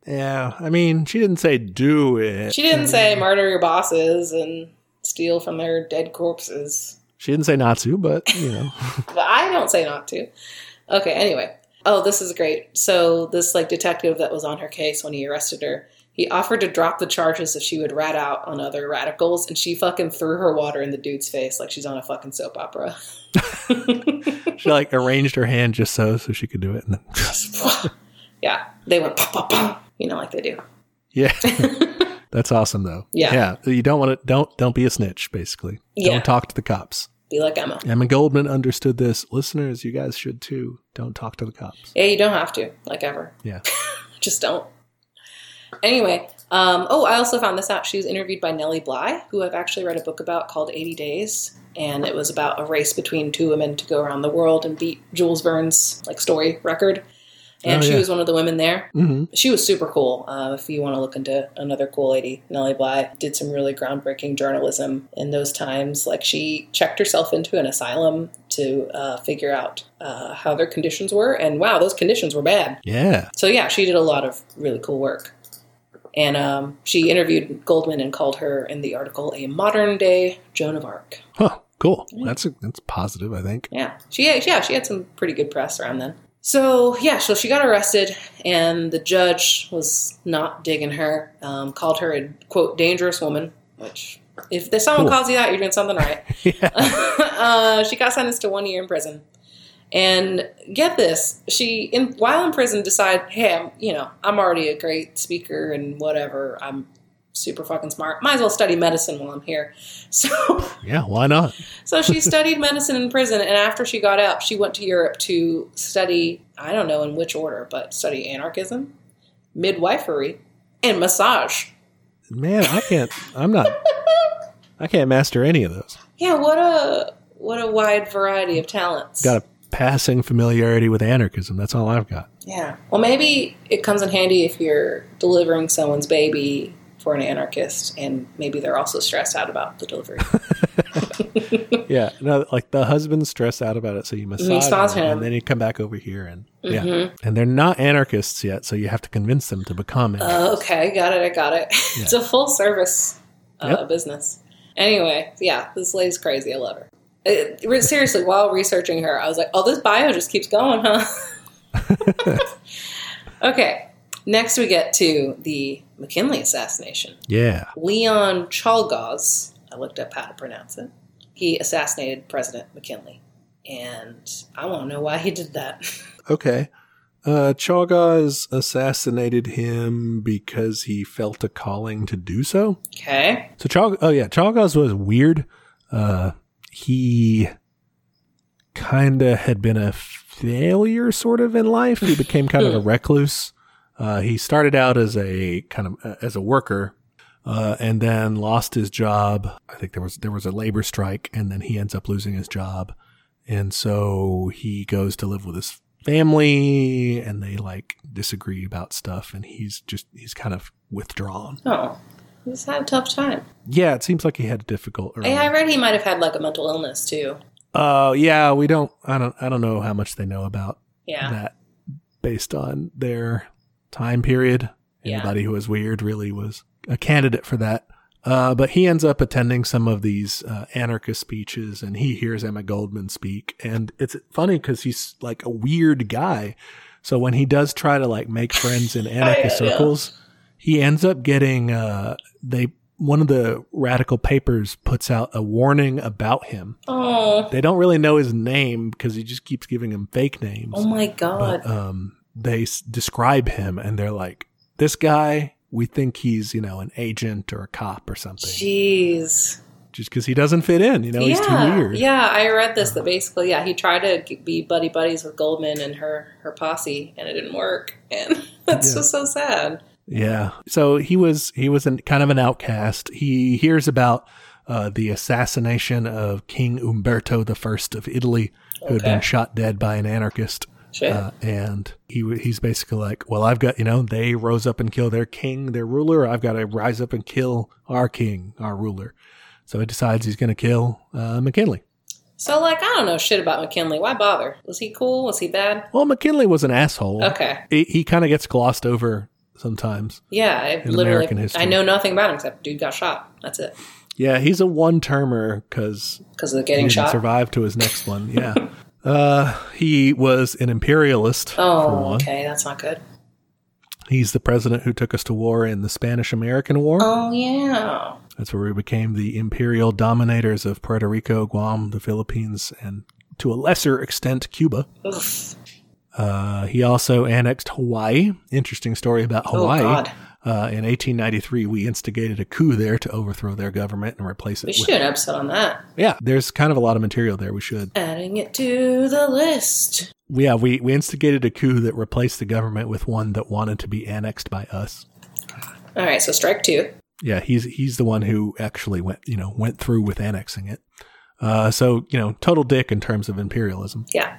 [SPEAKER 2] Yeah. I mean, she didn't say do it.
[SPEAKER 1] She didn't say murder your bosses and steal from their dead corpses.
[SPEAKER 2] She didn't say not to, but, you know.
[SPEAKER 1] But I don't say not to. Okay, anyway. Oh, this is great. So this like detective that was on her case when he arrested her, he offered to drop the charges if she would rat out on other radicals, and she fucking threw her water in the dude's face like she's on a fucking soap opera.
[SPEAKER 2] she, like, arranged her hand just so so she could do it. And then,
[SPEAKER 1] yeah, they went pop pop pop, you know, like they do.
[SPEAKER 2] yeah. That's awesome, though.
[SPEAKER 1] Yeah.
[SPEAKER 2] Yeah. You don't want to, don't, don't be a snitch, basically.
[SPEAKER 1] Yeah.
[SPEAKER 2] Don't talk to the cops.
[SPEAKER 1] Be like Emma.
[SPEAKER 2] Emma Goldman understood this. Listeners, you guys should too. Don't talk to the cops.
[SPEAKER 1] Yeah, you don't have to, like ever.
[SPEAKER 2] Yeah.
[SPEAKER 1] Just don't. Anyway, um, oh, I also found this out. She was interviewed by Nellie Bly, who I've actually read a book about called 80 Days. And it was about a race between two women to go around the world and beat Jules Verne's like story record. And
[SPEAKER 2] Oh,
[SPEAKER 1] she
[SPEAKER 2] yeah.
[SPEAKER 1] was one of the women there.
[SPEAKER 2] Mm-hmm.
[SPEAKER 1] She was super cool. Uh, if you want to look into another cool lady, Nellie Bly did some really groundbreaking journalism in those times. Like she checked herself into an asylum to uh, figure out uh, how their conditions were. And wow, those conditions were bad.
[SPEAKER 2] Yeah.
[SPEAKER 1] So yeah, she did a lot of really cool work. And um, she interviewed Goldman and called her in the article a modern day Joan of Arc.
[SPEAKER 2] Huh. Cool. That's a, that's positive, I think.
[SPEAKER 1] Yeah, she yeah she had some pretty good press around then. So yeah, so she got arrested, and the judge was not digging her. Um, called her a quote dangerous woman, which if there's someone
[SPEAKER 2] Cool.
[SPEAKER 1] calls you that, you're doing something right. uh, she got sentenced to one year in prison. And get this, she in, while in prison decided, hey, I'm, you know, I'm already a great speaker and whatever. I'm super fucking smart. Might as well study medicine while I'm here. So
[SPEAKER 2] Yeah. Why not?
[SPEAKER 1] so she studied medicine in prison, and after she got out, she went to Europe to study, I don't know in which order, but study anarchism, midwifery, and massage.
[SPEAKER 2] Man, I can't. I'm not. I can't master any of those.
[SPEAKER 1] Yeah, what a what a wide variety of talents.
[SPEAKER 2] Got a passing familiarity with anarchism. That's all I've got.
[SPEAKER 1] Yeah. Well, maybe it comes in handy if you're delivering someone's baby for an anarchist, and maybe they're also stressed out about the delivery.
[SPEAKER 2] Yeah. No. Like the husband's stressed out about it, so you massage
[SPEAKER 1] massage
[SPEAKER 2] him,
[SPEAKER 1] him. Mm-hmm.
[SPEAKER 2] and then you come back over here, and yeah. And they're not anarchists yet, so you have to convince them to become. Anarchists.
[SPEAKER 1] Uh, okay, got it. I got it. it's a full service uh,
[SPEAKER 2] Yep.
[SPEAKER 1] business. Anyway, yeah, this lady's crazy. I love her. It, re- seriously, while researching her, I was like, oh, this bio just keeps going, huh? okay, next we get to the McKinley assassination.
[SPEAKER 2] yeah.
[SPEAKER 1] Leon Chalgos, I looked up how to pronounce it, he assassinated President McKinley. And I want to know why he did that.
[SPEAKER 2] Okay. Uh, Chagas assassinated him because he felt a calling to do so.
[SPEAKER 1] okay.
[SPEAKER 2] So Chag- oh yeah, Chagas was weird. Uh, he kinda had been a failure sort of in life. He became kind of a recluse. Uh, he started out as a kind of uh, as a worker, uh, and then lost his job. I think there was there was a labor strike, and then he ends up losing his job, and so he goes to live with his family and they like disagree about stuff and he's just he's kind of withdrawn.
[SPEAKER 1] Oh, he's had a tough time.
[SPEAKER 2] Yeah, it seems like he had a difficult early.
[SPEAKER 1] Hey, I read he might have had like a mental illness too.
[SPEAKER 2] Uh yeah, we don't I don't I don't know how much they know about
[SPEAKER 1] Yeah.
[SPEAKER 2] that based on their time period.
[SPEAKER 1] Yeah.
[SPEAKER 2] Anybody who was weird really was a candidate for that. Uh, but he ends up attending some of these uh, anarchist speeches and he hears Emma Goldman speak. And it's funny because he's like a weird guy. So when he does try to like make friends in anarchist
[SPEAKER 1] yeah.
[SPEAKER 2] circles, he ends up getting, uh, they, one of the radical papers puts out a warning about him.
[SPEAKER 1] Oh,
[SPEAKER 2] They don't really know his name because he just keeps giving him fake names
[SPEAKER 1] oh my god.
[SPEAKER 2] but um, they s- describe him and they're like, this guy, we think he's, you know, an agent or a cop or something Just 'cause
[SPEAKER 1] Jeez.
[SPEAKER 2] just because he doesn't fit in, you know, he's too weird.
[SPEAKER 1] Yeah, I read this that basically, yeah, he tried to g- be buddy buddies with Goldman and her her posse, and it didn't work, and that's
[SPEAKER 2] Yeah.
[SPEAKER 1] just so sad.
[SPEAKER 2] Yeah. So he was, he was an, kind of an outcast. He hears about uh, the assassination of King Umberto I of Italy, who had
[SPEAKER 1] Okay.
[SPEAKER 2] been shot dead by an anarchist.
[SPEAKER 1] Shit.
[SPEAKER 2] Uh, and he w- he's basically like, well, I've got you know they rose up and kill their king, their ruler. I've got to rise up and kill our king, our ruler. So he decides he's going to kill uh, McKinley.
[SPEAKER 1] so, like, I don't know shit about McKinley. Why bother? Was he cool? Was he bad?
[SPEAKER 2] Well, McKinley was an asshole.
[SPEAKER 1] Okay.
[SPEAKER 2] He, he kind of gets glossed over sometimes.
[SPEAKER 1] Yeah, I
[SPEAKER 2] In
[SPEAKER 1] literally,
[SPEAKER 2] American history.
[SPEAKER 1] I know nothing about him except dude got shot. That's it.
[SPEAKER 2] Yeah, he's a one termer because
[SPEAKER 1] Because of the
[SPEAKER 2] he
[SPEAKER 1] getting
[SPEAKER 2] didn't
[SPEAKER 1] shot.
[SPEAKER 2] survive to his next one. Yeah. Uh, he was an imperialist. for
[SPEAKER 1] Oh,
[SPEAKER 2] one.
[SPEAKER 1] okay, that's not good.
[SPEAKER 2] He's the president who took us to war in the Spanish American War.
[SPEAKER 1] Oh yeah.
[SPEAKER 2] That's where we became the imperial dominators of Puerto Rico, Guam, the Philippines, and to a lesser extent, Cuba.
[SPEAKER 1] Oof.
[SPEAKER 2] Uh, he also annexed Hawaii. Interesting story about
[SPEAKER 1] Oh
[SPEAKER 2] Hawaii.
[SPEAKER 1] God.
[SPEAKER 2] Uh, in 1893, we instigated a coup there to overthrow their government and replace it
[SPEAKER 1] We
[SPEAKER 2] with.
[SPEAKER 1] should do an episode on that.
[SPEAKER 2] Yeah, there's kind of a lot of material there. We should.
[SPEAKER 1] Adding it to the list.
[SPEAKER 2] Yeah, we, we instigated a coup that replaced the government with one that wanted to be annexed by us.
[SPEAKER 1] All right, so strike two.
[SPEAKER 2] Yeah, he's he's the one who actually went you know went through with annexing it. Uh, so you know, total dick in terms of imperialism.
[SPEAKER 1] Yeah,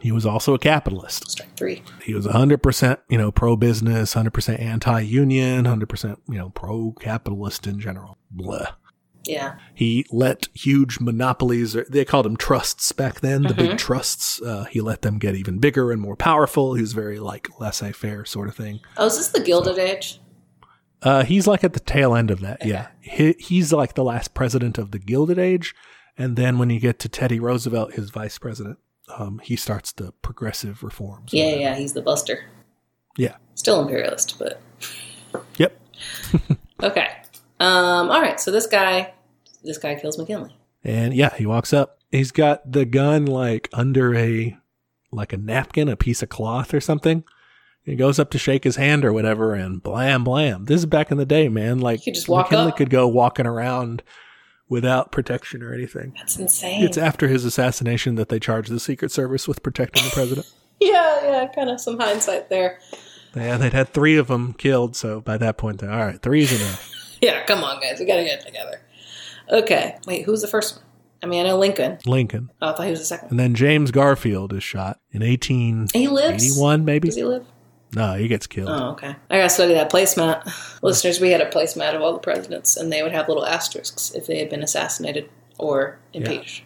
[SPEAKER 2] He was also a capitalist.
[SPEAKER 1] strike three.
[SPEAKER 2] He was 100%, you know, pro business, 100% anti union, 100%, you know, pro capitalist in general. Blah.
[SPEAKER 1] Yeah.
[SPEAKER 2] He let huge monopolies, or they called them trusts back then, the
[SPEAKER 1] Mm-hmm.
[SPEAKER 2] big trusts. Uh, he let them get even bigger and more powerful. He was very like laissez faire sort of thing.
[SPEAKER 1] Oh, is this the Gilded Age?
[SPEAKER 2] Uh, he's like at the tail end of that. Yeah. He, he's like the last president of the Gilded Age. And then when you get to Teddy Roosevelt, his vice president, um, he starts the progressive reforms.
[SPEAKER 1] Yeah, yeah, he's the Buster.
[SPEAKER 2] Yeah.
[SPEAKER 1] Still imperialist, but
[SPEAKER 2] Yep.
[SPEAKER 1] okay. Um, all right, so this guy, this guy kills McKinley.
[SPEAKER 2] And yeah, he walks up. He's got the gun like under a like a napkin, a piece of cloth or something. He goes up to shake his hand or whatever, and blam blam. This is back in the day, man. Like
[SPEAKER 1] You could just walk
[SPEAKER 2] McKinley
[SPEAKER 1] up.
[SPEAKER 2] could go walking around without protection or anything.
[SPEAKER 1] That's insane.
[SPEAKER 2] It's after his assassination that they charged the Secret Service with protecting the president.
[SPEAKER 1] yeah, yeah, kind of some hindsight there.
[SPEAKER 2] yeah, they'd had three of them killed, so by that point, they're all right. Three's enough.
[SPEAKER 1] Yeah, come on, guys, we gotta get it together. Okay, wait, who was the first one? I mean, I know Lincoln.
[SPEAKER 2] Lincoln,
[SPEAKER 1] Oh, I thought he was the second. one.
[SPEAKER 2] and then James Garfield is shot in eighteen
[SPEAKER 1] He lives.
[SPEAKER 2] eighty-one, maybe.
[SPEAKER 1] Does he live?
[SPEAKER 2] No, he gets killed.
[SPEAKER 1] Oh, okay. I gotta study that placemat. Listeners, we had a placemat of all the presidents, and they would have little asterisks if they had been assassinated or impeached.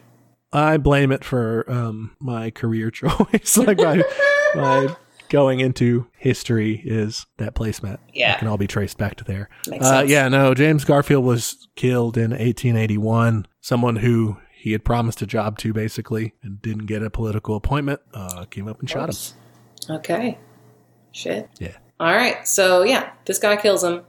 [SPEAKER 2] I blame it for um, my career choice. like my, my going into history is that placemat.
[SPEAKER 1] Yeah.
[SPEAKER 2] It can all be traced back to there.
[SPEAKER 1] Makes
[SPEAKER 2] Uh,
[SPEAKER 1] sense.
[SPEAKER 2] yeah, no, James Garfield was killed in 1881. Someone who he had promised a job to basically and didn't get a political appointment uh, came up and shot him.
[SPEAKER 1] Oops. Okay. Shit.
[SPEAKER 2] Yeah.
[SPEAKER 1] All right. So yeah, this guy kills him.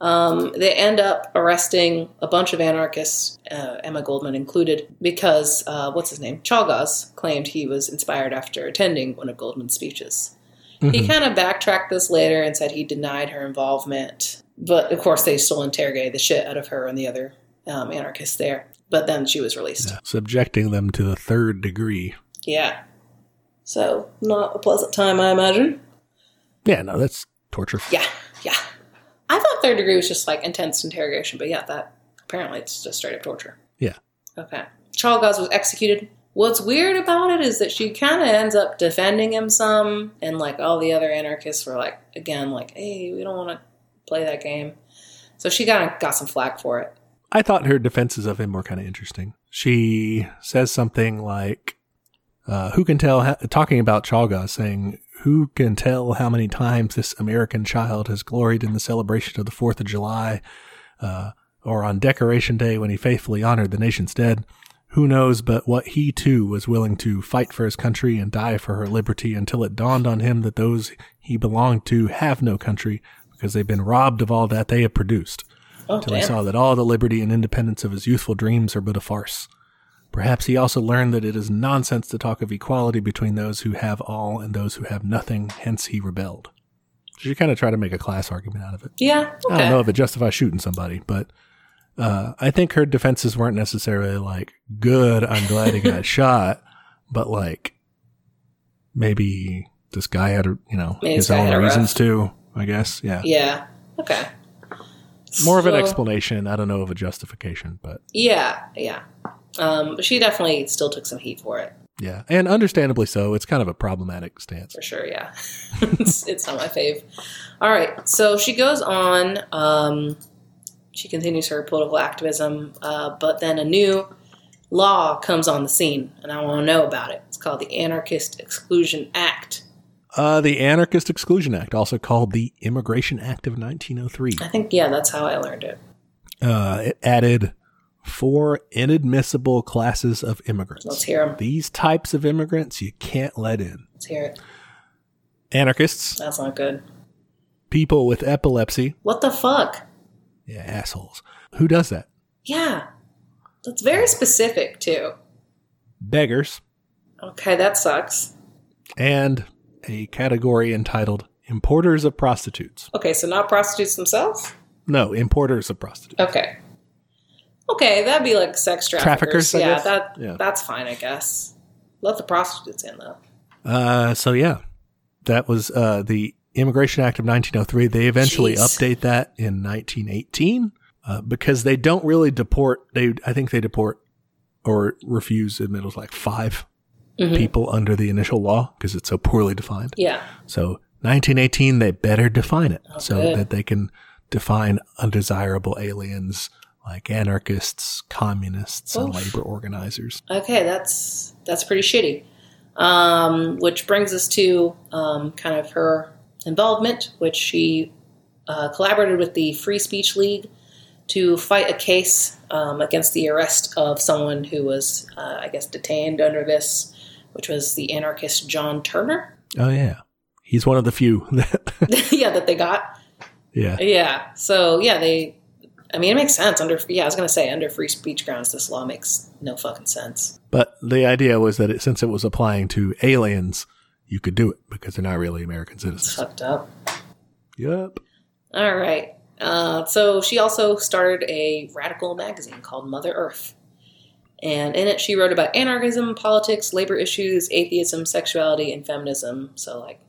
[SPEAKER 1] Um, they end up arresting a bunch of anarchists, uh, Emma Goldman included, because uh, what's his name? Chagas claimed he was inspired after attending one of Goldman's speeches. He kind of backtracked this later and said he denied her involvement, but of course they still interrogated the shit out of her and the other um, anarchists there. But then she was released.
[SPEAKER 2] Yeah. Subjecting them to the third degree.
[SPEAKER 1] yeah. So not a pleasant time, I imagine.
[SPEAKER 2] Yeah, no, that's torture.
[SPEAKER 1] Yeah, yeah. I thought third degree was just like intense interrogation, but yeah, that apparently it's just straight up torture.
[SPEAKER 2] Yeah.
[SPEAKER 1] Okay. Chalgaz was executed What's weird about it is that she kind of ends up defending him some, and like all the other anarchists were like, again, like, hey, we don't want to play that game. So she kind of got some flack for it.
[SPEAKER 2] I thought her defenses of him were kind of interesting. She says something like, uh, "Who can tell?" How, talking about Chaga, saying, "Who can tell how many times this American child has gloried in the celebration of the Fourth of July, uh, or on Decoration Day when he faithfully honored the nation's dead? Who knows but what he too was willing to fight for his country and die for her liberty until it dawned on him that those he belonged to have no country because they've been robbed of all that they have produced."
[SPEAKER 1] Oh,
[SPEAKER 2] till he
[SPEAKER 1] damn.
[SPEAKER 2] saw that all the liberty and independence of his youthful dreams are but a farce. Perhaps he also learned that it is nonsense to talk of equality between those who have all and those who have nothing, hence he rebelled. So you kind of try to make a class argument out of it.
[SPEAKER 1] Yeah.
[SPEAKER 2] I don't
[SPEAKER 1] Okay.
[SPEAKER 2] know if it justifies shooting somebody, but uh, I think her defenses weren't necessarily like, good, I'm glad he got shot, but like, maybe this guy had, a- you know,
[SPEAKER 1] Maybe this
[SPEAKER 2] his
[SPEAKER 1] guy
[SPEAKER 2] own
[SPEAKER 1] had a rough-
[SPEAKER 2] reasons too, I guess. Yeah.
[SPEAKER 1] Yeah. Okay.
[SPEAKER 2] More of an
[SPEAKER 1] So-
[SPEAKER 2] explanation. I don't know of a justification, but.
[SPEAKER 1] Yeah. Yeah. Um, but she definitely still took some heat for it,
[SPEAKER 2] Yeah, and understandably so. It's kind of a problematic stance.
[SPEAKER 1] for sure. Yeah. it's, it's not my fave. All right. So she goes on. Um, she continues her political activism, uh, but then a new law comes on the scene, and I want to know about it. It's called the Anarchist Exclusion Act.
[SPEAKER 2] Uh, the Anarchist Exclusion Act, also called the Immigration Act of 1903,
[SPEAKER 1] I think, yeah, that's how I learned it.
[SPEAKER 2] uh, it added four inadmissible classes of
[SPEAKER 1] Let's
[SPEAKER 2] immigrants.
[SPEAKER 1] hear them.
[SPEAKER 2] These types of immigrants you can't let in:
[SPEAKER 1] Let's hear it.
[SPEAKER 2] anarchists,
[SPEAKER 1] That's not good.
[SPEAKER 2] people with epilepsy,
[SPEAKER 1] What the fuck?
[SPEAKER 2] yeah, assholes. Who does that?
[SPEAKER 1] Yeah. That's very specific, too.
[SPEAKER 2] Beggars,
[SPEAKER 1] Okay, that sucks.
[SPEAKER 2] and a category entitled importers of prostitutes.
[SPEAKER 1] Okay, so not prostitutes themselves?
[SPEAKER 2] No, importers of prostitutes.
[SPEAKER 1] Okay. Okay, that'd be like sex traffickers.
[SPEAKER 2] Traffickers, I
[SPEAKER 1] yeah,
[SPEAKER 2] guess?
[SPEAKER 1] that
[SPEAKER 2] Yeah.
[SPEAKER 1] that's fine, I guess. Let the prostitutes in though.
[SPEAKER 2] Uh, so yeah, that was uh, the Immigration Act of 1903. They eventually
[SPEAKER 1] Jeez.
[SPEAKER 2] update that in 1918 uh, because they don't really deport. They I think they deport or refuse admittals like 5
[SPEAKER 1] Mhm.
[SPEAKER 2] people under the initial law because it's so poorly defined.
[SPEAKER 1] Yeah. Oh,
[SPEAKER 2] So 1918, they better define it so
[SPEAKER 1] good.
[SPEAKER 2] that they can define undesirable aliens like anarchists, communists, and
[SPEAKER 1] Oof.
[SPEAKER 2] labor organizers.
[SPEAKER 1] Okay, that's that's pretty shitty. Um, which brings us to um, kind of her involvement, which she uh, collaborated with the Free Speech League to fight a case um, against the arrest of someone who was, uh, I guess, detained under this, which was the anarchist John Turner.
[SPEAKER 2] Oh yeah, he's one of the few. that-
[SPEAKER 1] yeah, that they got.
[SPEAKER 2] yeah.
[SPEAKER 1] Yeah. So yeah, they. I mean, it makes sense under. Yeah, I was gonna say under free speech grounds, this law makes no fucking sense.
[SPEAKER 2] But the idea was that it, since it was applying to aliens, you could do it because they're not really American
[SPEAKER 1] It's
[SPEAKER 2] citizens.
[SPEAKER 1] fucked up.
[SPEAKER 2] Yep.
[SPEAKER 1] All right. Uh, so she also started a radical magazine called Mother Earth. And in it, she wrote about anarchism, politics, labor issues, atheism, sexuality, and feminism. So, like,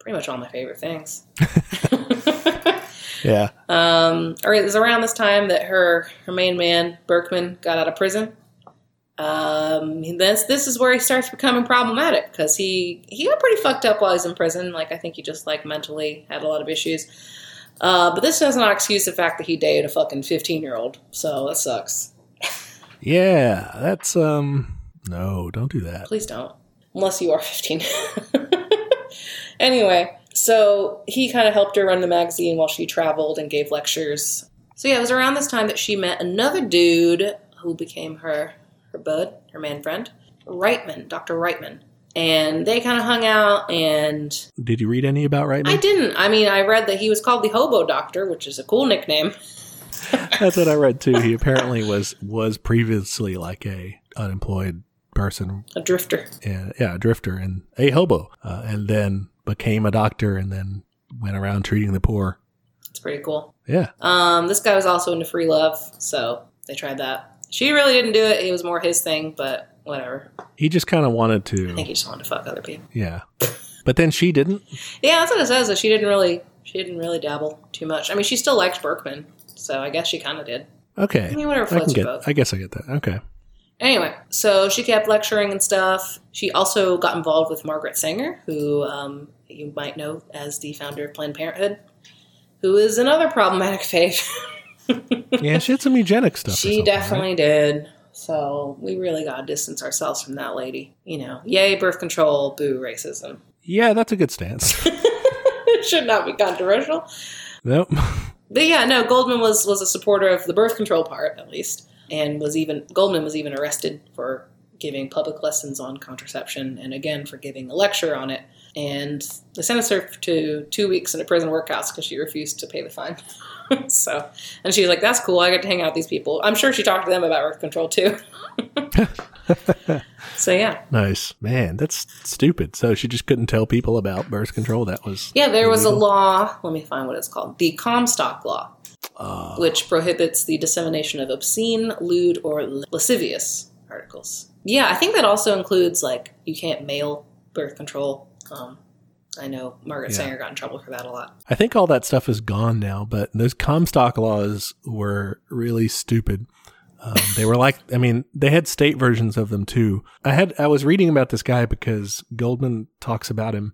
[SPEAKER 1] pretty much all my favorite things.
[SPEAKER 2] Yeah.
[SPEAKER 1] um, or it was around this time that her, her main man, Berkman, got out of prison. Um, this, this is where he starts becoming problematic because he, he got pretty fucked up while he was in prison. Like, I think he just, like, mentally had a lot of issues. Uh, but this does not excuse the fact that he dated a fucking 15 year old. So that sucks.
[SPEAKER 2] Yeah. That's, um, no, don't do that.
[SPEAKER 1] Please don't. Unless you are 15. anyway, so he kind of helped her run the magazine while she traveled and gave lectures. So yeah, it was around this time that she met another dude who became her her bud, her man friend, Reitman, Dr. Reitman. And they kind of hung out and
[SPEAKER 2] Did you read any about right
[SPEAKER 1] I didn't. I mean, I read that he was called the Hobo Doctor, which is a cool nickname.
[SPEAKER 2] That's what I read too. He apparently was, was previously like a unemployed person.
[SPEAKER 1] A drifter.
[SPEAKER 2] And, yeah. A drifter and a hobo. Uh, and then became a doctor and then went around treating the poor.
[SPEAKER 1] It's pretty cool.
[SPEAKER 2] Yeah.
[SPEAKER 1] Um, this guy was also into free love, so they tried that. She really didn't do it. It was more his thing, but whatever.
[SPEAKER 2] He just kind of wanted
[SPEAKER 1] I think
[SPEAKER 2] to.
[SPEAKER 1] he just wanted to fuck other people.
[SPEAKER 2] Yeah. But then she didn't.
[SPEAKER 1] Yeah, that's what it says. That she didn't really, she didn't really dabble too much. I mean, she still liked Berkman, so I guess she kind of did.
[SPEAKER 2] Okay.
[SPEAKER 1] I mean, whatever
[SPEAKER 2] I
[SPEAKER 1] floats your
[SPEAKER 2] can get.
[SPEAKER 1] boat.
[SPEAKER 2] I guess I get that. Okay.
[SPEAKER 1] Anyway, so she kept lecturing and stuff. She also got involved with Margaret Sanger, who um, you might know as the founder of Planned Parenthood, who is another problematic fave.
[SPEAKER 2] Yeah, she had some eugenic stuff. or
[SPEAKER 1] she
[SPEAKER 2] something,
[SPEAKER 1] definitely
[SPEAKER 2] right?
[SPEAKER 1] did. So we really got to distance ourselves from that lady. You know, yay, birth control, boo, racism.
[SPEAKER 2] Yeah, that's a good stance.
[SPEAKER 1] it should not be controversial.
[SPEAKER 2] nope.
[SPEAKER 1] But yeah, no, Goldman was was a supporter of the birth control part at least, and was even Goldman was even arrested for giving public lessons on contraception, and again for giving a lecture on it. And they sentenced her to two weeks in a prison workhouse because she refused to pay the fine. so, and she was like, "That's cool. I get to hang out with these people." I'm sure she talked to them about birth control too. so yeah,
[SPEAKER 2] Nice. Man, that's stupid. So she just couldn't tell people about birth control. That was
[SPEAKER 1] yeah, there was a
[SPEAKER 2] Illegal.
[SPEAKER 1] law. Let me find what it's called. The Comstock Law.
[SPEAKER 2] uh,
[SPEAKER 1] which prohibits the dissemination of obscene, lewd, or lascivious articles. Yeah, I think that also includes like you can't mail birth control. Um, I know Margaret
[SPEAKER 2] Yeah.
[SPEAKER 1] Sanger got in trouble for that a lot.
[SPEAKER 2] I think all that stuff is gone now, but those Comstock laws were really stupid. Um, they were like, I mean, they had state versions of them too. I had, I was reading about this guy because Goldman talks about him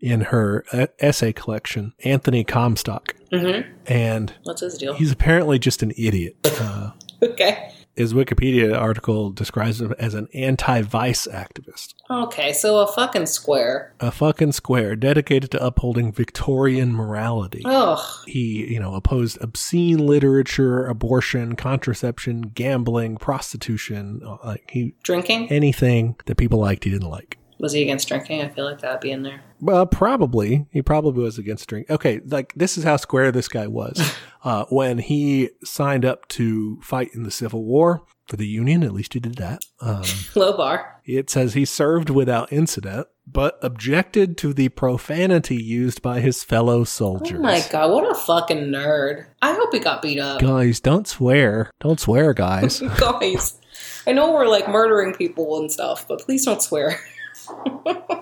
[SPEAKER 2] in her uh, essay collection, Anthony Comstock,
[SPEAKER 1] Mm-hmm.
[SPEAKER 2] and
[SPEAKER 1] What's his deal?
[SPEAKER 2] he's apparently just an idiot. Uh,
[SPEAKER 1] okay,
[SPEAKER 2] his Wikipedia article describes him as an anti-vice activist,
[SPEAKER 1] okay, so a fucking square.
[SPEAKER 2] a fucking square dedicated to upholding Victorian morality.
[SPEAKER 1] Ugh.
[SPEAKER 2] He, you know, opposed obscene literature, abortion, contraception, gambling, prostitution, uh, like he
[SPEAKER 1] Drinking?
[SPEAKER 2] anything that people liked he didn't like.
[SPEAKER 1] Was he against drinking? I feel like that would be in there.
[SPEAKER 2] Well, probably he probably was against drink. Okay, like this is how square this guy was uh, when he signed up to fight in the Civil War for the Union. At least he did that. Um,
[SPEAKER 1] Low bar.
[SPEAKER 2] It says he served without incident, but objected to the profanity used by his fellow soldiers.
[SPEAKER 1] Oh my god, what a fucking nerd. I hope he got beat up.
[SPEAKER 2] Guys, don't swear. Don't swear, guys.
[SPEAKER 1] guys i know we're like murdering people and stuff but please don't swear well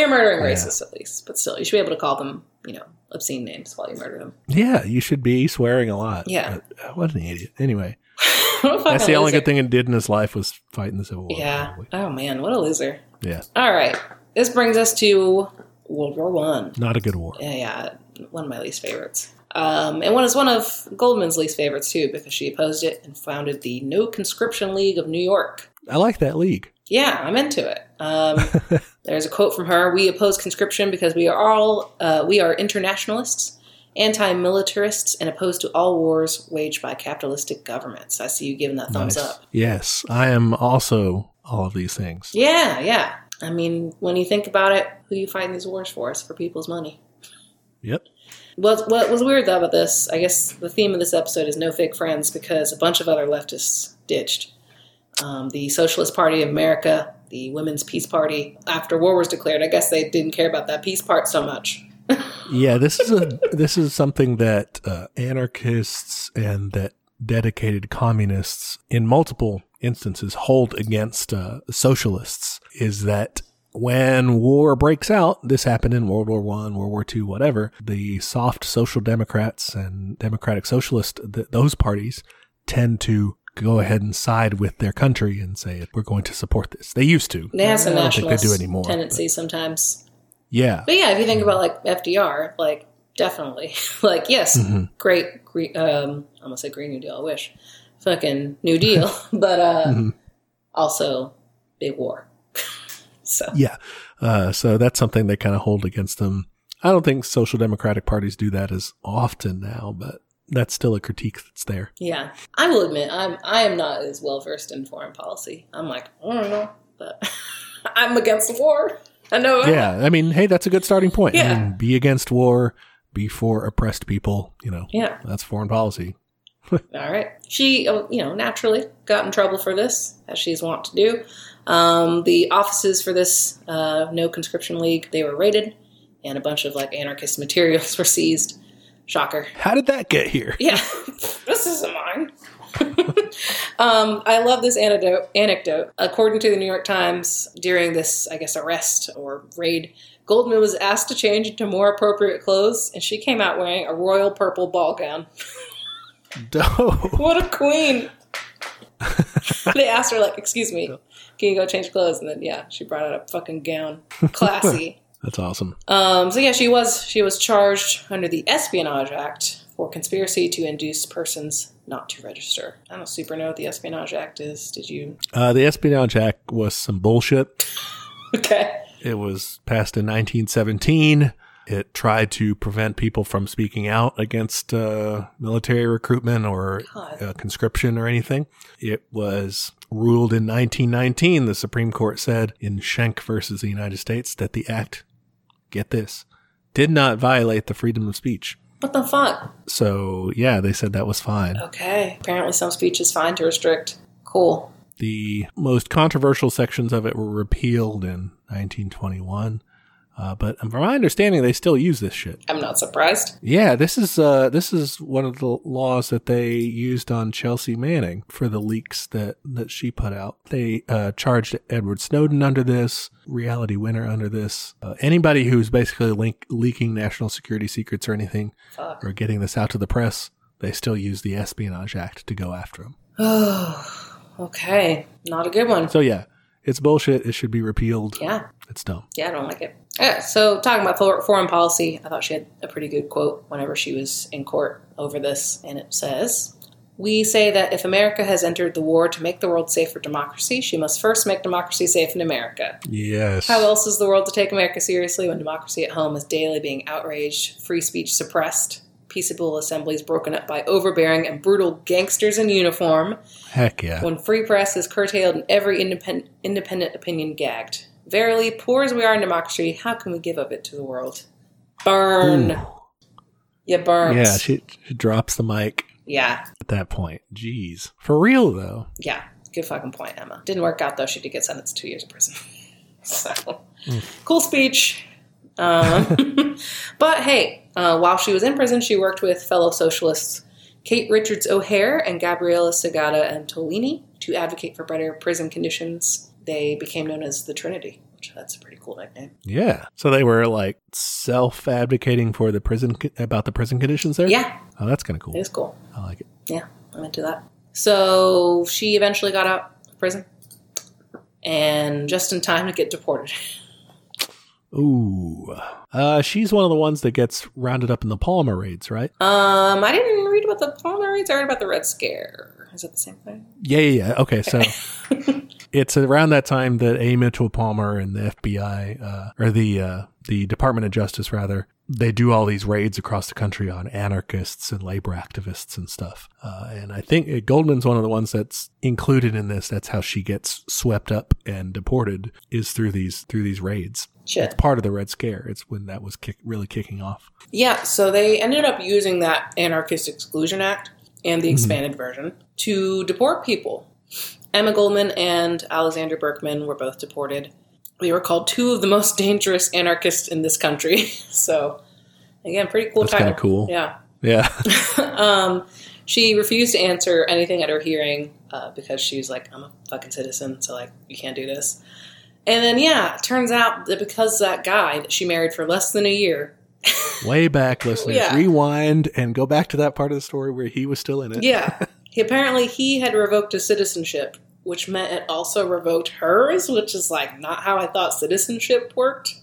[SPEAKER 1] you're murdering
[SPEAKER 2] Yeah.
[SPEAKER 1] racists at least but still you should be able to call them you know obscene names while you murder them
[SPEAKER 2] yeah, you should be swearing a lot.
[SPEAKER 1] Yeah.
[SPEAKER 2] But, uh, what an idiot. Anyway,
[SPEAKER 1] What a fucking
[SPEAKER 2] that's the only
[SPEAKER 1] loser.
[SPEAKER 2] good thing he did in his life was fighting the Civil War.
[SPEAKER 1] yeah
[SPEAKER 2] probably.
[SPEAKER 1] oh man what a loser
[SPEAKER 2] Yeah.
[SPEAKER 1] all right this brings us to world war one
[SPEAKER 2] Not a good war.
[SPEAKER 1] yeah yeah one of my least favorites um, and one is one of Goldman's least favorites too, because she opposed it and founded the No Conscription League of New York.
[SPEAKER 2] I like that league.
[SPEAKER 1] Yeah, I'm into it. Um, there's a quote from her: "We oppose conscription because we are all uh, we are internationalists, anti-militarists, and opposed to all wars waged by capitalistic governments." I see you giving that thumbs
[SPEAKER 2] Nice.
[SPEAKER 1] up.
[SPEAKER 2] Yes, I am also all of these things.
[SPEAKER 1] Yeah, yeah. I mean, when you think about it, who you fighting these wars for? It's for people's money.
[SPEAKER 2] Yep.
[SPEAKER 1] What what was weird though about this? I guess the theme of this episode is no fake friends because a bunch of other leftists ditched um, the Socialist Party of America, the Women's Peace Party. After war was declared, I guess they didn't care about that peace part so much.
[SPEAKER 2] Yeah, this is a this is something that uh, anarchists and that dedicated communists, in multiple instances, hold against uh, socialists. Is that when war breaks out, this happened in World War One, World War Two, whatever. The soft social democrats and democratic socialist th- those parties tend to go ahead and side with their country and say we're going to support this. They used to.
[SPEAKER 1] They have some
[SPEAKER 2] I don't think they
[SPEAKER 1] nationalist
[SPEAKER 2] do anymore.
[SPEAKER 1] tendencies sometimes.
[SPEAKER 2] Yeah,
[SPEAKER 1] But yeah, if you think about like FDR, like definitely, like yes,
[SPEAKER 2] Mm-hmm.
[SPEAKER 1] great, gre um, I almost said Green New Deal. I wish, fucking New Deal, but uh,
[SPEAKER 2] Mm-hmm.
[SPEAKER 1] also big war. so
[SPEAKER 2] Yeah. Uh, so that's something they kind of hold against them. I don't think social democratic parties do that as often now, but that's still a critique that's there.
[SPEAKER 1] Yeah, I will admit I'm I am not as well versed in foreign policy. I'm like I don't know, but I'm against the war. I know. I'm not.
[SPEAKER 2] Yeah. I mean, hey, that's a good starting point. I
[SPEAKER 1] Yeah.
[SPEAKER 2] mean, be against war, be for oppressed people. You know,
[SPEAKER 1] yeah.
[SPEAKER 2] that's foreign policy.
[SPEAKER 1] All right. She, oh, you know, naturally got in trouble for this, as she's wont to do. Um, the offices for this uh, No Conscription League they were raided, and a bunch of like anarchist materials were seized. Shocker.
[SPEAKER 2] How did that get here?
[SPEAKER 1] Yeah, this isn't mine. um, I love this anecdote. Anecdote. According to the New York Times, during this, I guess, arrest or raid, Goldman was asked to change into more appropriate clothes, and she came out wearing a royal purple ball gown.
[SPEAKER 2] Dope.
[SPEAKER 1] What a queen! they asked her like, "Excuse me, can you go change clothes?" And then yeah, she brought out a fucking gown, classy.
[SPEAKER 2] That's awesome.
[SPEAKER 1] Um, so yeah, she was she was charged under the Espionage Act for conspiracy to induce persons not to register. I don't super know what the Espionage Act is. Did you?
[SPEAKER 2] Uh, the Espionage Act was some bullshit.
[SPEAKER 1] Okay.
[SPEAKER 2] It was passed in 1917. It tried to prevent people from speaking out against uh, military recruitment or
[SPEAKER 1] God.
[SPEAKER 2] uh, conscription or anything. It was ruled in 1919. The Supreme Court said in Schenck versus the United States that the act, get this, did not violate the freedom of speech.
[SPEAKER 1] What the fuck?
[SPEAKER 2] So, yeah, they said that was fine.
[SPEAKER 1] Okay. Apparently, some speech is fine to restrict. Cool.
[SPEAKER 2] The most controversial sections of it were repealed in 1921. Uh, but from my understanding, they still use this shit.
[SPEAKER 1] I'm not surprised.
[SPEAKER 2] Yeah, this is uh, this is one of the laws that they used on Chelsea Manning for the leaks that that she put out. They uh, charged Edward Snowden under this, Reality Winner under this, uh, anybody who's basically link- leaking national security secrets or anything
[SPEAKER 1] Fuck.
[SPEAKER 2] or getting this out to the press. They still use the Espionage Act to go after them.
[SPEAKER 1] okay. Not a good one.
[SPEAKER 2] So yeah, it's bullshit. It should be repealed.
[SPEAKER 1] Yeah.
[SPEAKER 2] It's dumb.
[SPEAKER 1] Yeah, I don't like it. Yeah, so talking about for- foreign policy, I thought she had a pretty good quote whenever she was in court over this, and it says, "We say that if America has entered the war to make the world safe for democracy, she must first make democracy safe in America.
[SPEAKER 2] Yes.
[SPEAKER 1] How else is the world to take America seriously when democracy at home is daily being outraged, free speech suppressed?" Peaceable assemblies broken up by overbearing and brutal gangsters in uniform,
[SPEAKER 2] Heck yeah.
[SPEAKER 1] when free press is curtailed and every independ- independent opinion gagged. Verily, poor as we are in democracy, how can we give of it to the world? Burn.
[SPEAKER 2] Ooh.
[SPEAKER 1] You burn.
[SPEAKER 2] Hmm. Yeah, she, she drops the mic
[SPEAKER 1] yeah.
[SPEAKER 2] at that point. Jeez. For real though.
[SPEAKER 1] Yeah. Good fucking point, Emma. Didn't work out, though. She did get sentenced to two years in prison. so, cool speech. Um, but hey, uh, while she was in prison, she worked with fellow socialists Kate Richards O'Hare and Gabriela Segata and Tolini to advocate for better prison conditions. They became known as the Trinity, which that's a pretty cool nickname.
[SPEAKER 2] Yeah. So they were like self-advocating for the prison co- about the prison conditions there.
[SPEAKER 1] Yeah,
[SPEAKER 2] Oh, that's kind of
[SPEAKER 1] it
[SPEAKER 2] cool.
[SPEAKER 1] was cool.
[SPEAKER 2] I like it.
[SPEAKER 1] Yeah, I'm into that. So she eventually got out of prison and just in time to get deported.
[SPEAKER 2] Ooh. Uh, she's one of the ones that gets rounded up in the Palmer raids, right?
[SPEAKER 1] Um, I didn't read about the Palmer raids. I read about the Red Scare. Is that the same thing?
[SPEAKER 2] Yeah, yeah, yeah. Okay, so it's around that time that A. Mitchell Palmer and the FBI, uh, or the uh, the Department of Justice, rather, they do all these raids across the country on anarchists and labor activists and stuff. Uh, and I think uh, Goldman's one of the ones that's included in this. That's how she gets swept up and deported is through these through these raids.
[SPEAKER 1] Shit.
[SPEAKER 2] It's part of the Red Scare. It's when that was kick, really kicking off.
[SPEAKER 1] Yeah, so they ended up using that Anarchist Exclusion Act and the
[SPEAKER 2] Mm-hmm.
[SPEAKER 1] expanded version to deport people. Emma Goldman and Alexander Berkman were both deported. They were called two of the most dangerous anarchists in this country. So, again, pretty cool
[SPEAKER 2] That's
[SPEAKER 1] title.
[SPEAKER 2] kinda cool.
[SPEAKER 1] Yeah.
[SPEAKER 2] Yeah,
[SPEAKER 1] um, she refused to answer anything at her hearing uh, because she was like, "I'm a fucking citizen, so like you can't do this." And then yeah, it turns out that because that guy that she married for less than a year,
[SPEAKER 2] way back, listeners,
[SPEAKER 1] Yeah.
[SPEAKER 2] rewind and go back to that part of the story where he was still in it.
[SPEAKER 1] yeah, he apparently he had revoked his citizenship, which meant it also revoked hers, which is like not how I thought citizenship worked.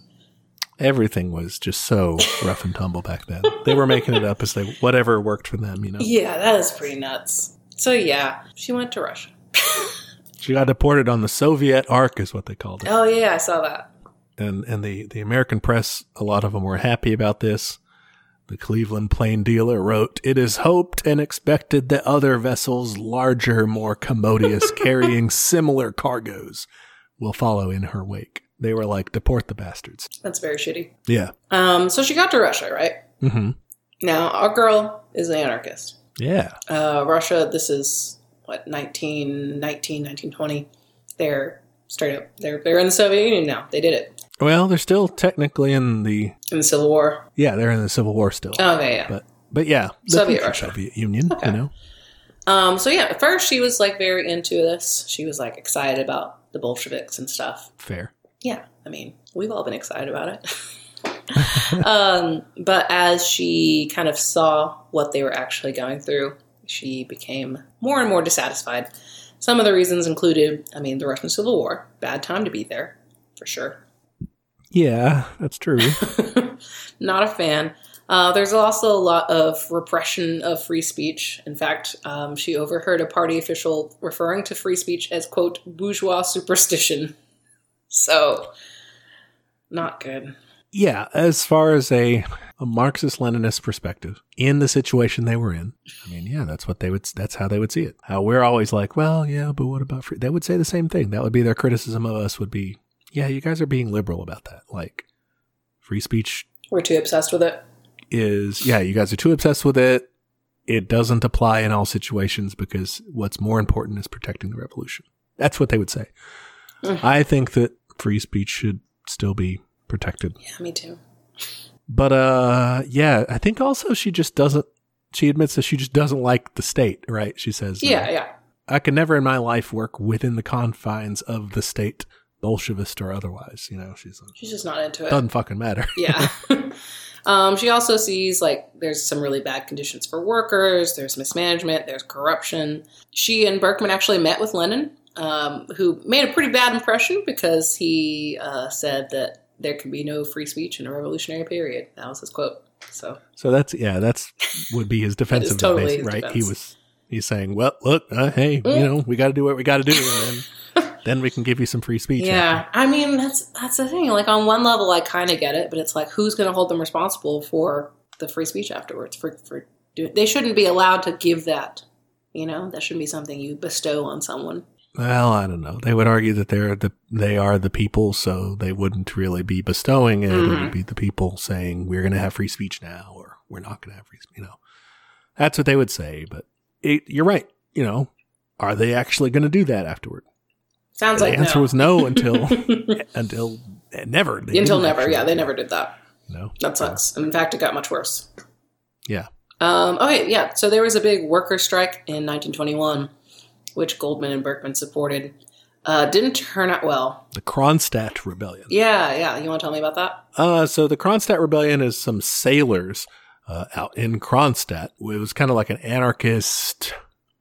[SPEAKER 2] everything was just so rough and tumble back then. They were making it up as they whatever worked for them, you know.
[SPEAKER 1] Yeah, that is pretty nuts. So yeah, she went to Russia.
[SPEAKER 2] She got deported on the Soviet arc is what they called it.
[SPEAKER 1] Oh yeah, I saw that.
[SPEAKER 2] And and the the American press, a lot of them were happy about this. The Cleveland Plain Dealer wrote, "It is hoped and expected that other vessels larger, more commodious carrying similar cargoes will follow in her wake." They were like, "Deport the bastards."
[SPEAKER 1] That's very shitty.
[SPEAKER 2] Yeah.
[SPEAKER 1] Um, so she got to Russia, right?
[SPEAKER 2] Mhm.
[SPEAKER 1] Now, our girl is an anarchist.
[SPEAKER 2] Yeah.
[SPEAKER 1] Uh, Russia, this is what 1919, 1920. They're straight up. They're they're in the Soviet Union now. They did it
[SPEAKER 2] Well, they're still technically in the
[SPEAKER 1] in the Civil War.
[SPEAKER 2] Yeah, they're in the Civil War still.
[SPEAKER 1] Okay, yeah.
[SPEAKER 2] But but yeah, the
[SPEAKER 1] Soviet
[SPEAKER 2] future
[SPEAKER 1] Russia.
[SPEAKER 2] Soviet Union.
[SPEAKER 1] Okay.
[SPEAKER 2] You know,
[SPEAKER 1] Um, so yeah, at first she was like very into this. She was like excited about the Bolsheviks and stuff.
[SPEAKER 2] fair.
[SPEAKER 1] Yeah, I mean, we've all been excited about it. um, but as she kind of saw what they were actually going through, she became more and more dissatisfied. Some of the reasons included, I mean, the Russian Civil War, bad time to be there, for sure.
[SPEAKER 2] Yeah, that's true.
[SPEAKER 1] Not a fan. Uh, there's also a lot of repression of free speech. In fact, um, she overheard a party official referring to free speech as, quote, bourgeois superstition. So, not good.
[SPEAKER 2] yeah, as far as a, a Marxist Leninist perspective, in the situation they were in, I mean, yeah, that's what they would. That's how they would see it. How we're always like, well, yeah, but what about free? They would say the same thing. That would be their criticism of us. Would be, yeah, you guys are being liberal about that. Like, free speech
[SPEAKER 1] We're too obsessed with it.
[SPEAKER 2] is yeah, you guys are too obsessed with it. It doesn't apply in all situations because what's more important is protecting the revolution. That's what they would say.
[SPEAKER 1] Mhm.
[SPEAKER 2] I think that free speech should still be protected.
[SPEAKER 1] Yeah, me too.
[SPEAKER 2] But uh yeah, I think also she just doesn't she admits that she just doesn't like the state, right? She says, uh,
[SPEAKER 1] Yeah, yeah.
[SPEAKER 2] I can never in my life work within the confines of the state, Bolshevist or otherwise. You know, she's like,
[SPEAKER 1] She's just not into it.
[SPEAKER 2] doesn't fucking matter.
[SPEAKER 1] yeah. um, she also sees like there's some really bad conditions for workers, there's mismanagement, there's corruption. She and Berkman actually met with Lenin, um, who made a pretty bad impression because he uh, said that there can be no free speech in a revolutionary period. That was his quote. So
[SPEAKER 2] So that's yeah, that's would be his defensive
[SPEAKER 1] totally
[SPEAKER 2] base,
[SPEAKER 1] his
[SPEAKER 2] right?
[SPEAKER 1] defense.
[SPEAKER 2] He was he's saying, Well, look, uh, hey,
[SPEAKER 1] Mm.
[SPEAKER 2] you know, we gotta do what we gotta do and then then we can give you some free speech.
[SPEAKER 1] yeah, I mean that's that's the thing. Like on one level, I kind of get it, but it's like who's going to hold them responsible for the free speech afterwards? For for do- they shouldn't be allowed to give that. You know, that shouldn't be something you bestow on someone.
[SPEAKER 2] Well, I don't know. They would argue that they're the they are the people, so they wouldn't really be bestowing it. It would
[SPEAKER 1] Mhm.
[SPEAKER 2] be the people saying we're going to have free speech now, or we're not going to have free. sp- You know, that's what they would say. But it, you're right. You know, are they actually going to do that afterward?
[SPEAKER 1] Sounds
[SPEAKER 2] the
[SPEAKER 1] like
[SPEAKER 2] answer
[SPEAKER 1] no.
[SPEAKER 2] was no until until eh, never They
[SPEAKER 1] until
[SPEAKER 2] didn't
[SPEAKER 1] never.
[SPEAKER 2] actually
[SPEAKER 1] Yeah, they
[SPEAKER 2] do
[SPEAKER 1] never did that.
[SPEAKER 2] it, You know,
[SPEAKER 1] That sucks. And in fact, it got much worse.
[SPEAKER 2] Yeah.
[SPEAKER 1] Um, okay. Yeah. So there was a big worker strike in 1921, which Goldman and Berkman supported. Uh, didn't turn out well.
[SPEAKER 2] the Kronstadt rebellion.
[SPEAKER 1] Yeah. Yeah. You want to tell me about that?
[SPEAKER 2] Uh, so the Kronstadt rebellion is some sailors uh, out in Kronstadt. It was kind of like an anarchist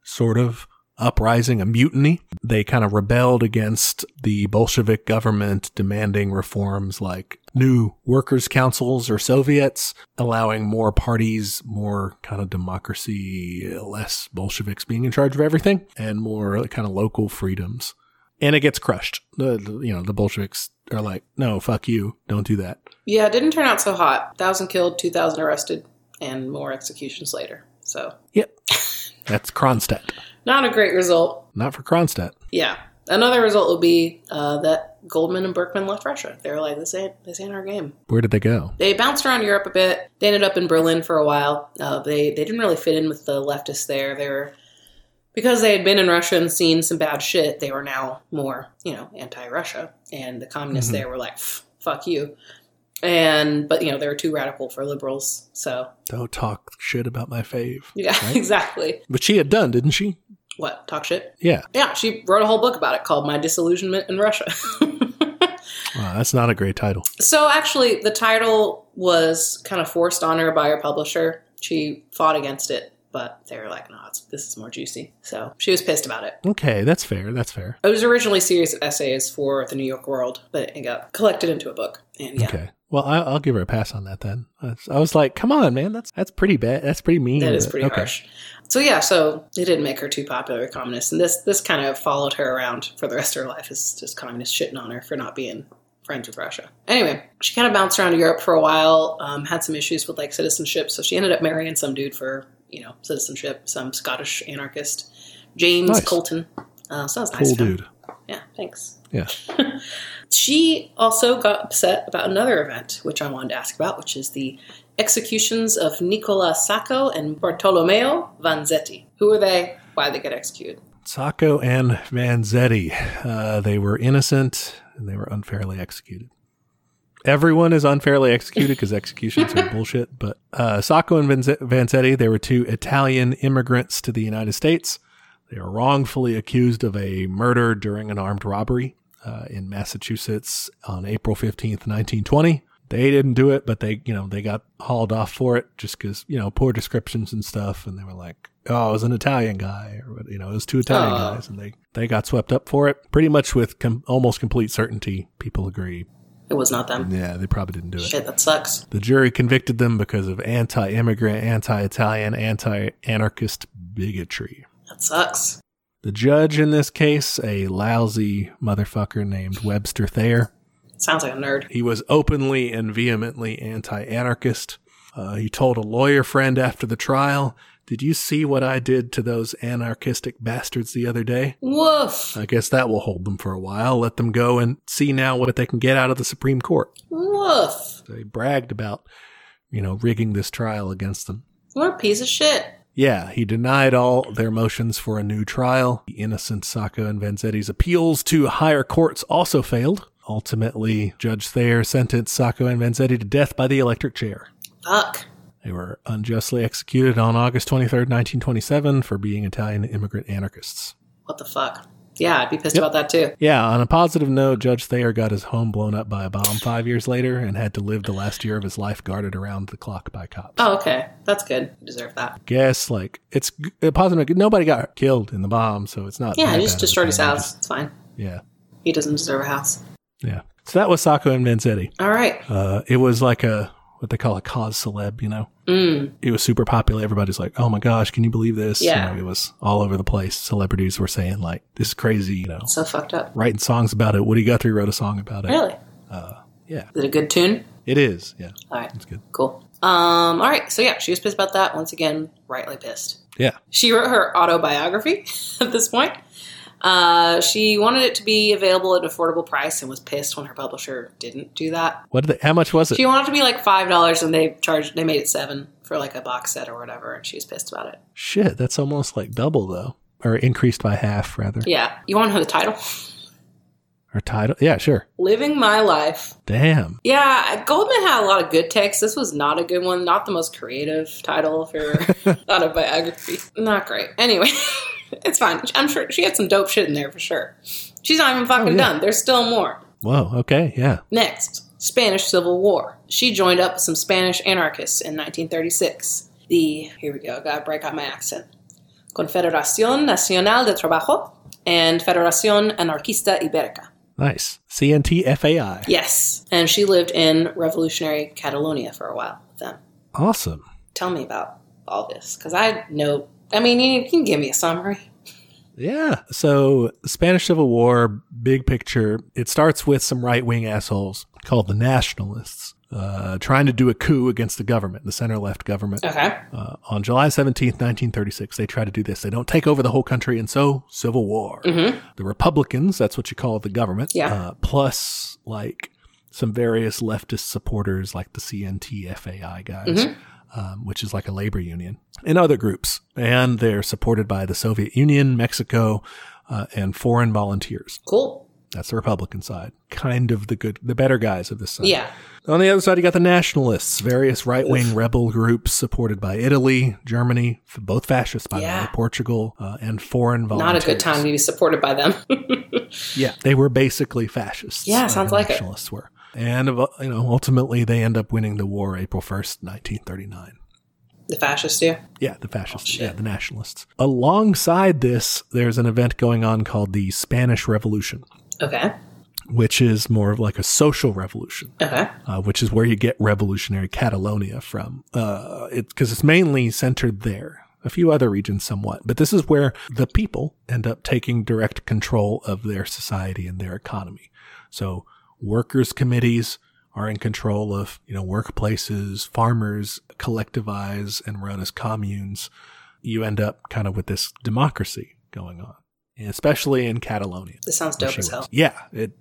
[SPEAKER 2] sort of uprising, a mutiny. They kind of rebelled against the Bolshevik government demanding reforms like new workers' councils or Soviets, allowing more parties, more kind of democracy, less Bolsheviks being in charge of everything, and more kind of local freedoms and it gets crushed. The, the- you know the Bolsheviks are like, no, fuck you, don't do that.
[SPEAKER 1] Yeah. It didn't turn out so hot. Thousand killed, two thousand arrested, and more executions later. So
[SPEAKER 2] That's Kronstadt,
[SPEAKER 1] not a great result.
[SPEAKER 2] not for Kronstadt.
[SPEAKER 1] Yeah. Another result would be uh, that Goldman and Berkman left Russia. They were like, "This ain't this ain't our game."
[SPEAKER 2] Where did they go?
[SPEAKER 1] They bounced around Europe a bit. They ended up in Berlin for a while. Uh, they they didn't really fit in with the leftists there. They were because they had been in Russia and seen some bad shit. They were now more you know anti-Russia, and the communists
[SPEAKER 2] Mhm.
[SPEAKER 1] there were like, "Pff, "Fuck you." And but you know they were too radical for liberals. So
[SPEAKER 2] Don't talk shit about my fave.
[SPEAKER 1] yeah,
[SPEAKER 2] Right.
[SPEAKER 1] exactly.
[SPEAKER 2] But she had done, didn't she?
[SPEAKER 1] What talk shit?
[SPEAKER 2] Yeah.
[SPEAKER 1] Yeah, she wrote a whole book about it called "My Disillusionment in Russia."
[SPEAKER 2] Wow, that's not a great title.
[SPEAKER 1] So actually, the title was kind of forced on her by her publisher. She fought against it, but they were like, "No, it's, this is more juicy." So she was pissed about it.
[SPEAKER 2] Okay, that's fair. That's fair.
[SPEAKER 1] It was originally a series of essays for the New York World, but it got collected into a book. And yeah,
[SPEAKER 2] Okay. Well, I, I'll give her a pass on that then. I was, I was like, come on, man, that's that's pretty bad. That's pretty mean.
[SPEAKER 1] that is
[SPEAKER 2] but-
[SPEAKER 1] pretty
[SPEAKER 2] okay.
[SPEAKER 1] harsh. So yeah, so it didn't make her too popular with communists, and this this kind of followed her around for the rest of her life. Is just communists shitting on her for not being friends with Russia. Anyway, she kind of bounced around Europe for a while, um, had some issues with like citizenship, so she ended up marrying some dude for you know citizenship, some Scottish anarchist, James
[SPEAKER 2] Nice.
[SPEAKER 1] Colton. Uh, sounds nice.
[SPEAKER 2] Cool
[SPEAKER 1] to know.
[SPEAKER 2] dude.
[SPEAKER 1] Yeah, thanks.
[SPEAKER 2] Yeah.
[SPEAKER 1] she also got upset about another event, which I wanted to ask about, which is the executions of Nicola Sacco and Bartolomeo Vanzetti. Who are they? Why they get executed?
[SPEAKER 2] Sacco and Vanzetti. Uh, they were innocent and they were unfairly executed. Everyone is unfairly executed because executions are bullshit. But uh, Sacco and Vanze- Vanzetti, they were two Italian immigrants to the United States. They were wrongfully accused of a murder during an armed robbery uh, in Massachusetts on April 15th, 1920. they didn't do it, but they, you know, they got hauled off for it just because, you know, poor descriptions and stuff. And they were like, oh, it was an Italian guy, or, you know, it was two Italian
[SPEAKER 1] Oh.
[SPEAKER 2] guys, and they, they got swept up for it. Pretty much with com- almost complete certainty, people agree.
[SPEAKER 1] It was not them.
[SPEAKER 2] Yeah, they probably didn't do it.
[SPEAKER 1] Shit, that sucks.
[SPEAKER 2] The jury convicted them because of anti immigrant, anti Italian, anti anarchist bigotry.
[SPEAKER 1] That sucks.
[SPEAKER 2] The judge in this case, a lousy motherfucker named Webster Thayer,
[SPEAKER 1] Sounds like a nerd.
[SPEAKER 2] He was openly and vehemently anti anarchist. Uh, he told a lawyer friend after the trial, Did you see what I did to those anarchistic bastards the other day?
[SPEAKER 1] Woof.
[SPEAKER 2] I guess that will hold them for a while. Let them go and see now what they can get out of the Supreme Court.
[SPEAKER 1] Woof.
[SPEAKER 2] They bragged about, you know, rigging this trial against them.
[SPEAKER 1] What a piece of shit.
[SPEAKER 2] Yeah, he denied all their motions for a new trial. The innocent Sacco and Vanzetti's appeals to higher courts also failed. Ultimately, Judge Thayer sentenced Sacco and Vanzetti to death by the electric chair.
[SPEAKER 1] Fuck.
[SPEAKER 2] They were unjustly executed on August 23rd, 1927, for being Italian immigrant anarchists.
[SPEAKER 1] What the fuck? Yeah, I'd be pissed about that too.
[SPEAKER 2] Yeah, on a positive note, Judge Thayer got his home blown up by a bomb five years later and had to live the last year of his life guarded around the clock by cops.
[SPEAKER 1] Oh, okay. That's good. You deserve that.
[SPEAKER 2] Guess, like, it's g- a positive. Nobody got killed in the bomb, so it's not.
[SPEAKER 1] Yeah,
[SPEAKER 2] that
[SPEAKER 1] he just
[SPEAKER 2] bad of a
[SPEAKER 1] destroyed his
[SPEAKER 2] thing.
[SPEAKER 1] house. It's fine.
[SPEAKER 2] Yeah.
[SPEAKER 1] He doesn't deserve a house.
[SPEAKER 2] Yeah. So that was Sacco and Vanzetti.
[SPEAKER 1] All right.
[SPEAKER 2] Uh, it was like a, what they call a cause celeb, you know?
[SPEAKER 1] Mm.
[SPEAKER 2] It was super popular. Everybody's like, oh my gosh, can you believe this? You
[SPEAKER 1] Yeah.
[SPEAKER 2] know, it was all over the place. Celebrities were saying, like, this is crazy, you know?
[SPEAKER 1] So fucked up.
[SPEAKER 2] Writing songs about it. Woody Guthrie wrote a song about it.
[SPEAKER 1] Really?
[SPEAKER 2] Yeah.
[SPEAKER 1] Is it a good tune?
[SPEAKER 2] It is. Yeah.
[SPEAKER 1] All right.
[SPEAKER 2] It's good.
[SPEAKER 1] Cool. Um, all right. So yeah, she was pissed about that. Once again, rightly pissed.
[SPEAKER 2] Yeah.
[SPEAKER 1] She wrote her autobiography at this point. Uh, she wanted it to be available at an affordable price and was pissed when her publisher didn't do that.
[SPEAKER 2] What did they, how much was it?
[SPEAKER 1] She wanted it to be like five dollars and they charged they made it seven for like a box set or whatever and she was pissed about it.
[SPEAKER 2] Shit. That's almost like double, though, or increased by half, rather.
[SPEAKER 1] Yeah. You wanna know the title?
[SPEAKER 2] Or title. Yeah, sure.
[SPEAKER 1] Living My Life.
[SPEAKER 2] Damn.
[SPEAKER 1] Yeah, Goldman had a lot of good texts. This was not a good one, not the most creative title for autobiography. Not great. Anyway, it's fine. I'm sure she had some dope shit in there for sure. She's not even fucking
[SPEAKER 2] Oh, yeah.
[SPEAKER 1] done. There's still more.
[SPEAKER 2] Whoa. Okay. Yeah.
[SPEAKER 1] Next, Spanish Civil War. She joined up with some Spanish anarchists in 1936. The, here we go, I gotta break out my accent. Confederación Nacional de Trabajo and Federación Anarquista Ibérica.
[SPEAKER 2] Nice. CNTFAI.
[SPEAKER 1] Yes, and she lived in revolutionary Catalonia for a while with them.
[SPEAKER 2] Awesome.
[SPEAKER 1] Tell me about all this, because I know, I mean, you, you can give me a summary.
[SPEAKER 2] Yeah. So, Spanish Civil War, big picture, it starts with some right wing assholes called the Nationalists uh, trying to do a coup against the government, the center left government.
[SPEAKER 1] Okay.
[SPEAKER 2] Uh, on July 17th, 1936, they try to do this. They don't take over the whole country, and so, Civil War. The Republicans, that's what you call the government,
[SPEAKER 1] Mm-hmm. Yeah.
[SPEAKER 2] uh, plus like some various leftist supporters like the CNTFAI guys.
[SPEAKER 1] Mm-hmm.
[SPEAKER 2] Um, which is like a labor union and other groups. And they're supported by the Soviet Union, Mexico, uh, and foreign volunteers.
[SPEAKER 1] Cool.
[SPEAKER 2] That's the Republican side. Kind of the good, the better guys of this side.
[SPEAKER 1] Yeah.
[SPEAKER 2] On the other side, you got the nationalists, various right wing rebel groups supported by Italy, Germany, f- both fascist, by the
[SPEAKER 1] Yeah.
[SPEAKER 2] way, Portugal, uh, and foreign
[SPEAKER 1] Not a
[SPEAKER 2] volunteers.
[SPEAKER 1] good time to be supported by them.
[SPEAKER 2] Yeah, they were basically fascists.
[SPEAKER 1] Yeah,
[SPEAKER 2] uh,
[SPEAKER 1] sounds
[SPEAKER 2] the
[SPEAKER 1] like it.
[SPEAKER 2] nationalists were. And uh, you know, ultimately, they end up winning the war April first, nineteen thirty nine.
[SPEAKER 1] the fascists do.
[SPEAKER 2] Yeah, the fascists.
[SPEAKER 1] Oh, shit.
[SPEAKER 2] yeah, the nationalists. Alongside this, there's an event going on called the Spanish Revolution,
[SPEAKER 1] Okay.
[SPEAKER 2] which is more of like a social revolution.
[SPEAKER 1] Okay.
[SPEAKER 2] uh, which is where you get revolutionary Catalonia from. Because it's mainly centered there, a few other regions somewhat. But this is where the people end up taking direct control of their society and their economy. So workers' committees are in control of, you know, workplaces, farmers collectivize and run as communes. You end up kind of with this democracy going on, especially in Catalonia.
[SPEAKER 1] This sounds
[SPEAKER 2] where
[SPEAKER 1] dope
[SPEAKER 2] she
[SPEAKER 1] as hell.
[SPEAKER 2] was. Yeah, it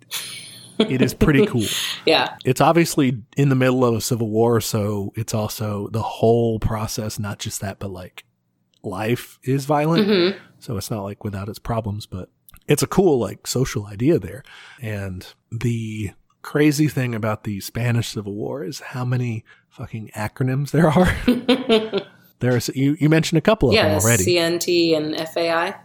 [SPEAKER 2] it is pretty cool.
[SPEAKER 1] Yeah.
[SPEAKER 2] It's obviously in the middle of a civil war, so it's also the whole process, not just that, but like life is violent.
[SPEAKER 1] hmm
[SPEAKER 2] So it's not like without its problems, but it's a cool like social idea there. And the crazy thing about the Spanish Civil War is how many fucking acronyms there are. There's you, you mentioned a couple of
[SPEAKER 1] yeah,
[SPEAKER 2] them
[SPEAKER 1] the
[SPEAKER 2] already.
[SPEAKER 1] CNT and FAI.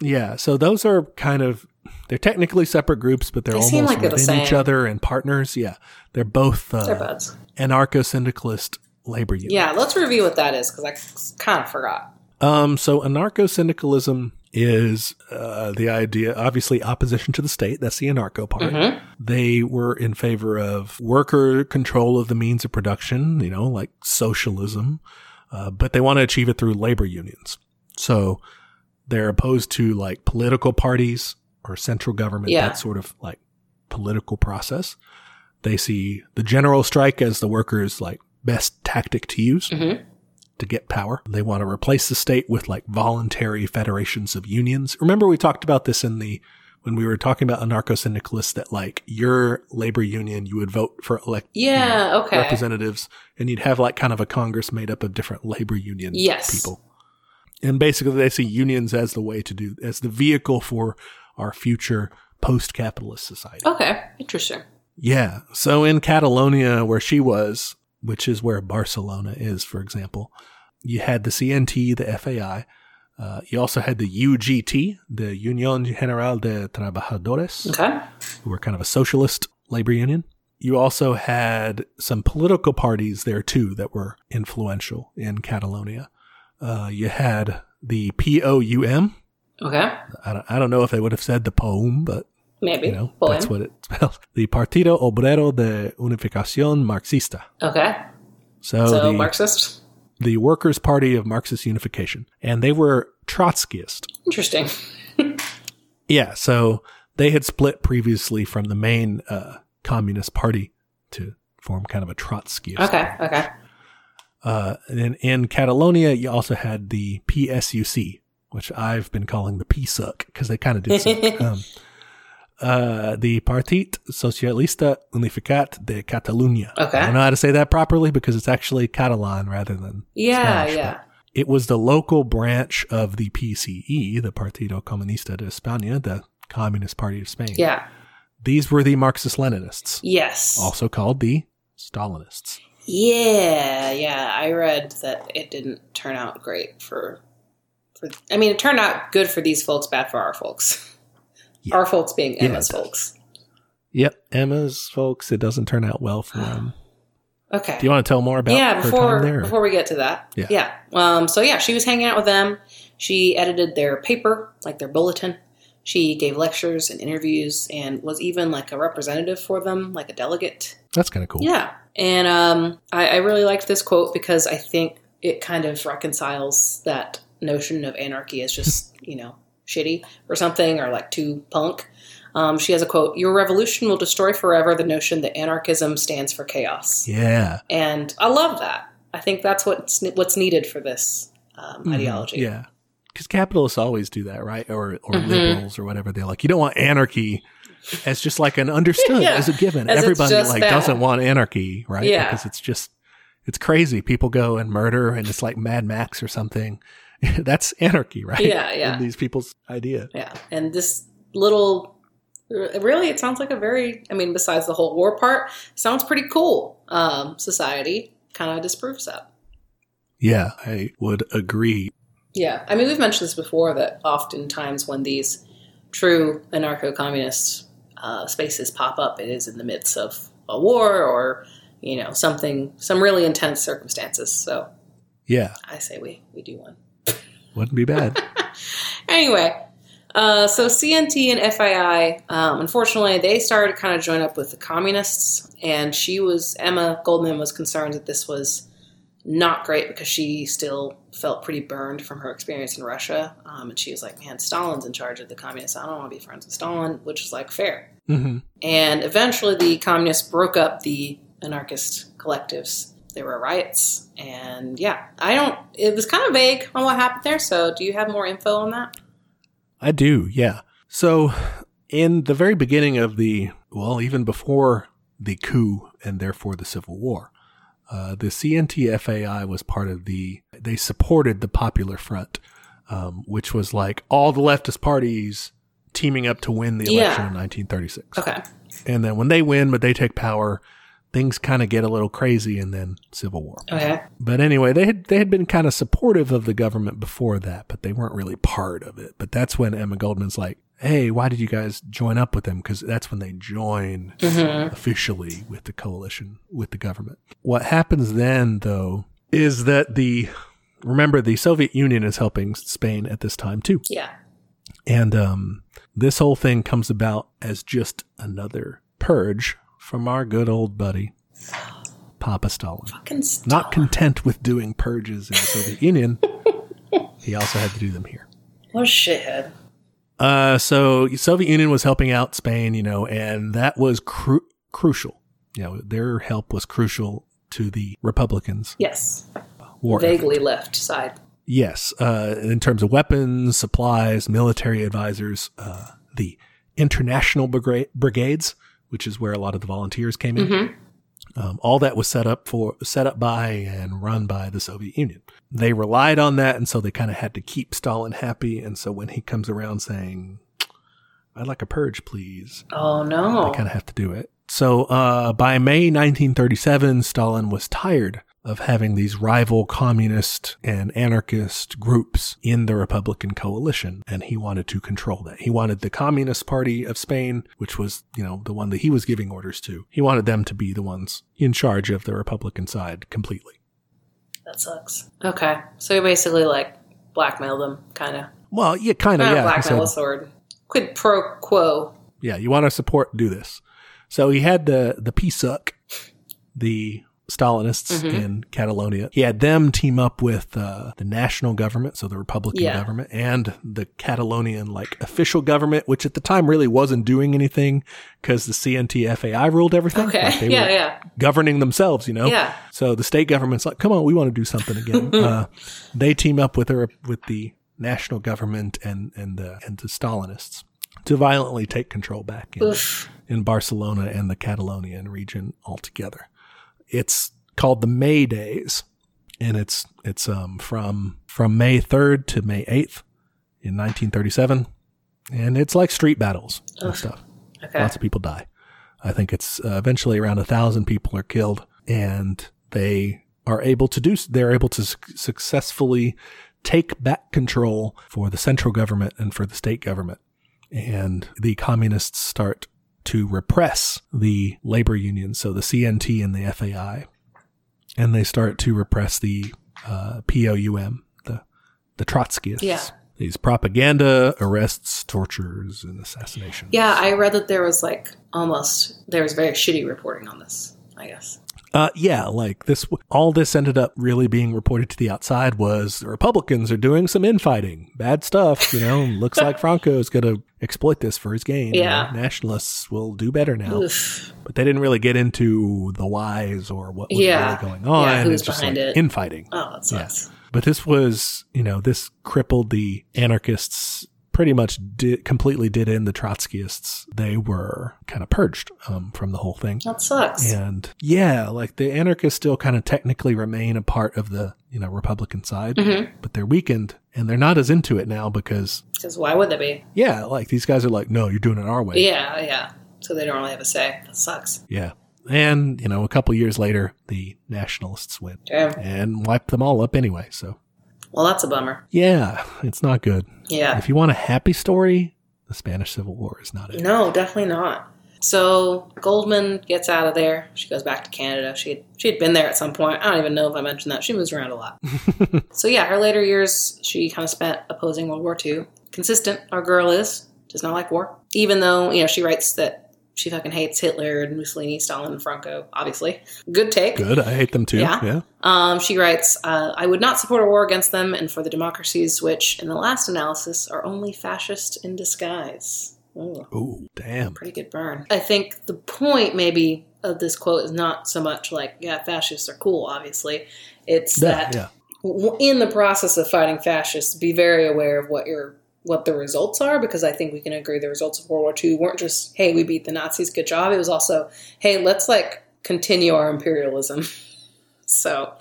[SPEAKER 2] Yeah. So those are kind of They're technically separate groups, but they're
[SPEAKER 1] They
[SPEAKER 2] almost
[SPEAKER 1] seem like they're the
[SPEAKER 2] within each
[SPEAKER 1] same.
[SPEAKER 2] other and partners. Yeah, they're both
[SPEAKER 1] They're
[SPEAKER 2] uh,
[SPEAKER 1] buds.
[SPEAKER 2] anarcho-syndicalist labor unions.
[SPEAKER 1] Yeah, let's review what that is because I kind of forgot.
[SPEAKER 2] Um, so anarcho syndicalism is uh, the idea, obviously, opposition to the state. That's the anarcho part.
[SPEAKER 1] Mhm.
[SPEAKER 2] They were in favor of worker control of the means of production, you know, like socialism, uh, but they want to achieve it through labor unions. So they're opposed to like political parties or central government,
[SPEAKER 1] Yeah.
[SPEAKER 2] that sort of like political process. They see the general strike as the workers' like best tactic to use
[SPEAKER 1] Mhm.
[SPEAKER 2] to get power. They want to replace the state with like voluntary federations of unions. Remember, we talked about this in the when we were talking about anarcho syndicalists that like your labor union, you would vote for elect
[SPEAKER 1] Yeah, okay.
[SPEAKER 2] representatives, and you'd have like kind of a Congress made up of different labor union
[SPEAKER 1] Yes.
[SPEAKER 2] people. And basically, they see unions as the way to do as the vehicle for our future post-capitalist society.
[SPEAKER 1] Okay, interesting.
[SPEAKER 2] Yeah. So in Catalonia, where she was, which is where Barcelona is, for example, you had the CNT, the FAI. Uh, you also had the UGT, the Unión General de Trabajadores,
[SPEAKER 1] Okay.
[SPEAKER 2] who were kind of a socialist labor union. You also had some political parties there too that were influential in Catalonia. Uh, you had the POUM.
[SPEAKER 1] Okay.
[SPEAKER 2] I don't, I don't know if they would have said the POUM, but
[SPEAKER 1] Maybe.
[SPEAKER 2] you know,
[SPEAKER 1] Poem.
[SPEAKER 2] that's what it spells. The Partido Obrero de Unificación Marxista.
[SPEAKER 1] okay.
[SPEAKER 2] So,
[SPEAKER 1] so,
[SPEAKER 2] the,
[SPEAKER 1] Marxist.
[SPEAKER 2] the Workers' Party of Marxist Unification. And they were Trotskyist.
[SPEAKER 1] Interesting.
[SPEAKER 2] Yeah, so they had split previously from the main uh, Communist Party to form kind of a Trotskyist.
[SPEAKER 1] Okay. Okay.
[SPEAKER 2] Uh, and then in Catalonia, you also had the PSUC, which I've been calling the PSUC because they kind of did suck. um, uh, the Partit Socialista Unificat de Catalunya.
[SPEAKER 1] Okay.
[SPEAKER 2] I don't know how to say that properly because it's actually Catalan rather than
[SPEAKER 1] Yeah.
[SPEAKER 2] Spanish,
[SPEAKER 1] yeah.
[SPEAKER 2] it was the local branch of the PCE, the Partido Comunista de España, the Communist Party of Spain.
[SPEAKER 1] Yeah.
[SPEAKER 2] These were the Marxist Leninists,
[SPEAKER 1] Yes.
[SPEAKER 2] also called the Stalinists.
[SPEAKER 1] Yeah. Yeah. I read that it didn't turn out great for. For I mean, it turned out good for these folks, bad for our folks.
[SPEAKER 2] Yeah.
[SPEAKER 1] Our folks being
[SPEAKER 2] Yeah,
[SPEAKER 1] Emma's
[SPEAKER 2] it does.
[SPEAKER 1] folks.
[SPEAKER 2] Yep, Emma's folks, it doesn't turn out well for them.
[SPEAKER 1] Okay.
[SPEAKER 2] Do you want to tell more about
[SPEAKER 1] yeah,
[SPEAKER 2] her
[SPEAKER 1] before
[SPEAKER 2] time there?
[SPEAKER 1] before we get to that.
[SPEAKER 2] Yeah.
[SPEAKER 1] Um, so yeah, she was hanging out with them. She edited their paper, like their bulletin. She gave lectures and interviews and was even like a representative for them, like a delegate.
[SPEAKER 2] That's kind of cool.
[SPEAKER 1] Yeah. And um, I, I really liked this quote because I think it kind of reconciles that notion of anarchy as just, you know, shitty or something or like too punk. Um, she has a quote Your revolution will destroy forever the notion that anarchism stands for chaos
[SPEAKER 2] Yeah.
[SPEAKER 1] and I love that. I think that's what's what's needed for this um, ideology.
[SPEAKER 2] Mm-hmm. Yeah. Because capitalists always do that, right? Or or
[SPEAKER 1] Mhm.
[SPEAKER 2] liberals or whatever. They're like, you don't want anarchy as just like an understood,
[SPEAKER 1] Yeah.
[SPEAKER 2] as a given.
[SPEAKER 1] As it's
[SPEAKER 2] Everybody
[SPEAKER 1] just
[SPEAKER 2] like
[SPEAKER 1] that.
[SPEAKER 2] doesn't want anarchy, right?
[SPEAKER 1] Yeah.
[SPEAKER 2] Because it's just it's crazy. People go and murder and it's like Mad Max or something. That's anarchy, right?
[SPEAKER 1] Yeah, yeah.
[SPEAKER 2] In these people's idea.
[SPEAKER 1] yeah. And this little, really, it sounds like a very. I mean, besides the whole war part, sounds pretty cool. Um, society kind of disproves that.
[SPEAKER 2] Yeah, I would agree.
[SPEAKER 1] Yeah, I mean, we've mentioned this before that oftentimes when these true anarcho-communist uh, spaces pop up, it is in the midst of a war or you know something, some really intense circumstances. So
[SPEAKER 2] Yeah.
[SPEAKER 1] I say we we do one.
[SPEAKER 2] Wouldn't be bad.
[SPEAKER 1] Anyway, uh, so CNT and FII, um, unfortunately, they started to kind of join up with the communists, and she was Emma Goldman was concerned that this was not great because she still felt pretty burned from her experience in Russia, um, and she was like, "Man, Stalin's in charge of the communists. I don't want to be friends with Stalin," which is like fair.
[SPEAKER 2] hmm
[SPEAKER 1] And eventually, the communists broke up the anarchist collectives. There were riots, and yeah, I don't. It was kind of vague on what happened there. So, do you have more info on that?
[SPEAKER 2] I do, yeah. So, in the very beginning of the, well, even before the coup and therefore the Civil War, uh, the CNT FAI was part of the, they supported the Popular Front, um, which was like all the leftist parties teaming up to win the election
[SPEAKER 1] Yeah.
[SPEAKER 2] in 1936.
[SPEAKER 1] Okay.
[SPEAKER 2] And then when they win, but they take power, things kind of get a little crazy and then Civil War.
[SPEAKER 1] Okay.
[SPEAKER 2] But anyway, they had they had been kind of supportive of the government before that, but they weren't really part of it. But that's when Emma Goldman's like, hey, why did you guys join up with them? Because that's when they join
[SPEAKER 1] Mhm.
[SPEAKER 2] officially with the coalition, with the government. What happens then, though, is that the remember the Soviet Union is helping Spain at this time too,
[SPEAKER 1] Yeah.
[SPEAKER 2] and um, this whole thing comes about as just another purge from our good old buddy Papa Stalin.
[SPEAKER 1] Fucking st-
[SPEAKER 2] Not content with doing purges in the Soviet Union, he also had to do them here.
[SPEAKER 1] what a shithead.
[SPEAKER 2] Uh, so Soviet Union was helping out Spain, you know, and that was cru- crucial. You know, their help was crucial to the Republicans'
[SPEAKER 1] Yes.
[SPEAKER 2] war. effort.
[SPEAKER 1] Vaguely left side.
[SPEAKER 2] Yes, uh, in terms of weapons, supplies, military advisors, uh, the international brigra- brigades, which is where a lot of the volunteers came in.
[SPEAKER 1] Mhm.
[SPEAKER 2] Um, all that was set up for, set up by, and run by the Soviet Union. They relied on that, and so they kind of had to keep Stalin happy. And so when he comes around saying, "I'd like a purge, please,"
[SPEAKER 1] Oh no.
[SPEAKER 2] They kind of have to do it. So uh, by May 1937, Stalin was tired of having these rival communist and anarchist groups in the Republican coalition, and he wanted to control that. He wanted the Communist Party of Spain, which was, you know, the one that he was giving orders to, he wanted them to be the ones in charge of the Republican side completely.
[SPEAKER 1] That sucks. Okay. So he basically like blackmailed them, kind of.
[SPEAKER 2] Well, yeah, kind of,
[SPEAKER 1] Not
[SPEAKER 2] yeah. He
[SPEAKER 1] blackmail,
[SPEAKER 2] said-
[SPEAKER 1] a sword. Quid pro quo.
[SPEAKER 2] yeah, you want to support, do this. So he had the the PSUC, the Stalinists
[SPEAKER 1] Mhm.
[SPEAKER 2] in Catalonia. He had them team up with uh, the national government, so the Republican
[SPEAKER 1] Yeah.
[SPEAKER 2] government, and the Catalonian like official government, which at the time really wasn't doing anything because the CNT FAI ruled everything.
[SPEAKER 1] Okay.
[SPEAKER 2] Like, they
[SPEAKER 1] yeah,
[SPEAKER 2] were
[SPEAKER 1] yeah.
[SPEAKER 2] governing themselves, you know.
[SPEAKER 1] Yeah.
[SPEAKER 2] So the state government's like, come on, we want to do something again. uh, they team up with her with the national government and and the and the Stalinists to violently take control back in,
[SPEAKER 1] Oof.
[SPEAKER 2] in Barcelona and the Catalonian region altogether. It's called the May Days, and it's it's um from from May third to May eighth in 1937, and it's like street battles and stuff.
[SPEAKER 1] Okay.
[SPEAKER 2] Lots of people die. I think it's uh, eventually around a thousand people are killed, and they are able to do. They're able to suc successfully take back control for the central government and for the state government, and the communists start to repress the labor unions, so the CNT and the FAI, and they start to repress the uh, POUM, the the Trotskyists.
[SPEAKER 1] Yeah.
[SPEAKER 2] These propaganda arrests, tortures, and assassinations.
[SPEAKER 1] yeah, I read that there was like almost there was very shitty reporting on this, I guess.
[SPEAKER 2] Uh, yeah, like this, all this ended up really being reported to the outside was the Republicans are doing some infighting, bad stuff, you know. looks like Franco is going to exploit this for his gain. you
[SPEAKER 1] Yeah.
[SPEAKER 2] know, nationalists will do better now,
[SPEAKER 1] Oof.
[SPEAKER 2] but they didn't really get into the whys or what was
[SPEAKER 1] Yeah.
[SPEAKER 2] really going on.
[SPEAKER 1] Yeah, who's
[SPEAKER 2] It's just
[SPEAKER 1] behind
[SPEAKER 2] like
[SPEAKER 1] it.
[SPEAKER 2] Infighting.
[SPEAKER 1] Oh, that sucks.
[SPEAKER 2] But this was, you know, this crippled the anarchists. Pretty much did, completely did in the Trotskyists. They were kind of purged um, from the whole thing.
[SPEAKER 1] That sucks.
[SPEAKER 2] And yeah, like the anarchists still kind of technically remain a part of the, you know, Republican side,
[SPEAKER 1] Mhm.
[SPEAKER 2] but they're weakened and they're not as into it now because,
[SPEAKER 1] Because why would they be?
[SPEAKER 2] yeah, like these guys are like, no, you're doing it our way.
[SPEAKER 1] Yeah, yeah. So they don't really have a say. That sucks.
[SPEAKER 2] Yeah. And, you know, a couple years later, the nationalists win
[SPEAKER 1] Damn.
[SPEAKER 2] and wipe them all up anyway. So
[SPEAKER 1] Well, that's a bummer.
[SPEAKER 2] yeah, it's not good.
[SPEAKER 1] Yeah.
[SPEAKER 2] If you want a happy story, the Spanish Civil War is not it.
[SPEAKER 1] No, definitely not. So Goldman gets out of there. She goes back to Canada. She had, she had been there at some point. I don't even know if I mentioned that. She moves around a lot. so yeah, her later years she kind of spent opposing World War II. Consistent, our girl is does not like war. Even though you know she writes that she fucking hates Hitler and Mussolini, Stalin, and Franco. Obviously, good take.
[SPEAKER 2] Good. I hate them too.
[SPEAKER 1] Yeah.
[SPEAKER 2] yeah.
[SPEAKER 1] Um, she writes, uh, I would not support a war against them and for the democracies, which, in the last analysis, are only fascist in disguise. Ooh,
[SPEAKER 2] Oh, damn.
[SPEAKER 1] pretty good burn. I think the point, maybe, of this quote is not so much like, yeah, fascists are cool, obviously. It's
[SPEAKER 2] Yeah,
[SPEAKER 1] that
[SPEAKER 2] yeah.
[SPEAKER 1] w- in the process of fighting fascists, be very aware of what your what the results are, because I think we can agree the results of World War II weren't just, hey, we beat the Nazis, good job. It was also, hey, let's like continue our imperialism. so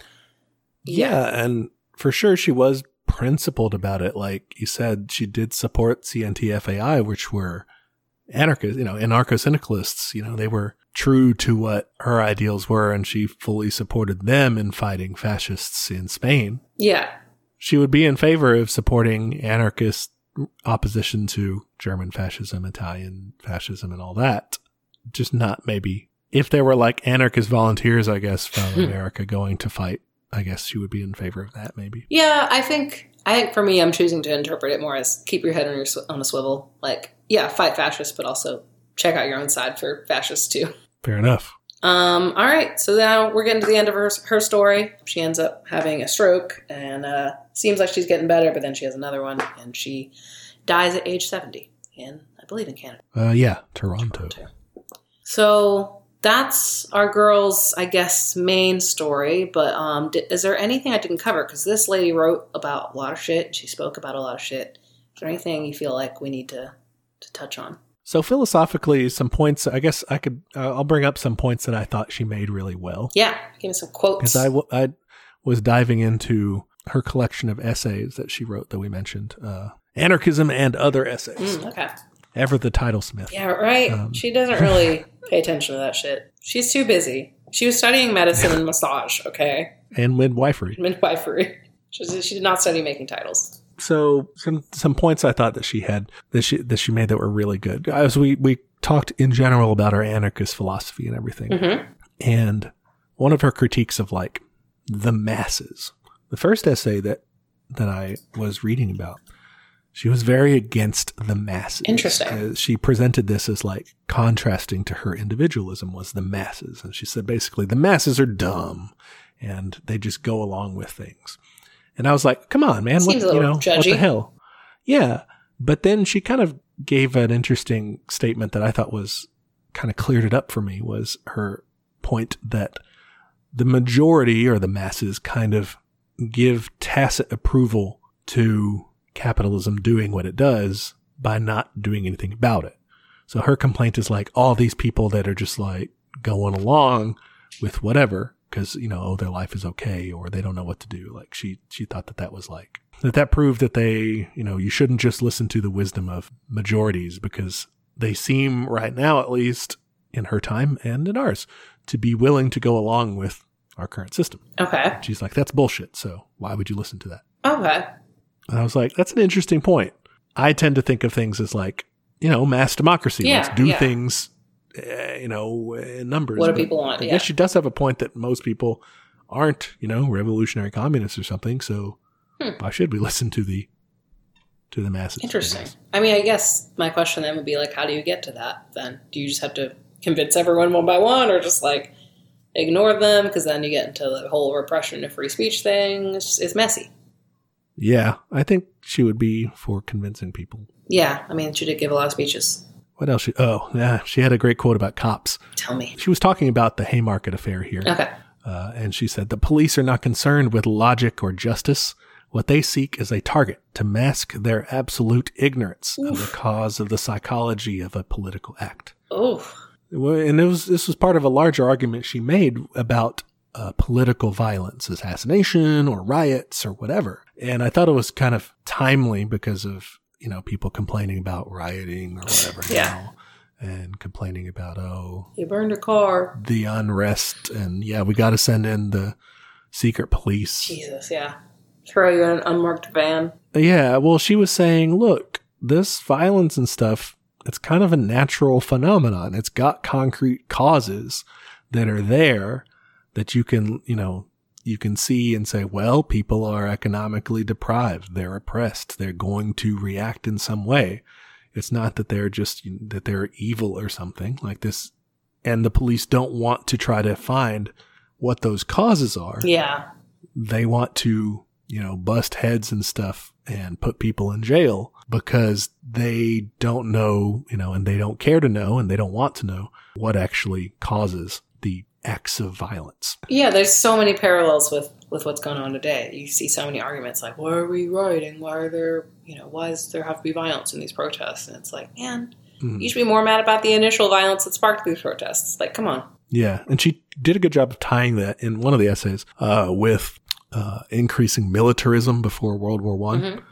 [SPEAKER 2] Yeah, and for sure she was principled about it. Like you said, she did support CNTFAI, which were anarchists, you know, anarcho syndicalists. You know, they were true to what her ideals were, and she fully supported them in fighting fascists in Spain.
[SPEAKER 1] Yeah,
[SPEAKER 2] She would be in favor of supporting anarchist opposition to German fascism, Italian fascism, and all that. Just not maybe if there were like anarchist volunteers, I guess, from America going to fight. I guess you would be in favor of that, maybe.
[SPEAKER 1] Yeah, I think I think for me, I'm choosing to interpret it more as keep your head on your sw- on a swivel. Like, yeah, fight fascists, but also check out your own side for fascists too.
[SPEAKER 2] Fair enough.
[SPEAKER 1] Um, all right, so now we're getting to the end of her, her story. She ends up having a stroke, and uh, seems like she's getting better, but then she has another one, and she dies at age 70 in, I believe, in Canada.
[SPEAKER 2] Uh, yeah, Toronto.
[SPEAKER 1] So that's our girl's, I guess, main story. But um, di- is there anything I didn't cover? Because this lady wrote about a lot of shit. She spoke about a lot of shit. Is there anything you feel like we need to to touch on?
[SPEAKER 2] So philosophically, some points. I guess I could. Uh, I'll bring up some points that I thought she made really well.
[SPEAKER 1] Yeah, give me some quotes.
[SPEAKER 2] because I, w- I was diving into her collection of essays that she wrote that we mentioned uh, anarchism and other essays
[SPEAKER 1] Mm, okay.
[SPEAKER 2] ever the title smith
[SPEAKER 1] Yeah, right.
[SPEAKER 2] Um,
[SPEAKER 1] she doesn't really pay attention to that shit. She's too busy. She was studying medicine and massage. Okay,
[SPEAKER 2] and midwifery
[SPEAKER 1] midwifery. She, was- she did not study making titles.
[SPEAKER 2] so some some points i thought that she had that she that she made that were really good as we we talked in general about her anarchist philosophy and everything
[SPEAKER 1] Mhm.
[SPEAKER 2] and one of her critiques of like the masses. The first essay that that I was reading about, she was very against the masses.
[SPEAKER 1] Interesting.
[SPEAKER 2] Uh, she presented this as like contrasting to her individualism was the masses, and she said basically the masses are dumb and they just go along with things. And I was like, come on, man, what,
[SPEAKER 1] Seems a little
[SPEAKER 2] you know, what the
[SPEAKER 1] judgy.
[SPEAKER 2] hell? Yeah. But then she kind of gave an interesting statement that I thought was kind of cleared it up for me was her point that the majority or the masses kind of give tacit approval to capitalism doing what it does by not doing anything about it. So her complaint is like all these people that are just like going along with whatever because you know oh their life is okay or they don't know what to do like she she thought that that was like that that proved that they you know you shouldn't just listen to the wisdom of majorities because they seem right now at least in her time and in ours to be willing to go along with our current system
[SPEAKER 1] Okay.
[SPEAKER 2] she's like that's bullshit so why would you listen to that
[SPEAKER 1] Okay.
[SPEAKER 2] and I was like, that's an interesting point. I tend to think of things as like, you know, mass democracy.
[SPEAKER 1] Yeah,
[SPEAKER 2] Let's do
[SPEAKER 1] yeah.
[SPEAKER 2] things, uh, you know, in numbers.
[SPEAKER 1] What do
[SPEAKER 2] But
[SPEAKER 1] people want?
[SPEAKER 2] I
[SPEAKER 1] Yeah.
[SPEAKER 2] guess she does have a point that most people aren't, you know, revolutionary communists or something. So
[SPEAKER 1] Hmm.
[SPEAKER 2] why should we listen to the to the masses? I
[SPEAKER 1] Interesting.
[SPEAKER 2] guess.
[SPEAKER 1] I mean, I guess my question then would be like, how do you get to that? Then do you just have to convince everyone one by one, or just like ignore them? Because then you get into the whole repression of free speech thing. It's, it's messy.
[SPEAKER 2] Yeah, I think she would be for convincing people.
[SPEAKER 1] Yeah, I mean, she did give a lot of speeches.
[SPEAKER 2] What else? She, oh, yeah, she had a great quote about cops.
[SPEAKER 1] Tell me.
[SPEAKER 2] She was talking about the Haymarket affair here.
[SPEAKER 1] Okay.
[SPEAKER 2] Uh, and she said, The police are not concerned with logic or justice. What they seek is a target to mask their absolute ignorance of the cause of the psychology of a political act.
[SPEAKER 1] Oh,
[SPEAKER 2] Well, And it was, this was part of a larger argument she made about uh, political violence, assassination or riots or whatever. And I thought it was kind of timely because of, you know, people complaining about rioting or whatever
[SPEAKER 1] Yeah.
[SPEAKER 2] now and complaining about, oh,
[SPEAKER 1] you burned her car.
[SPEAKER 2] the unrest and yeah we got to send in the secret police
[SPEAKER 1] Jesus. Yeah. Throw you in an unmarked van.
[SPEAKER 2] yeah well she was saying look this violence and stuff it's kind of a natural phenomenon it's got concrete causes that are there that you can you know you can see and say well people are economically deprived they're oppressed they're going to react in some way it's not that they're just that they're evil or something like this and the police don't want to try to find what those causes are
[SPEAKER 1] Yeah.
[SPEAKER 2] they want to, you know, bust heads and stuff and put people in jail because they don't know, you know, and they don't care to know and they don't want to know what actually causes the acts of violence.
[SPEAKER 1] Yeah. There's so many parallels with with what's going on today. You see so many arguments like, why are we rioting? Why are there you know why does there have to be violence in these protests? And it's like, man.
[SPEAKER 2] Mm.
[SPEAKER 1] You should be more mad about the initial violence that sparked these protests. Like, come on.
[SPEAKER 2] Yeah. And she did a good job of tying that in one of the essays uh, with uh, increasing militarism before World War One,
[SPEAKER 1] Mhm.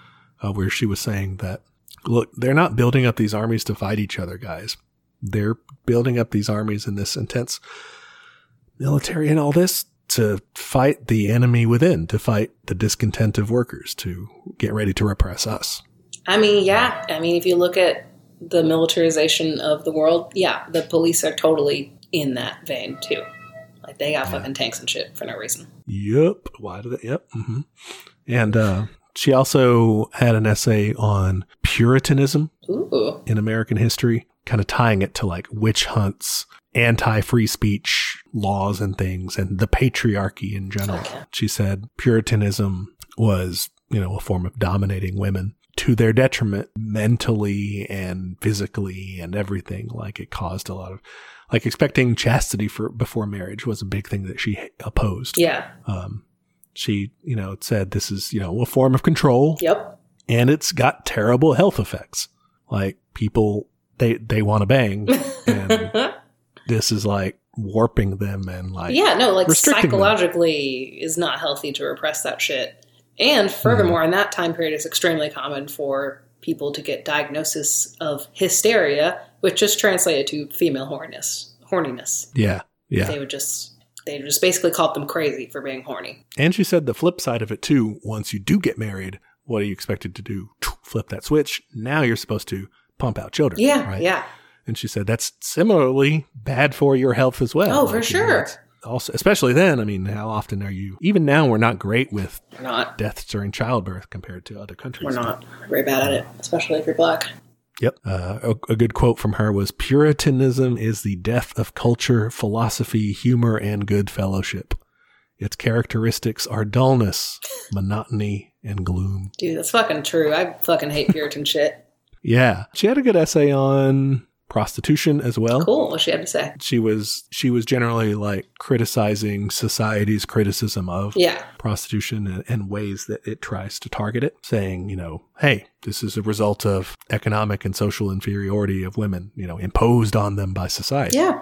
[SPEAKER 2] uh, where she was saying that, look, they're not building up these armies to fight each other, guys. They're building up these armies in this intense military and all this to fight the enemy within, to fight the discontent of workers, to get ready to repress us.
[SPEAKER 1] I mean, yeah. I mean, if you look at the militarization of the world, yeah, the police are totally in that vein too. Like they got fucking tanks and shit for no reason.
[SPEAKER 2] Yep. Why did it? Yep. hmm And uh, she also had an essay on Puritanism
[SPEAKER 1] Ooh.
[SPEAKER 2] in American history, kind of tying it to like witch hunts, anti free speech laws and things, and the patriarchy in general.
[SPEAKER 1] Okay.
[SPEAKER 2] She said Puritanism was, you know, a form of dominating women to their detriment mentally and physically and everything. Like it caused a lot of, like expecting chastity for before marriage was a big thing that she opposed.
[SPEAKER 1] Yeah.
[SPEAKER 2] Um, she, you know, said this is, you know, a form of control
[SPEAKER 1] Yep.
[SPEAKER 2] and it's got terrible health effects. Like people, they they want to bang, and this is like warping them and like
[SPEAKER 1] yeah, no, like
[SPEAKER 2] restricting them.
[SPEAKER 1] psychologically is not healthy to repress that shit. And furthermore, in that time period, it's extremely common for people to get diagnosis of hysteria, which just translated to female horniness. Horniness.
[SPEAKER 2] yeah yeah.
[SPEAKER 1] They would just they just basically called them crazy for being horny.
[SPEAKER 2] And she said the flip side of it too. Once you do get married, what are you expected to do? Flip that switch. Now you're supposed to pump out children.
[SPEAKER 1] Yeah,
[SPEAKER 2] right?
[SPEAKER 1] yeah.
[SPEAKER 2] And she said that's similarly bad for your health as well.
[SPEAKER 1] Oh, for
[SPEAKER 2] you know,
[SPEAKER 1] sure.
[SPEAKER 2] it's Also, especially then. I mean, how often are you? Even now, we're not great with
[SPEAKER 1] We're not.
[SPEAKER 2] deaths during childbirth compared to other countries.
[SPEAKER 1] We're not. We're very bad at it, especially if you're black.
[SPEAKER 2] Yep. Uh, a, a good quote from her was Puritanism is the death of culture, philosophy, humor, and good fellowship. Its characteristics are dullness, monotony, and gloom.
[SPEAKER 1] Dude, that's fucking true. I fucking hate Puritan shit.
[SPEAKER 2] Yeah. She had a good essay on prostitution as well.
[SPEAKER 1] Cool, what she had to say.
[SPEAKER 2] She was she was generally like criticizing society's criticism of
[SPEAKER 1] Yeah.
[SPEAKER 2] prostitution and, and ways that it tries to target it, saying, you know, hey, this is a result of economic and social inferiority of women, you know, imposed on them by society.
[SPEAKER 1] Yeah.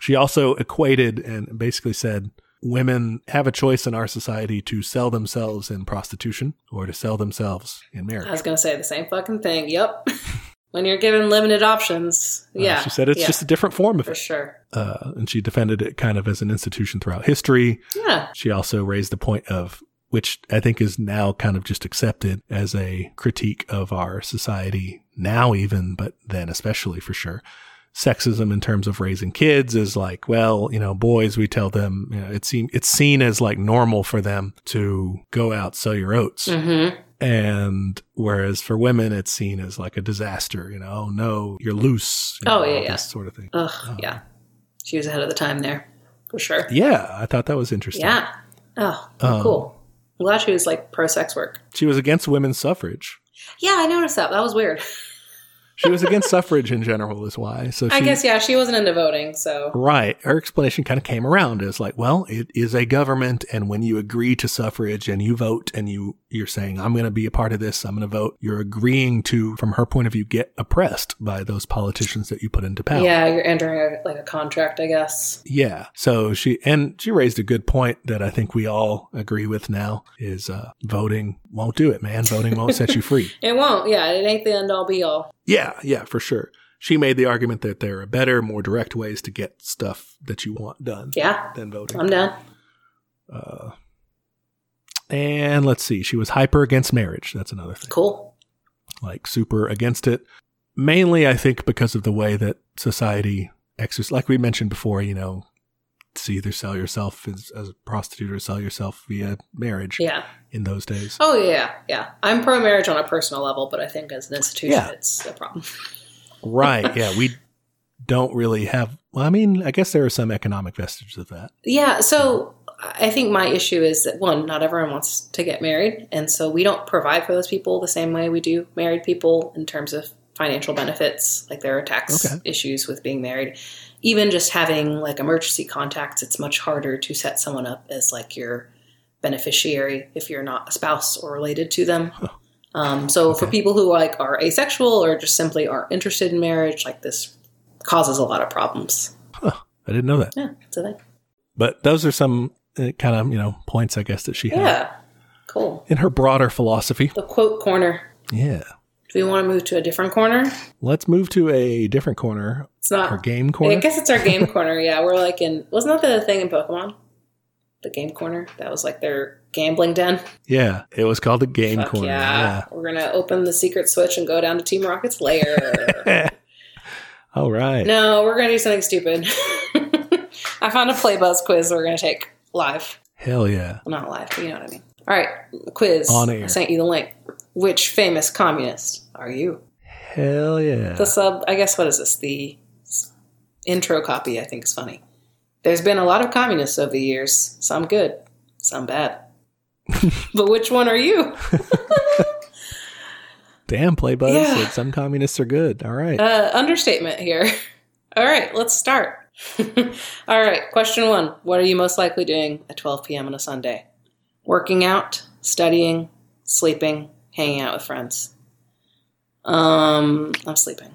[SPEAKER 2] She also equated and basically said women have a choice in our society to sell themselves in prostitution or to sell themselves in marriage.
[SPEAKER 1] I was going to say the same fucking thing. Yep. when you're given limited options,
[SPEAKER 2] Uh,
[SPEAKER 1] yeah.
[SPEAKER 2] she said it's
[SPEAKER 1] yeah,
[SPEAKER 2] just a different form of
[SPEAKER 1] for
[SPEAKER 2] it.
[SPEAKER 1] sure.
[SPEAKER 2] Uh, and she defended it kind of as an institution throughout history.
[SPEAKER 1] Yeah.
[SPEAKER 2] She also raised the point of, which I think is now kind of just accepted as a critique of our society now, even, but then especially for sure. Sexism in terms of raising kids is like, well, you know, boys, we tell them, you know, it's seen, it's seen as like normal for them to go out, sell your oats.
[SPEAKER 1] Mm-hmm.
[SPEAKER 2] And whereas for women, it's seen as like a disaster, you know, oh no, you're loose. you
[SPEAKER 1] Oh,
[SPEAKER 2] know,
[SPEAKER 1] yeah,
[SPEAKER 2] all
[SPEAKER 1] yeah.
[SPEAKER 2] This sort of thing.
[SPEAKER 1] Ugh. Yeah. She was ahead of the time there, for sure.
[SPEAKER 2] Oh. Yeah. I thought that was interesting.
[SPEAKER 1] Yeah. Oh,
[SPEAKER 2] Um,
[SPEAKER 1] cool. I'm glad she was like pro sex work.
[SPEAKER 2] She was against women's suffrage.
[SPEAKER 1] Yeah, I noticed that. That was weird.
[SPEAKER 2] she was against suffrage in general is why so she,
[SPEAKER 1] I guess, yeah, she wasn't into voting, so.
[SPEAKER 2] right her explanation kind of came around as like well it is a government and when you agree to suffrage and you vote and you you're saying i'm going to be a part of this i'm going to vote you're agreeing to from her point of view get oppressed by those politicians that you put into power
[SPEAKER 1] Yeah, you're entering a, like a contract, I guess.
[SPEAKER 2] Yeah. So she and she raised a good point that I think we all agree with now is uh, voting won't do it, man. Voting won't set you free.
[SPEAKER 1] It won't. Yeah, it ain't the end all be all.
[SPEAKER 2] Yeah, yeah, for sure. She made the argument that there are better, more direct ways to get stuff that you want done
[SPEAKER 1] Yeah,
[SPEAKER 2] than voting.
[SPEAKER 1] I'm done.
[SPEAKER 2] Uh, and let's see, she was hyper against marriage. That's another thing,
[SPEAKER 1] Cool.
[SPEAKER 2] like super against it. Mainly, I think because of the way that society exercises, like we mentioned before, you know, to either sell yourself as, as a prostitute or sell yourself via marriage
[SPEAKER 1] Yeah.
[SPEAKER 2] in those days.
[SPEAKER 1] Oh yeah, yeah. I'm pro marriage on a personal level, but I think as an institution,
[SPEAKER 2] Yeah.
[SPEAKER 1] it's a problem.
[SPEAKER 2] right? Yeah, we don't really have. Well, I mean, I guess there are some economic vestiges of that.
[SPEAKER 1] Yeah. So I think my issue is that one, not everyone wants to get married, and so we don't provide for those people the same way we do married people in terms of financial benefits. Like there are tax
[SPEAKER 2] Okay.
[SPEAKER 1] issues with being married. Even just having like emergency contacts, it's much harder to set someone up as like your beneficiary if you're not a spouse or related to them. Um, so for
[SPEAKER 2] Okay.
[SPEAKER 1] people who like are asexual or just simply aren't interested in marriage, like this causes a lot of problems.
[SPEAKER 2] I didn't know that.
[SPEAKER 1] Yeah, it's a thing.
[SPEAKER 2] But those are some uh, kind of you know points, I guess, that she had
[SPEAKER 1] Yeah, cool.
[SPEAKER 2] in her broader philosophy.
[SPEAKER 1] The quote corner.
[SPEAKER 2] Yeah.
[SPEAKER 1] Do we want to move to a different corner?
[SPEAKER 2] Let's move to a different corner,
[SPEAKER 1] It's
[SPEAKER 2] our
[SPEAKER 1] not.
[SPEAKER 2] game
[SPEAKER 1] I
[SPEAKER 2] corner.
[SPEAKER 1] guess it's our game corner. Yeah, we're like in. Wasn't that the thing in Pokemon? The game corner that was like their gambling den.
[SPEAKER 2] Yeah, it was called a game
[SPEAKER 1] Fuck
[SPEAKER 2] corner.
[SPEAKER 1] yeah. We're going to open the secret switch and go down to Team Rocket's lair.
[SPEAKER 2] yeah. All right.
[SPEAKER 1] no, we're going to do something stupid. I found a play buzz quiz we're going to take live.
[SPEAKER 2] Hell yeah.
[SPEAKER 1] Well, not live, but you know what I mean. All right, quiz.
[SPEAKER 2] On air.
[SPEAKER 1] I sent you the link. Which famous communist are you?
[SPEAKER 2] Hell yeah.
[SPEAKER 1] The sub, I guess, what is this? The s- intro copy, I think, is funny. There's been a lot of communists over the years, some good, some bad. but which one are you?
[SPEAKER 2] Damn, play buds.
[SPEAKER 1] Yeah.
[SPEAKER 2] said Some communists are good. All right.
[SPEAKER 1] Uh, understatement here. All right, let's start. All right, question one What are you most likely doing at 12 p.m. on a Sunday? Working out, studying, sleeping, hanging out with friends. Um, I'm sleeping.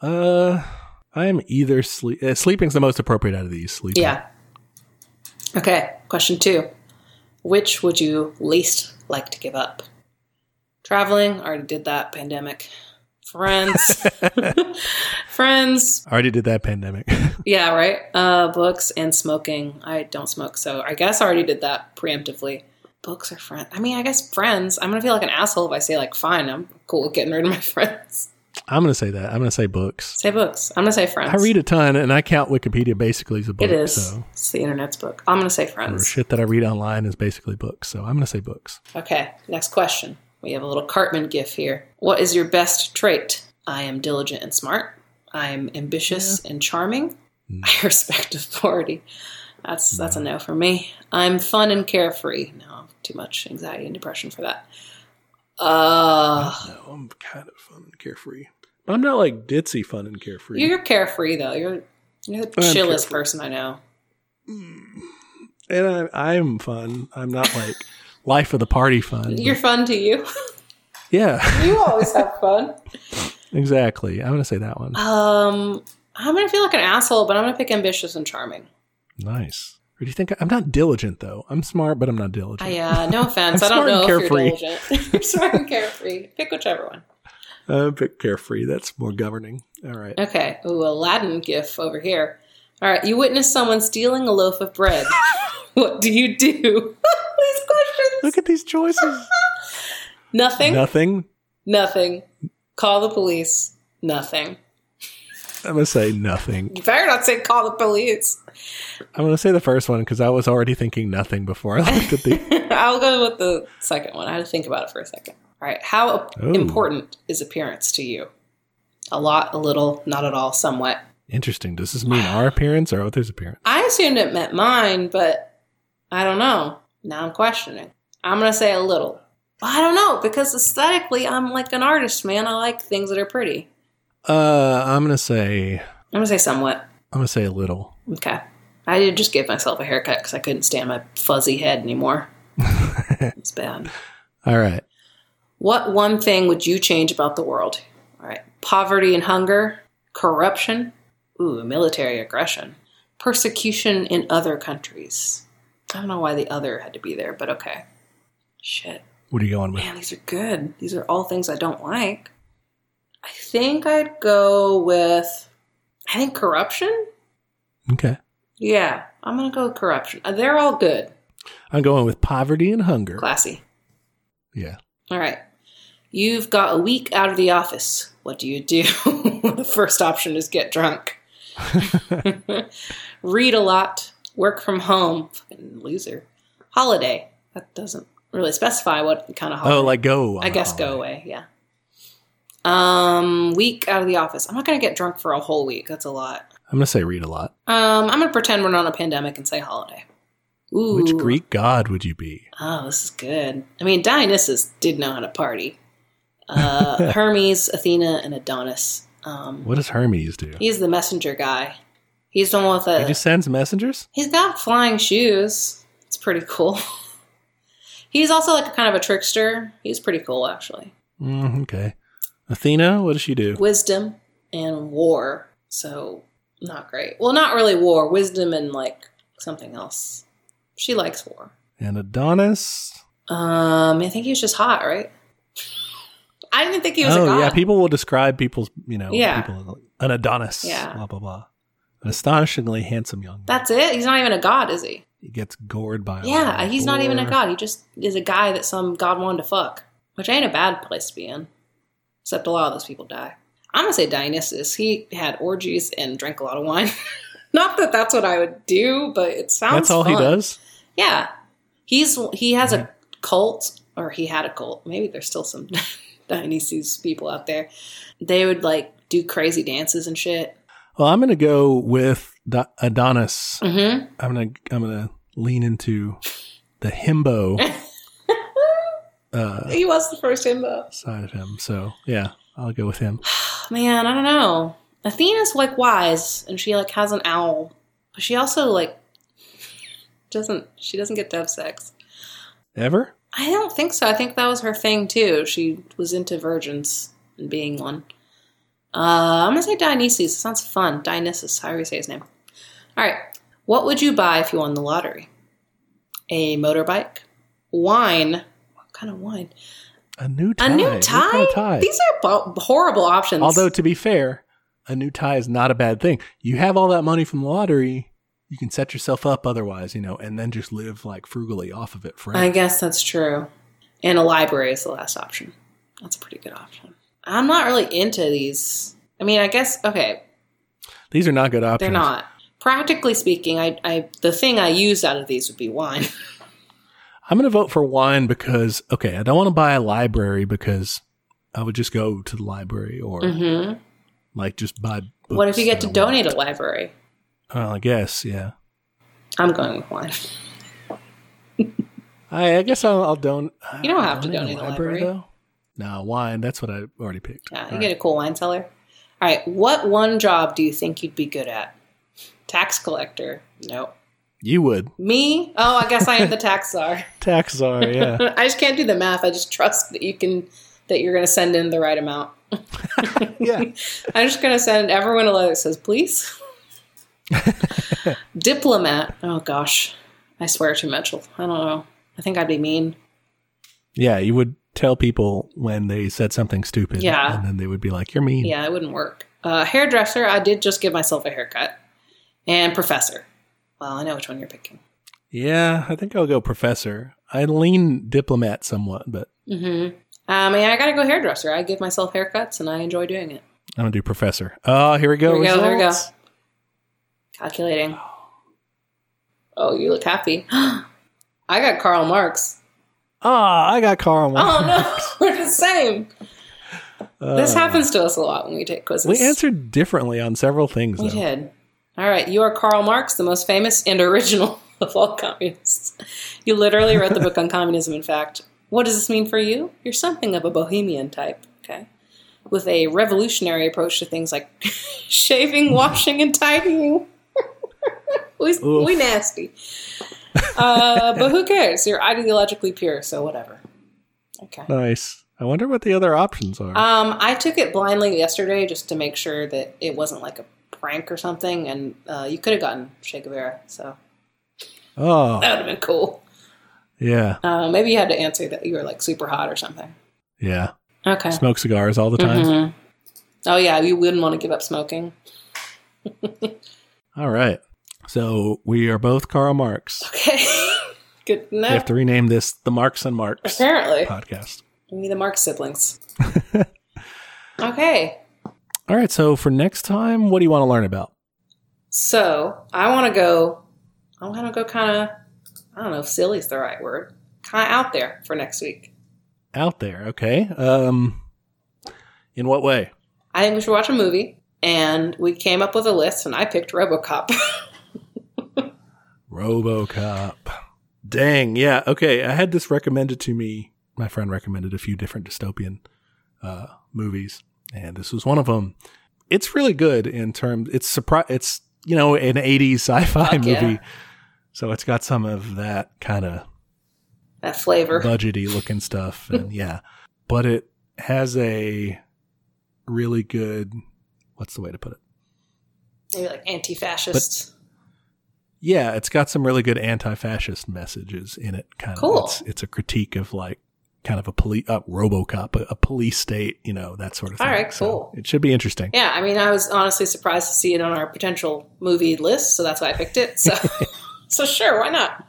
[SPEAKER 2] Uh, I am either sleep. Uh, sleeping's the most appropriate out of these. Sleeping.
[SPEAKER 1] Yeah. Okay, question two. Which would you least like to give up? Traveling, already did that, pandemic. Friends. Friends,
[SPEAKER 2] I already did that pandemic.
[SPEAKER 1] yeah, right. Uh, books and smoking. I don't smoke, so I guess I already did that preemptively. Books or friends. I mean, I guess friends. I'm gonna feel like an asshole if I say like, fine, I'm cool with getting rid of my friends.
[SPEAKER 2] I'm gonna say that. I'm gonna say books.
[SPEAKER 1] Say books. I'm gonna say friends.
[SPEAKER 2] I read a ton, and I count Wikipedia basically as a book.
[SPEAKER 1] It is.
[SPEAKER 2] So
[SPEAKER 1] It's the internet's book. I'm gonna say
[SPEAKER 2] or
[SPEAKER 1] friends.
[SPEAKER 2] shit that I read online is basically books. So I'm gonna say books.
[SPEAKER 1] Okay, next question. We have a little Cartman gif here. What is your best trait? I am diligent and smart. I am ambitious and charming. I respect authority. That's that's a no for me. I'm fun and carefree. No, too much anxiety and depression for that. Uh
[SPEAKER 2] No, Oh, I'm kind of fun and carefree, but I'm not like ditzy fun and carefree.
[SPEAKER 1] you're carefree though. You're you're the
[SPEAKER 2] I'm
[SPEAKER 1] chillest
[SPEAKER 2] carefree.
[SPEAKER 1] person I know.
[SPEAKER 2] and I, I'm fun. I'm not like life of the party fun.
[SPEAKER 1] You're fun to you.
[SPEAKER 2] yeah,
[SPEAKER 1] you always have fun.
[SPEAKER 2] exactly. I'm gonna say that one.
[SPEAKER 1] Um I'm gonna feel like an asshole, but I'm gonna pick ambitious and charming.
[SPEAKER 2] Nice. Or do you think I, am not diligent though? I'm smart, but I'm not diligent.
[SPEAKER 1] I, uh, no offense. I don't
[SPEAKER 2] I'm
[SPEAKER 1] know
[SPEAKER 2] smart and
[SPEAKER 1] if you're diligent. you're smart and carefree. Pick whichever one.
[SPEAKER 2] I'm a bit carefree. That's more governing. All right.
[SPEAKER 1] Okay. Ooh, Aladdin gif over here. All right. You witness someone stealing a loaf of bread. what do you do? These questions.
[SPEAKER 2] Look at these choices.
[SPEAKER 1] Nothing.
[SPEAKER 2] Nothing.
[SPEAKER 1] Nothing. Call the police. Nothing.
[SPEAKER 2] I'm gonna say nothing.
[SPEAKER 1] You better not say call the police.
[SPEAKER 2] I'm gonna say the first one because I was already thinking nothing before I looked at the.
[SPEAKER 1] I'll go with the second one. I had to think about it for a second. All right. How
[SPEAKER 2] Ooh.
[SPEAKER 1] important is appearance to you? A lot, a little, not at all, somewhat.
[SPEAKER 2] Interesting. Does this mean our appearance or others' appearance?
[SPEAKER 1] I assumed it meant mine, but I don't know. Now I'm questioning. I'm gonna say a little. I don't know because aesthetically, I'm like an artist, man. I like things that are pretty.
[SPEAKER 2] Uh, I'm gonna say
[SPEAKER 1] I'm gonna say somewhat.
[SPEAKER 2] I'm gonna say a little.
[SPEAKER 1] Okay. I did just give myself a haircut because I couldn't stand my fuzzy head anymore. it's bad.
[SPEAKER 2] All right.
[SPEAKER 1] What one thing would you change about the world? All right. Poverty and hunger, corruption, ooh, military aggression, persecution in other countries. I don't know why the other had to be there, but okay. Shit.
[SPEAKER 2] What are you going with?
[SPEAKER 1] Man, these are good. These are all things I don't like. I think I'd go with I think corruption?
[SPEAKER 2] Okay.
[SPEAKER 1] Yeah, I'm going to go with corruption. Uh, They're all good.
[SPEAKER 2] I'm going with poverty and hunger.
[SPEAKER 1] Classy.
[SPEAKER 2] Yeah.
[SPEAKER 1] All right. You've got a week out of the office. What do you do? the first option is get drunk. Read a lot. Work from home. Fucking loser. Holiday. That doesn't really specify what kind of holiday.
[SPEAKER 2] Oh, like go. on
[SPEAKER 1] I guess
[SPEAKER 2] holiday.
[SPEAKER 1] go away. Yeah. Um, week out of the office. I'm not gonna get drunk for a whole week. That's a lot.
[SPEAKER 2] I'm gonna say read a lot.
[SPEAKER 1] Um, I'm gonna pretend we're not in a pandemic and say holiday. Ooh.
[SPEAKER 2] Which Greek god would you be?
[SPEAKER 1] Oh, this is good. I mean, Dionysus did know how to party. Uh, Hermes, Athena, and Adonis. Um,
[SPEAKER 2] What does Hermes do?
[SPEAKER 1] he's the messenger guy. He's the one with
[SPEAKER 2] He
[SPEAKER 1] a.
[SPEAKER 2] just sends messengers.
[SPEAKER 1] he's got flying shoes. It's pretty cool. he's also like a kind of a trickster. He's pretty cool, actually.
[SPEAKER 2] Mm, okay. Athena, what does she do?
[SPEAKER 1] Wisdom and war. So not great. Well, not really war. Wisdom and like something else. She likes war.
[SPEAKER 2] And Adonis.
[SPEAKER 1] Um, I think he was just hot, right? I didn't think he was
[SPEAKER 2] oh
[SPEAKER 1] a god.
[SPEAKER 2] yeah, people will describe people's you know
[SPEAKER 1] Yeah.
[SPEAKER 2] people as, like, an Adonis.
[SPEAKER 1] Yeah.
[SPEAKER 2] Blah blah blah. An astonishingly handsome young. man.
[SPEAKER 1] That's it. He's not even a god, is he?
[SPEAKER 2] He gets gored by. a
[SPEAKER 1] Yeah,
[SPEAKER 2] wild
[SPEAKER 1] he's not even a
[SPEAKER 2] boar.
[SPEAKER 1] god. He just is a guy that some god wanted to fuck, which ain't a bad place to be in. Except a lot of those people die. I'm gonna say Dionysus. He had orgies and drank a lot of wine. not that that's what I would do, but it sounds.
[SPEAKER 2] That's all he
[SPEAKER 1] fun.
[SPEAKER 2] does.
[SPEAKER 1] Yeah, he's he has
[SPEAKER 2] Yeah.
[SPEAKER 1] a cult, or he had a cult. Maybe there's still some Dionysus people out there. They would like do crazy dances and shit.
[SPEAKER 2] Well, I'm gonna go with Da- Adonis.
[SPEAKER 1] Mm-hmm.
[SPEAKER 2] I'm gonna I'm gonna lean into the himbo uh,
[SPEAKER 1] He was the first himbo.
[SPEAKER 2] side of him. So yeah, I'll go with him.
[SPEAKER 1] Man, I don't know. Athena's like wise, and she like has an owl, but she also like doesn't. She doesn't get to have sex.
[SPEAKER 2] Ever?
[SPEAKER 1] I don't think so. I think that was her thing too. She was into virgins and being one. Uh, I'm gonna say Dionysus. It sounds fun. Dionysus, however you say his name. All right. What would you buy if you won the lottery? A motorbike, wine. What kind of wine?
[SPEAKER 2] A new tie.
[SPEAKER 1] A new
[SPEAKER 2] What
[SPEAKER 1] tie.
[SPEAKER 2] kind of tie?
[SPEAKER 1] These are bo- horrible options.
[SPEAKER 2] Although to be fair, a new tie is not a bad thing. You have all that money from the lottery, you can set yourself up otherwise, you know, and then just live like frugally off of it
[SPEAKER 1] I
[SPEAKER 2] forever.
[SPEAKER 1] guess that's true. And a library is the last option. That's a pretty good option. I'm not really into these. I mean, I guess okay,
[SPEAKER 2] These are not good options.
[SPEAKER 1] they're not. Practically speaking, I, I the thing I use out of these would be wine.
[SPEAKER 2] I'm going to vote for wine because okay, I don't want to buy a library because I would just go to the library or
[SPEAKER 1] hmm
[SPEAKER 2] Mm-hmm. like just buy. Books
[SPEAKER 1] What if you get to
[SPEAKER 2] that I want.
[SPEAKER 1] donate a library?
[SPEAKER 2] Well, I guess yeah.
[SPEAKER 1] I'm going with wine.
[SPEAKER 2] I, I guess I'll, I'll don- I-
[SPEAKER 1] You don't have to
[SPEAKER 2] a
[SPEAKER 1] donate a library.
[SPEAKER 2] No wine. That's what I already picked.
[SPEAKER 1] Yeah, you
[SPEAKER 2] All
[SPEAKER 1] get
[SPEAKER 2] right.
[SPEAKER 1] a cool wine cellar. All right, what one job do you think you'd be good at? Tax collector? No.
[SPEAKER 2] You would
[SPEAKER 1] Me? Oh, I guess I am the tax czar.
[SPEAKER 2] taxes are yeah.
[SPEAKER 1] I just can't do the math. I just trust that you can that you're going to send in the right amount.
[SPEAKER 2] Yeah.
[SPEAKER 1] I'm just going to send everyone a letter that says please. Diplomat. Oh gosh, I swear too much. I don't know. I think I'd be mean.
[SPEAKER 2] Yeah, you would tell people when they said something stupid.
[SPEAKER 1] Yeah.
[SPEAKER 2] And then they would be like, You're mean.
[SPEAKER 1] Yeah, it wouldn't work. Uh, hairdresser. I did just give myself a haircut. And professor. Well, I know which one you're picking.
[SPEAKER 2] Yeah, I think I'll go professor. I lean diplomat somewhat, but
[SPEAKER 1] Mm-hmm. I mean, I got to go hairdresser. I give myself haircuts, and I enjoy doing it.
[SPEAKER 2] I'm gonna do professor. Oh, here we go.
[SPEAKER 1] Here we go, here we go.
[SPEAKER 2] results.
[SPEAKER 1] Calculating. Oh, you look happy. I got Karl Marx.
[SPEAKER 2] Ah, I got Carl.
[SPEAKER 1] Oh no, we're the same.
[SPEAKER 2] no.
[SPEAKER 1] this happens to us a lot when we take quizzes.
[SPEAKER 2] We answered differently on several things.
[SPEAKER 1] We
[SPEAKER 2] though.
[SPEAKER 1] did. All right, you are Karl Marx, the most famous and original of all communists. You literally wrote the book on communism. In fact, what does this mean for you? You're something of a bohemian type. Okay. With a revolutionary approach to things like shaving, washing, and tidying. we,
[SPEAKER 2] Oof.
[SPEAKER 1] we nasty. Uh, but who cares? You're ideologically pure, so whatever. Okay.
[SPEAKER 2] Nice. I wonder what the other options are.
[SPEAKER 1] Um, I took it blindly yesterday just to make sure that it wasn't like a prank or something, and uh, you could have gotten Che Guevara, so
[SPEAKER 2] oh,
[SPEAKER 1] that would have been cool.
[SPEAKER 2] yeah.
[SPEAKER 1] Uh, maybe you had to answer that you were like super hot or something.
[SPEAKER 2] Yeah.
[SPEAKER 1] Okay.
[SPEAKER 2] Smoke cigars all the time.
[SPEAKER 1] Mhm. Oh yeah, you wouldn't want to give up smoking.
[SPEAKER 2] All right. So we are both Karl Marx.
[SPEAKER 1] Okay. Good.
[SPEAKER 2] We
[SPEAKER 1] No.
[SPEAKER 2] have to Uh. rename this the Marx and Marx
[SPEAKER 1] Apparently,
[SPEAKER 2] podcast.
[SPEAKER 1] we need the Marx siblings. okay.
[SPEAKER 2] All right. So for next time, what do you want to learn about?
[SPEAKER 1] So I want to go. I want to go kind of. I don't know if silly's the right word. Kind of out there for next week.
[SPEAKER 2] out there. Okay. Um, in what way?
[SPEAKER 1] I think we should watch a movie. And we came up with a list, and I picked Robocop.
[SPEAKER 2] RoboCop. Dang. Yeah. Okay. I had this recommended to me. My friend recommended a few different dystopian uh, movies, and this was one of them. It's really good in terms. It's surprise. It's you know an '80s sci-fi
[SPEAKER 1] Fuck
[SPEAKER 2] movie,
[SPEAKER 1] yeah.
[SPEAKER 2] so it's got some of that kind of
[SPEAKER 1] that flavor.
[SPEAKER 2] budgety looking stuff and yeah but it has a really good what's the way to put it
[SPEAKER 1] Maybe like anti fascist.
[SPEAKER 2] yeah it's got some really good anti-fascist messages in it kind of
[SPEAKER 1] Cool.
[SPEAKER 2] it's, it's a critique of like kind of a police uh, robocop a, a police state you know that sort of
[SPEAKER 1] All
[SPEAKER 2] thing
[SPEAKER 1] right,
[SPEAKER 2] So
[SPEAKER 1] cool.
[SPEAKER 2] it should be interesting
[SPEAKER 1] Yeah, I mean, I was honestly surprised to see it on our potential movie list, so that's why I picked it. So So sure, why not?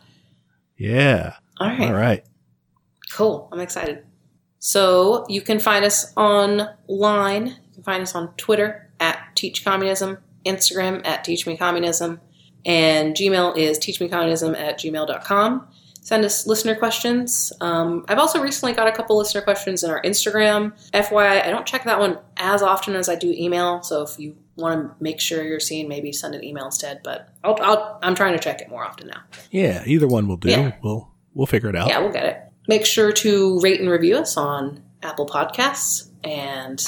[SPEAKER 2] Yeah.
[SPEAKER 1] All right.
[SPEAKER 2] All right.
[SPEAKER 1] Cool. I'm excited. So you can find us online. You can find us on Twitter at Teach Communism, Instagram at Teach Me Communism, and Gmail is teachmecommunism at gmail.com. Send us listener questions. Um, I've also recently got a couple listener questions in our Instagram. FYI, I don't check that one as often as I do email. So if you want to make sure you're seen, maybe send an email instead. But I'll, I'll, I'm trying to check it more often now.
[SPEAKER 2] Yeah. Either one will do.
[SPEAKER 1] Yeah.
[SPEAKER 2] We'll we'll figure it out.
[SPEAKER 1] Yeah, we'll get it. Make sure to rate and review us on Apple Podcasts. And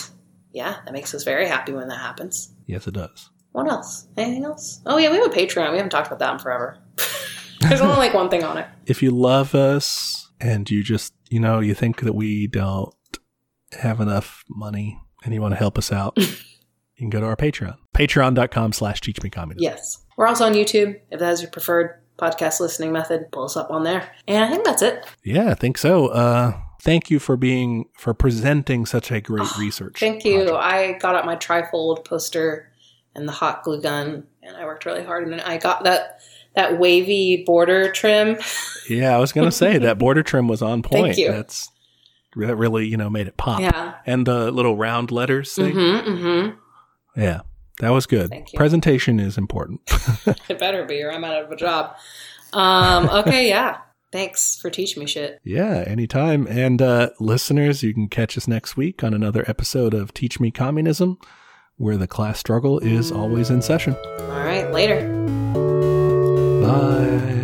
[SPEAKER 1] yeah, that makes us very happy when that happens.
[SPEAKER 2] Yes, it does.
[SPEAKER 1] What else? Anything else? Oh, yeah, we have a Patreon. We haven't talked about that in forever. There's only like one thing on it.
[SPEAKER 2] If you love us and you just you know you think that we don't have enough money and you want to help us out, you can go to our Patreon. Patreon.com slash teach me communism.
[SPEAKER 1] Yes. We're also on YouTube. If that is your preferred podcast listening method, pull us up on there. And I think that's it.
[SPEAKER 2] Yeah, I think so. Uh, thank you for being for presenting such a great research.
[SPEAKER 1] Ah, Thank you.
[SPEAKER 2] project.
[SPEAKER 1] I got out my trifold poster and the hot glue gun, and I worked really hard. And I got that that wavy border trim.
[SPEAKER 2] Yeah, I was gonna say that border trim was on point.
[SPEAKER 1] you.
[SPEAKER 2] That's that really you know made it pop.
[SPEAKER 1] Yeah.
[SPEAKER 2] And the little round letters thing.
[SPEAKER 1] Mm-hmm. Mm-hmm.
[SPEAKER 2] Yeah, that was good.
[SPEAKER 1] Thank you.
[SPEAKER 2] Presentation is important.
[SPEAKER 1] It better be, or I'm out of a job. Um, okay, yeah. Thanks for teaching me shit.
[SPEAKER 2] yeah, anytime. And uh, listeners, you can catch us next week on another episode of Teach Me Communism, where the class struggle is always in session.
[SPEAKER 1] All right, later.
[SPEAKER 2] Bye.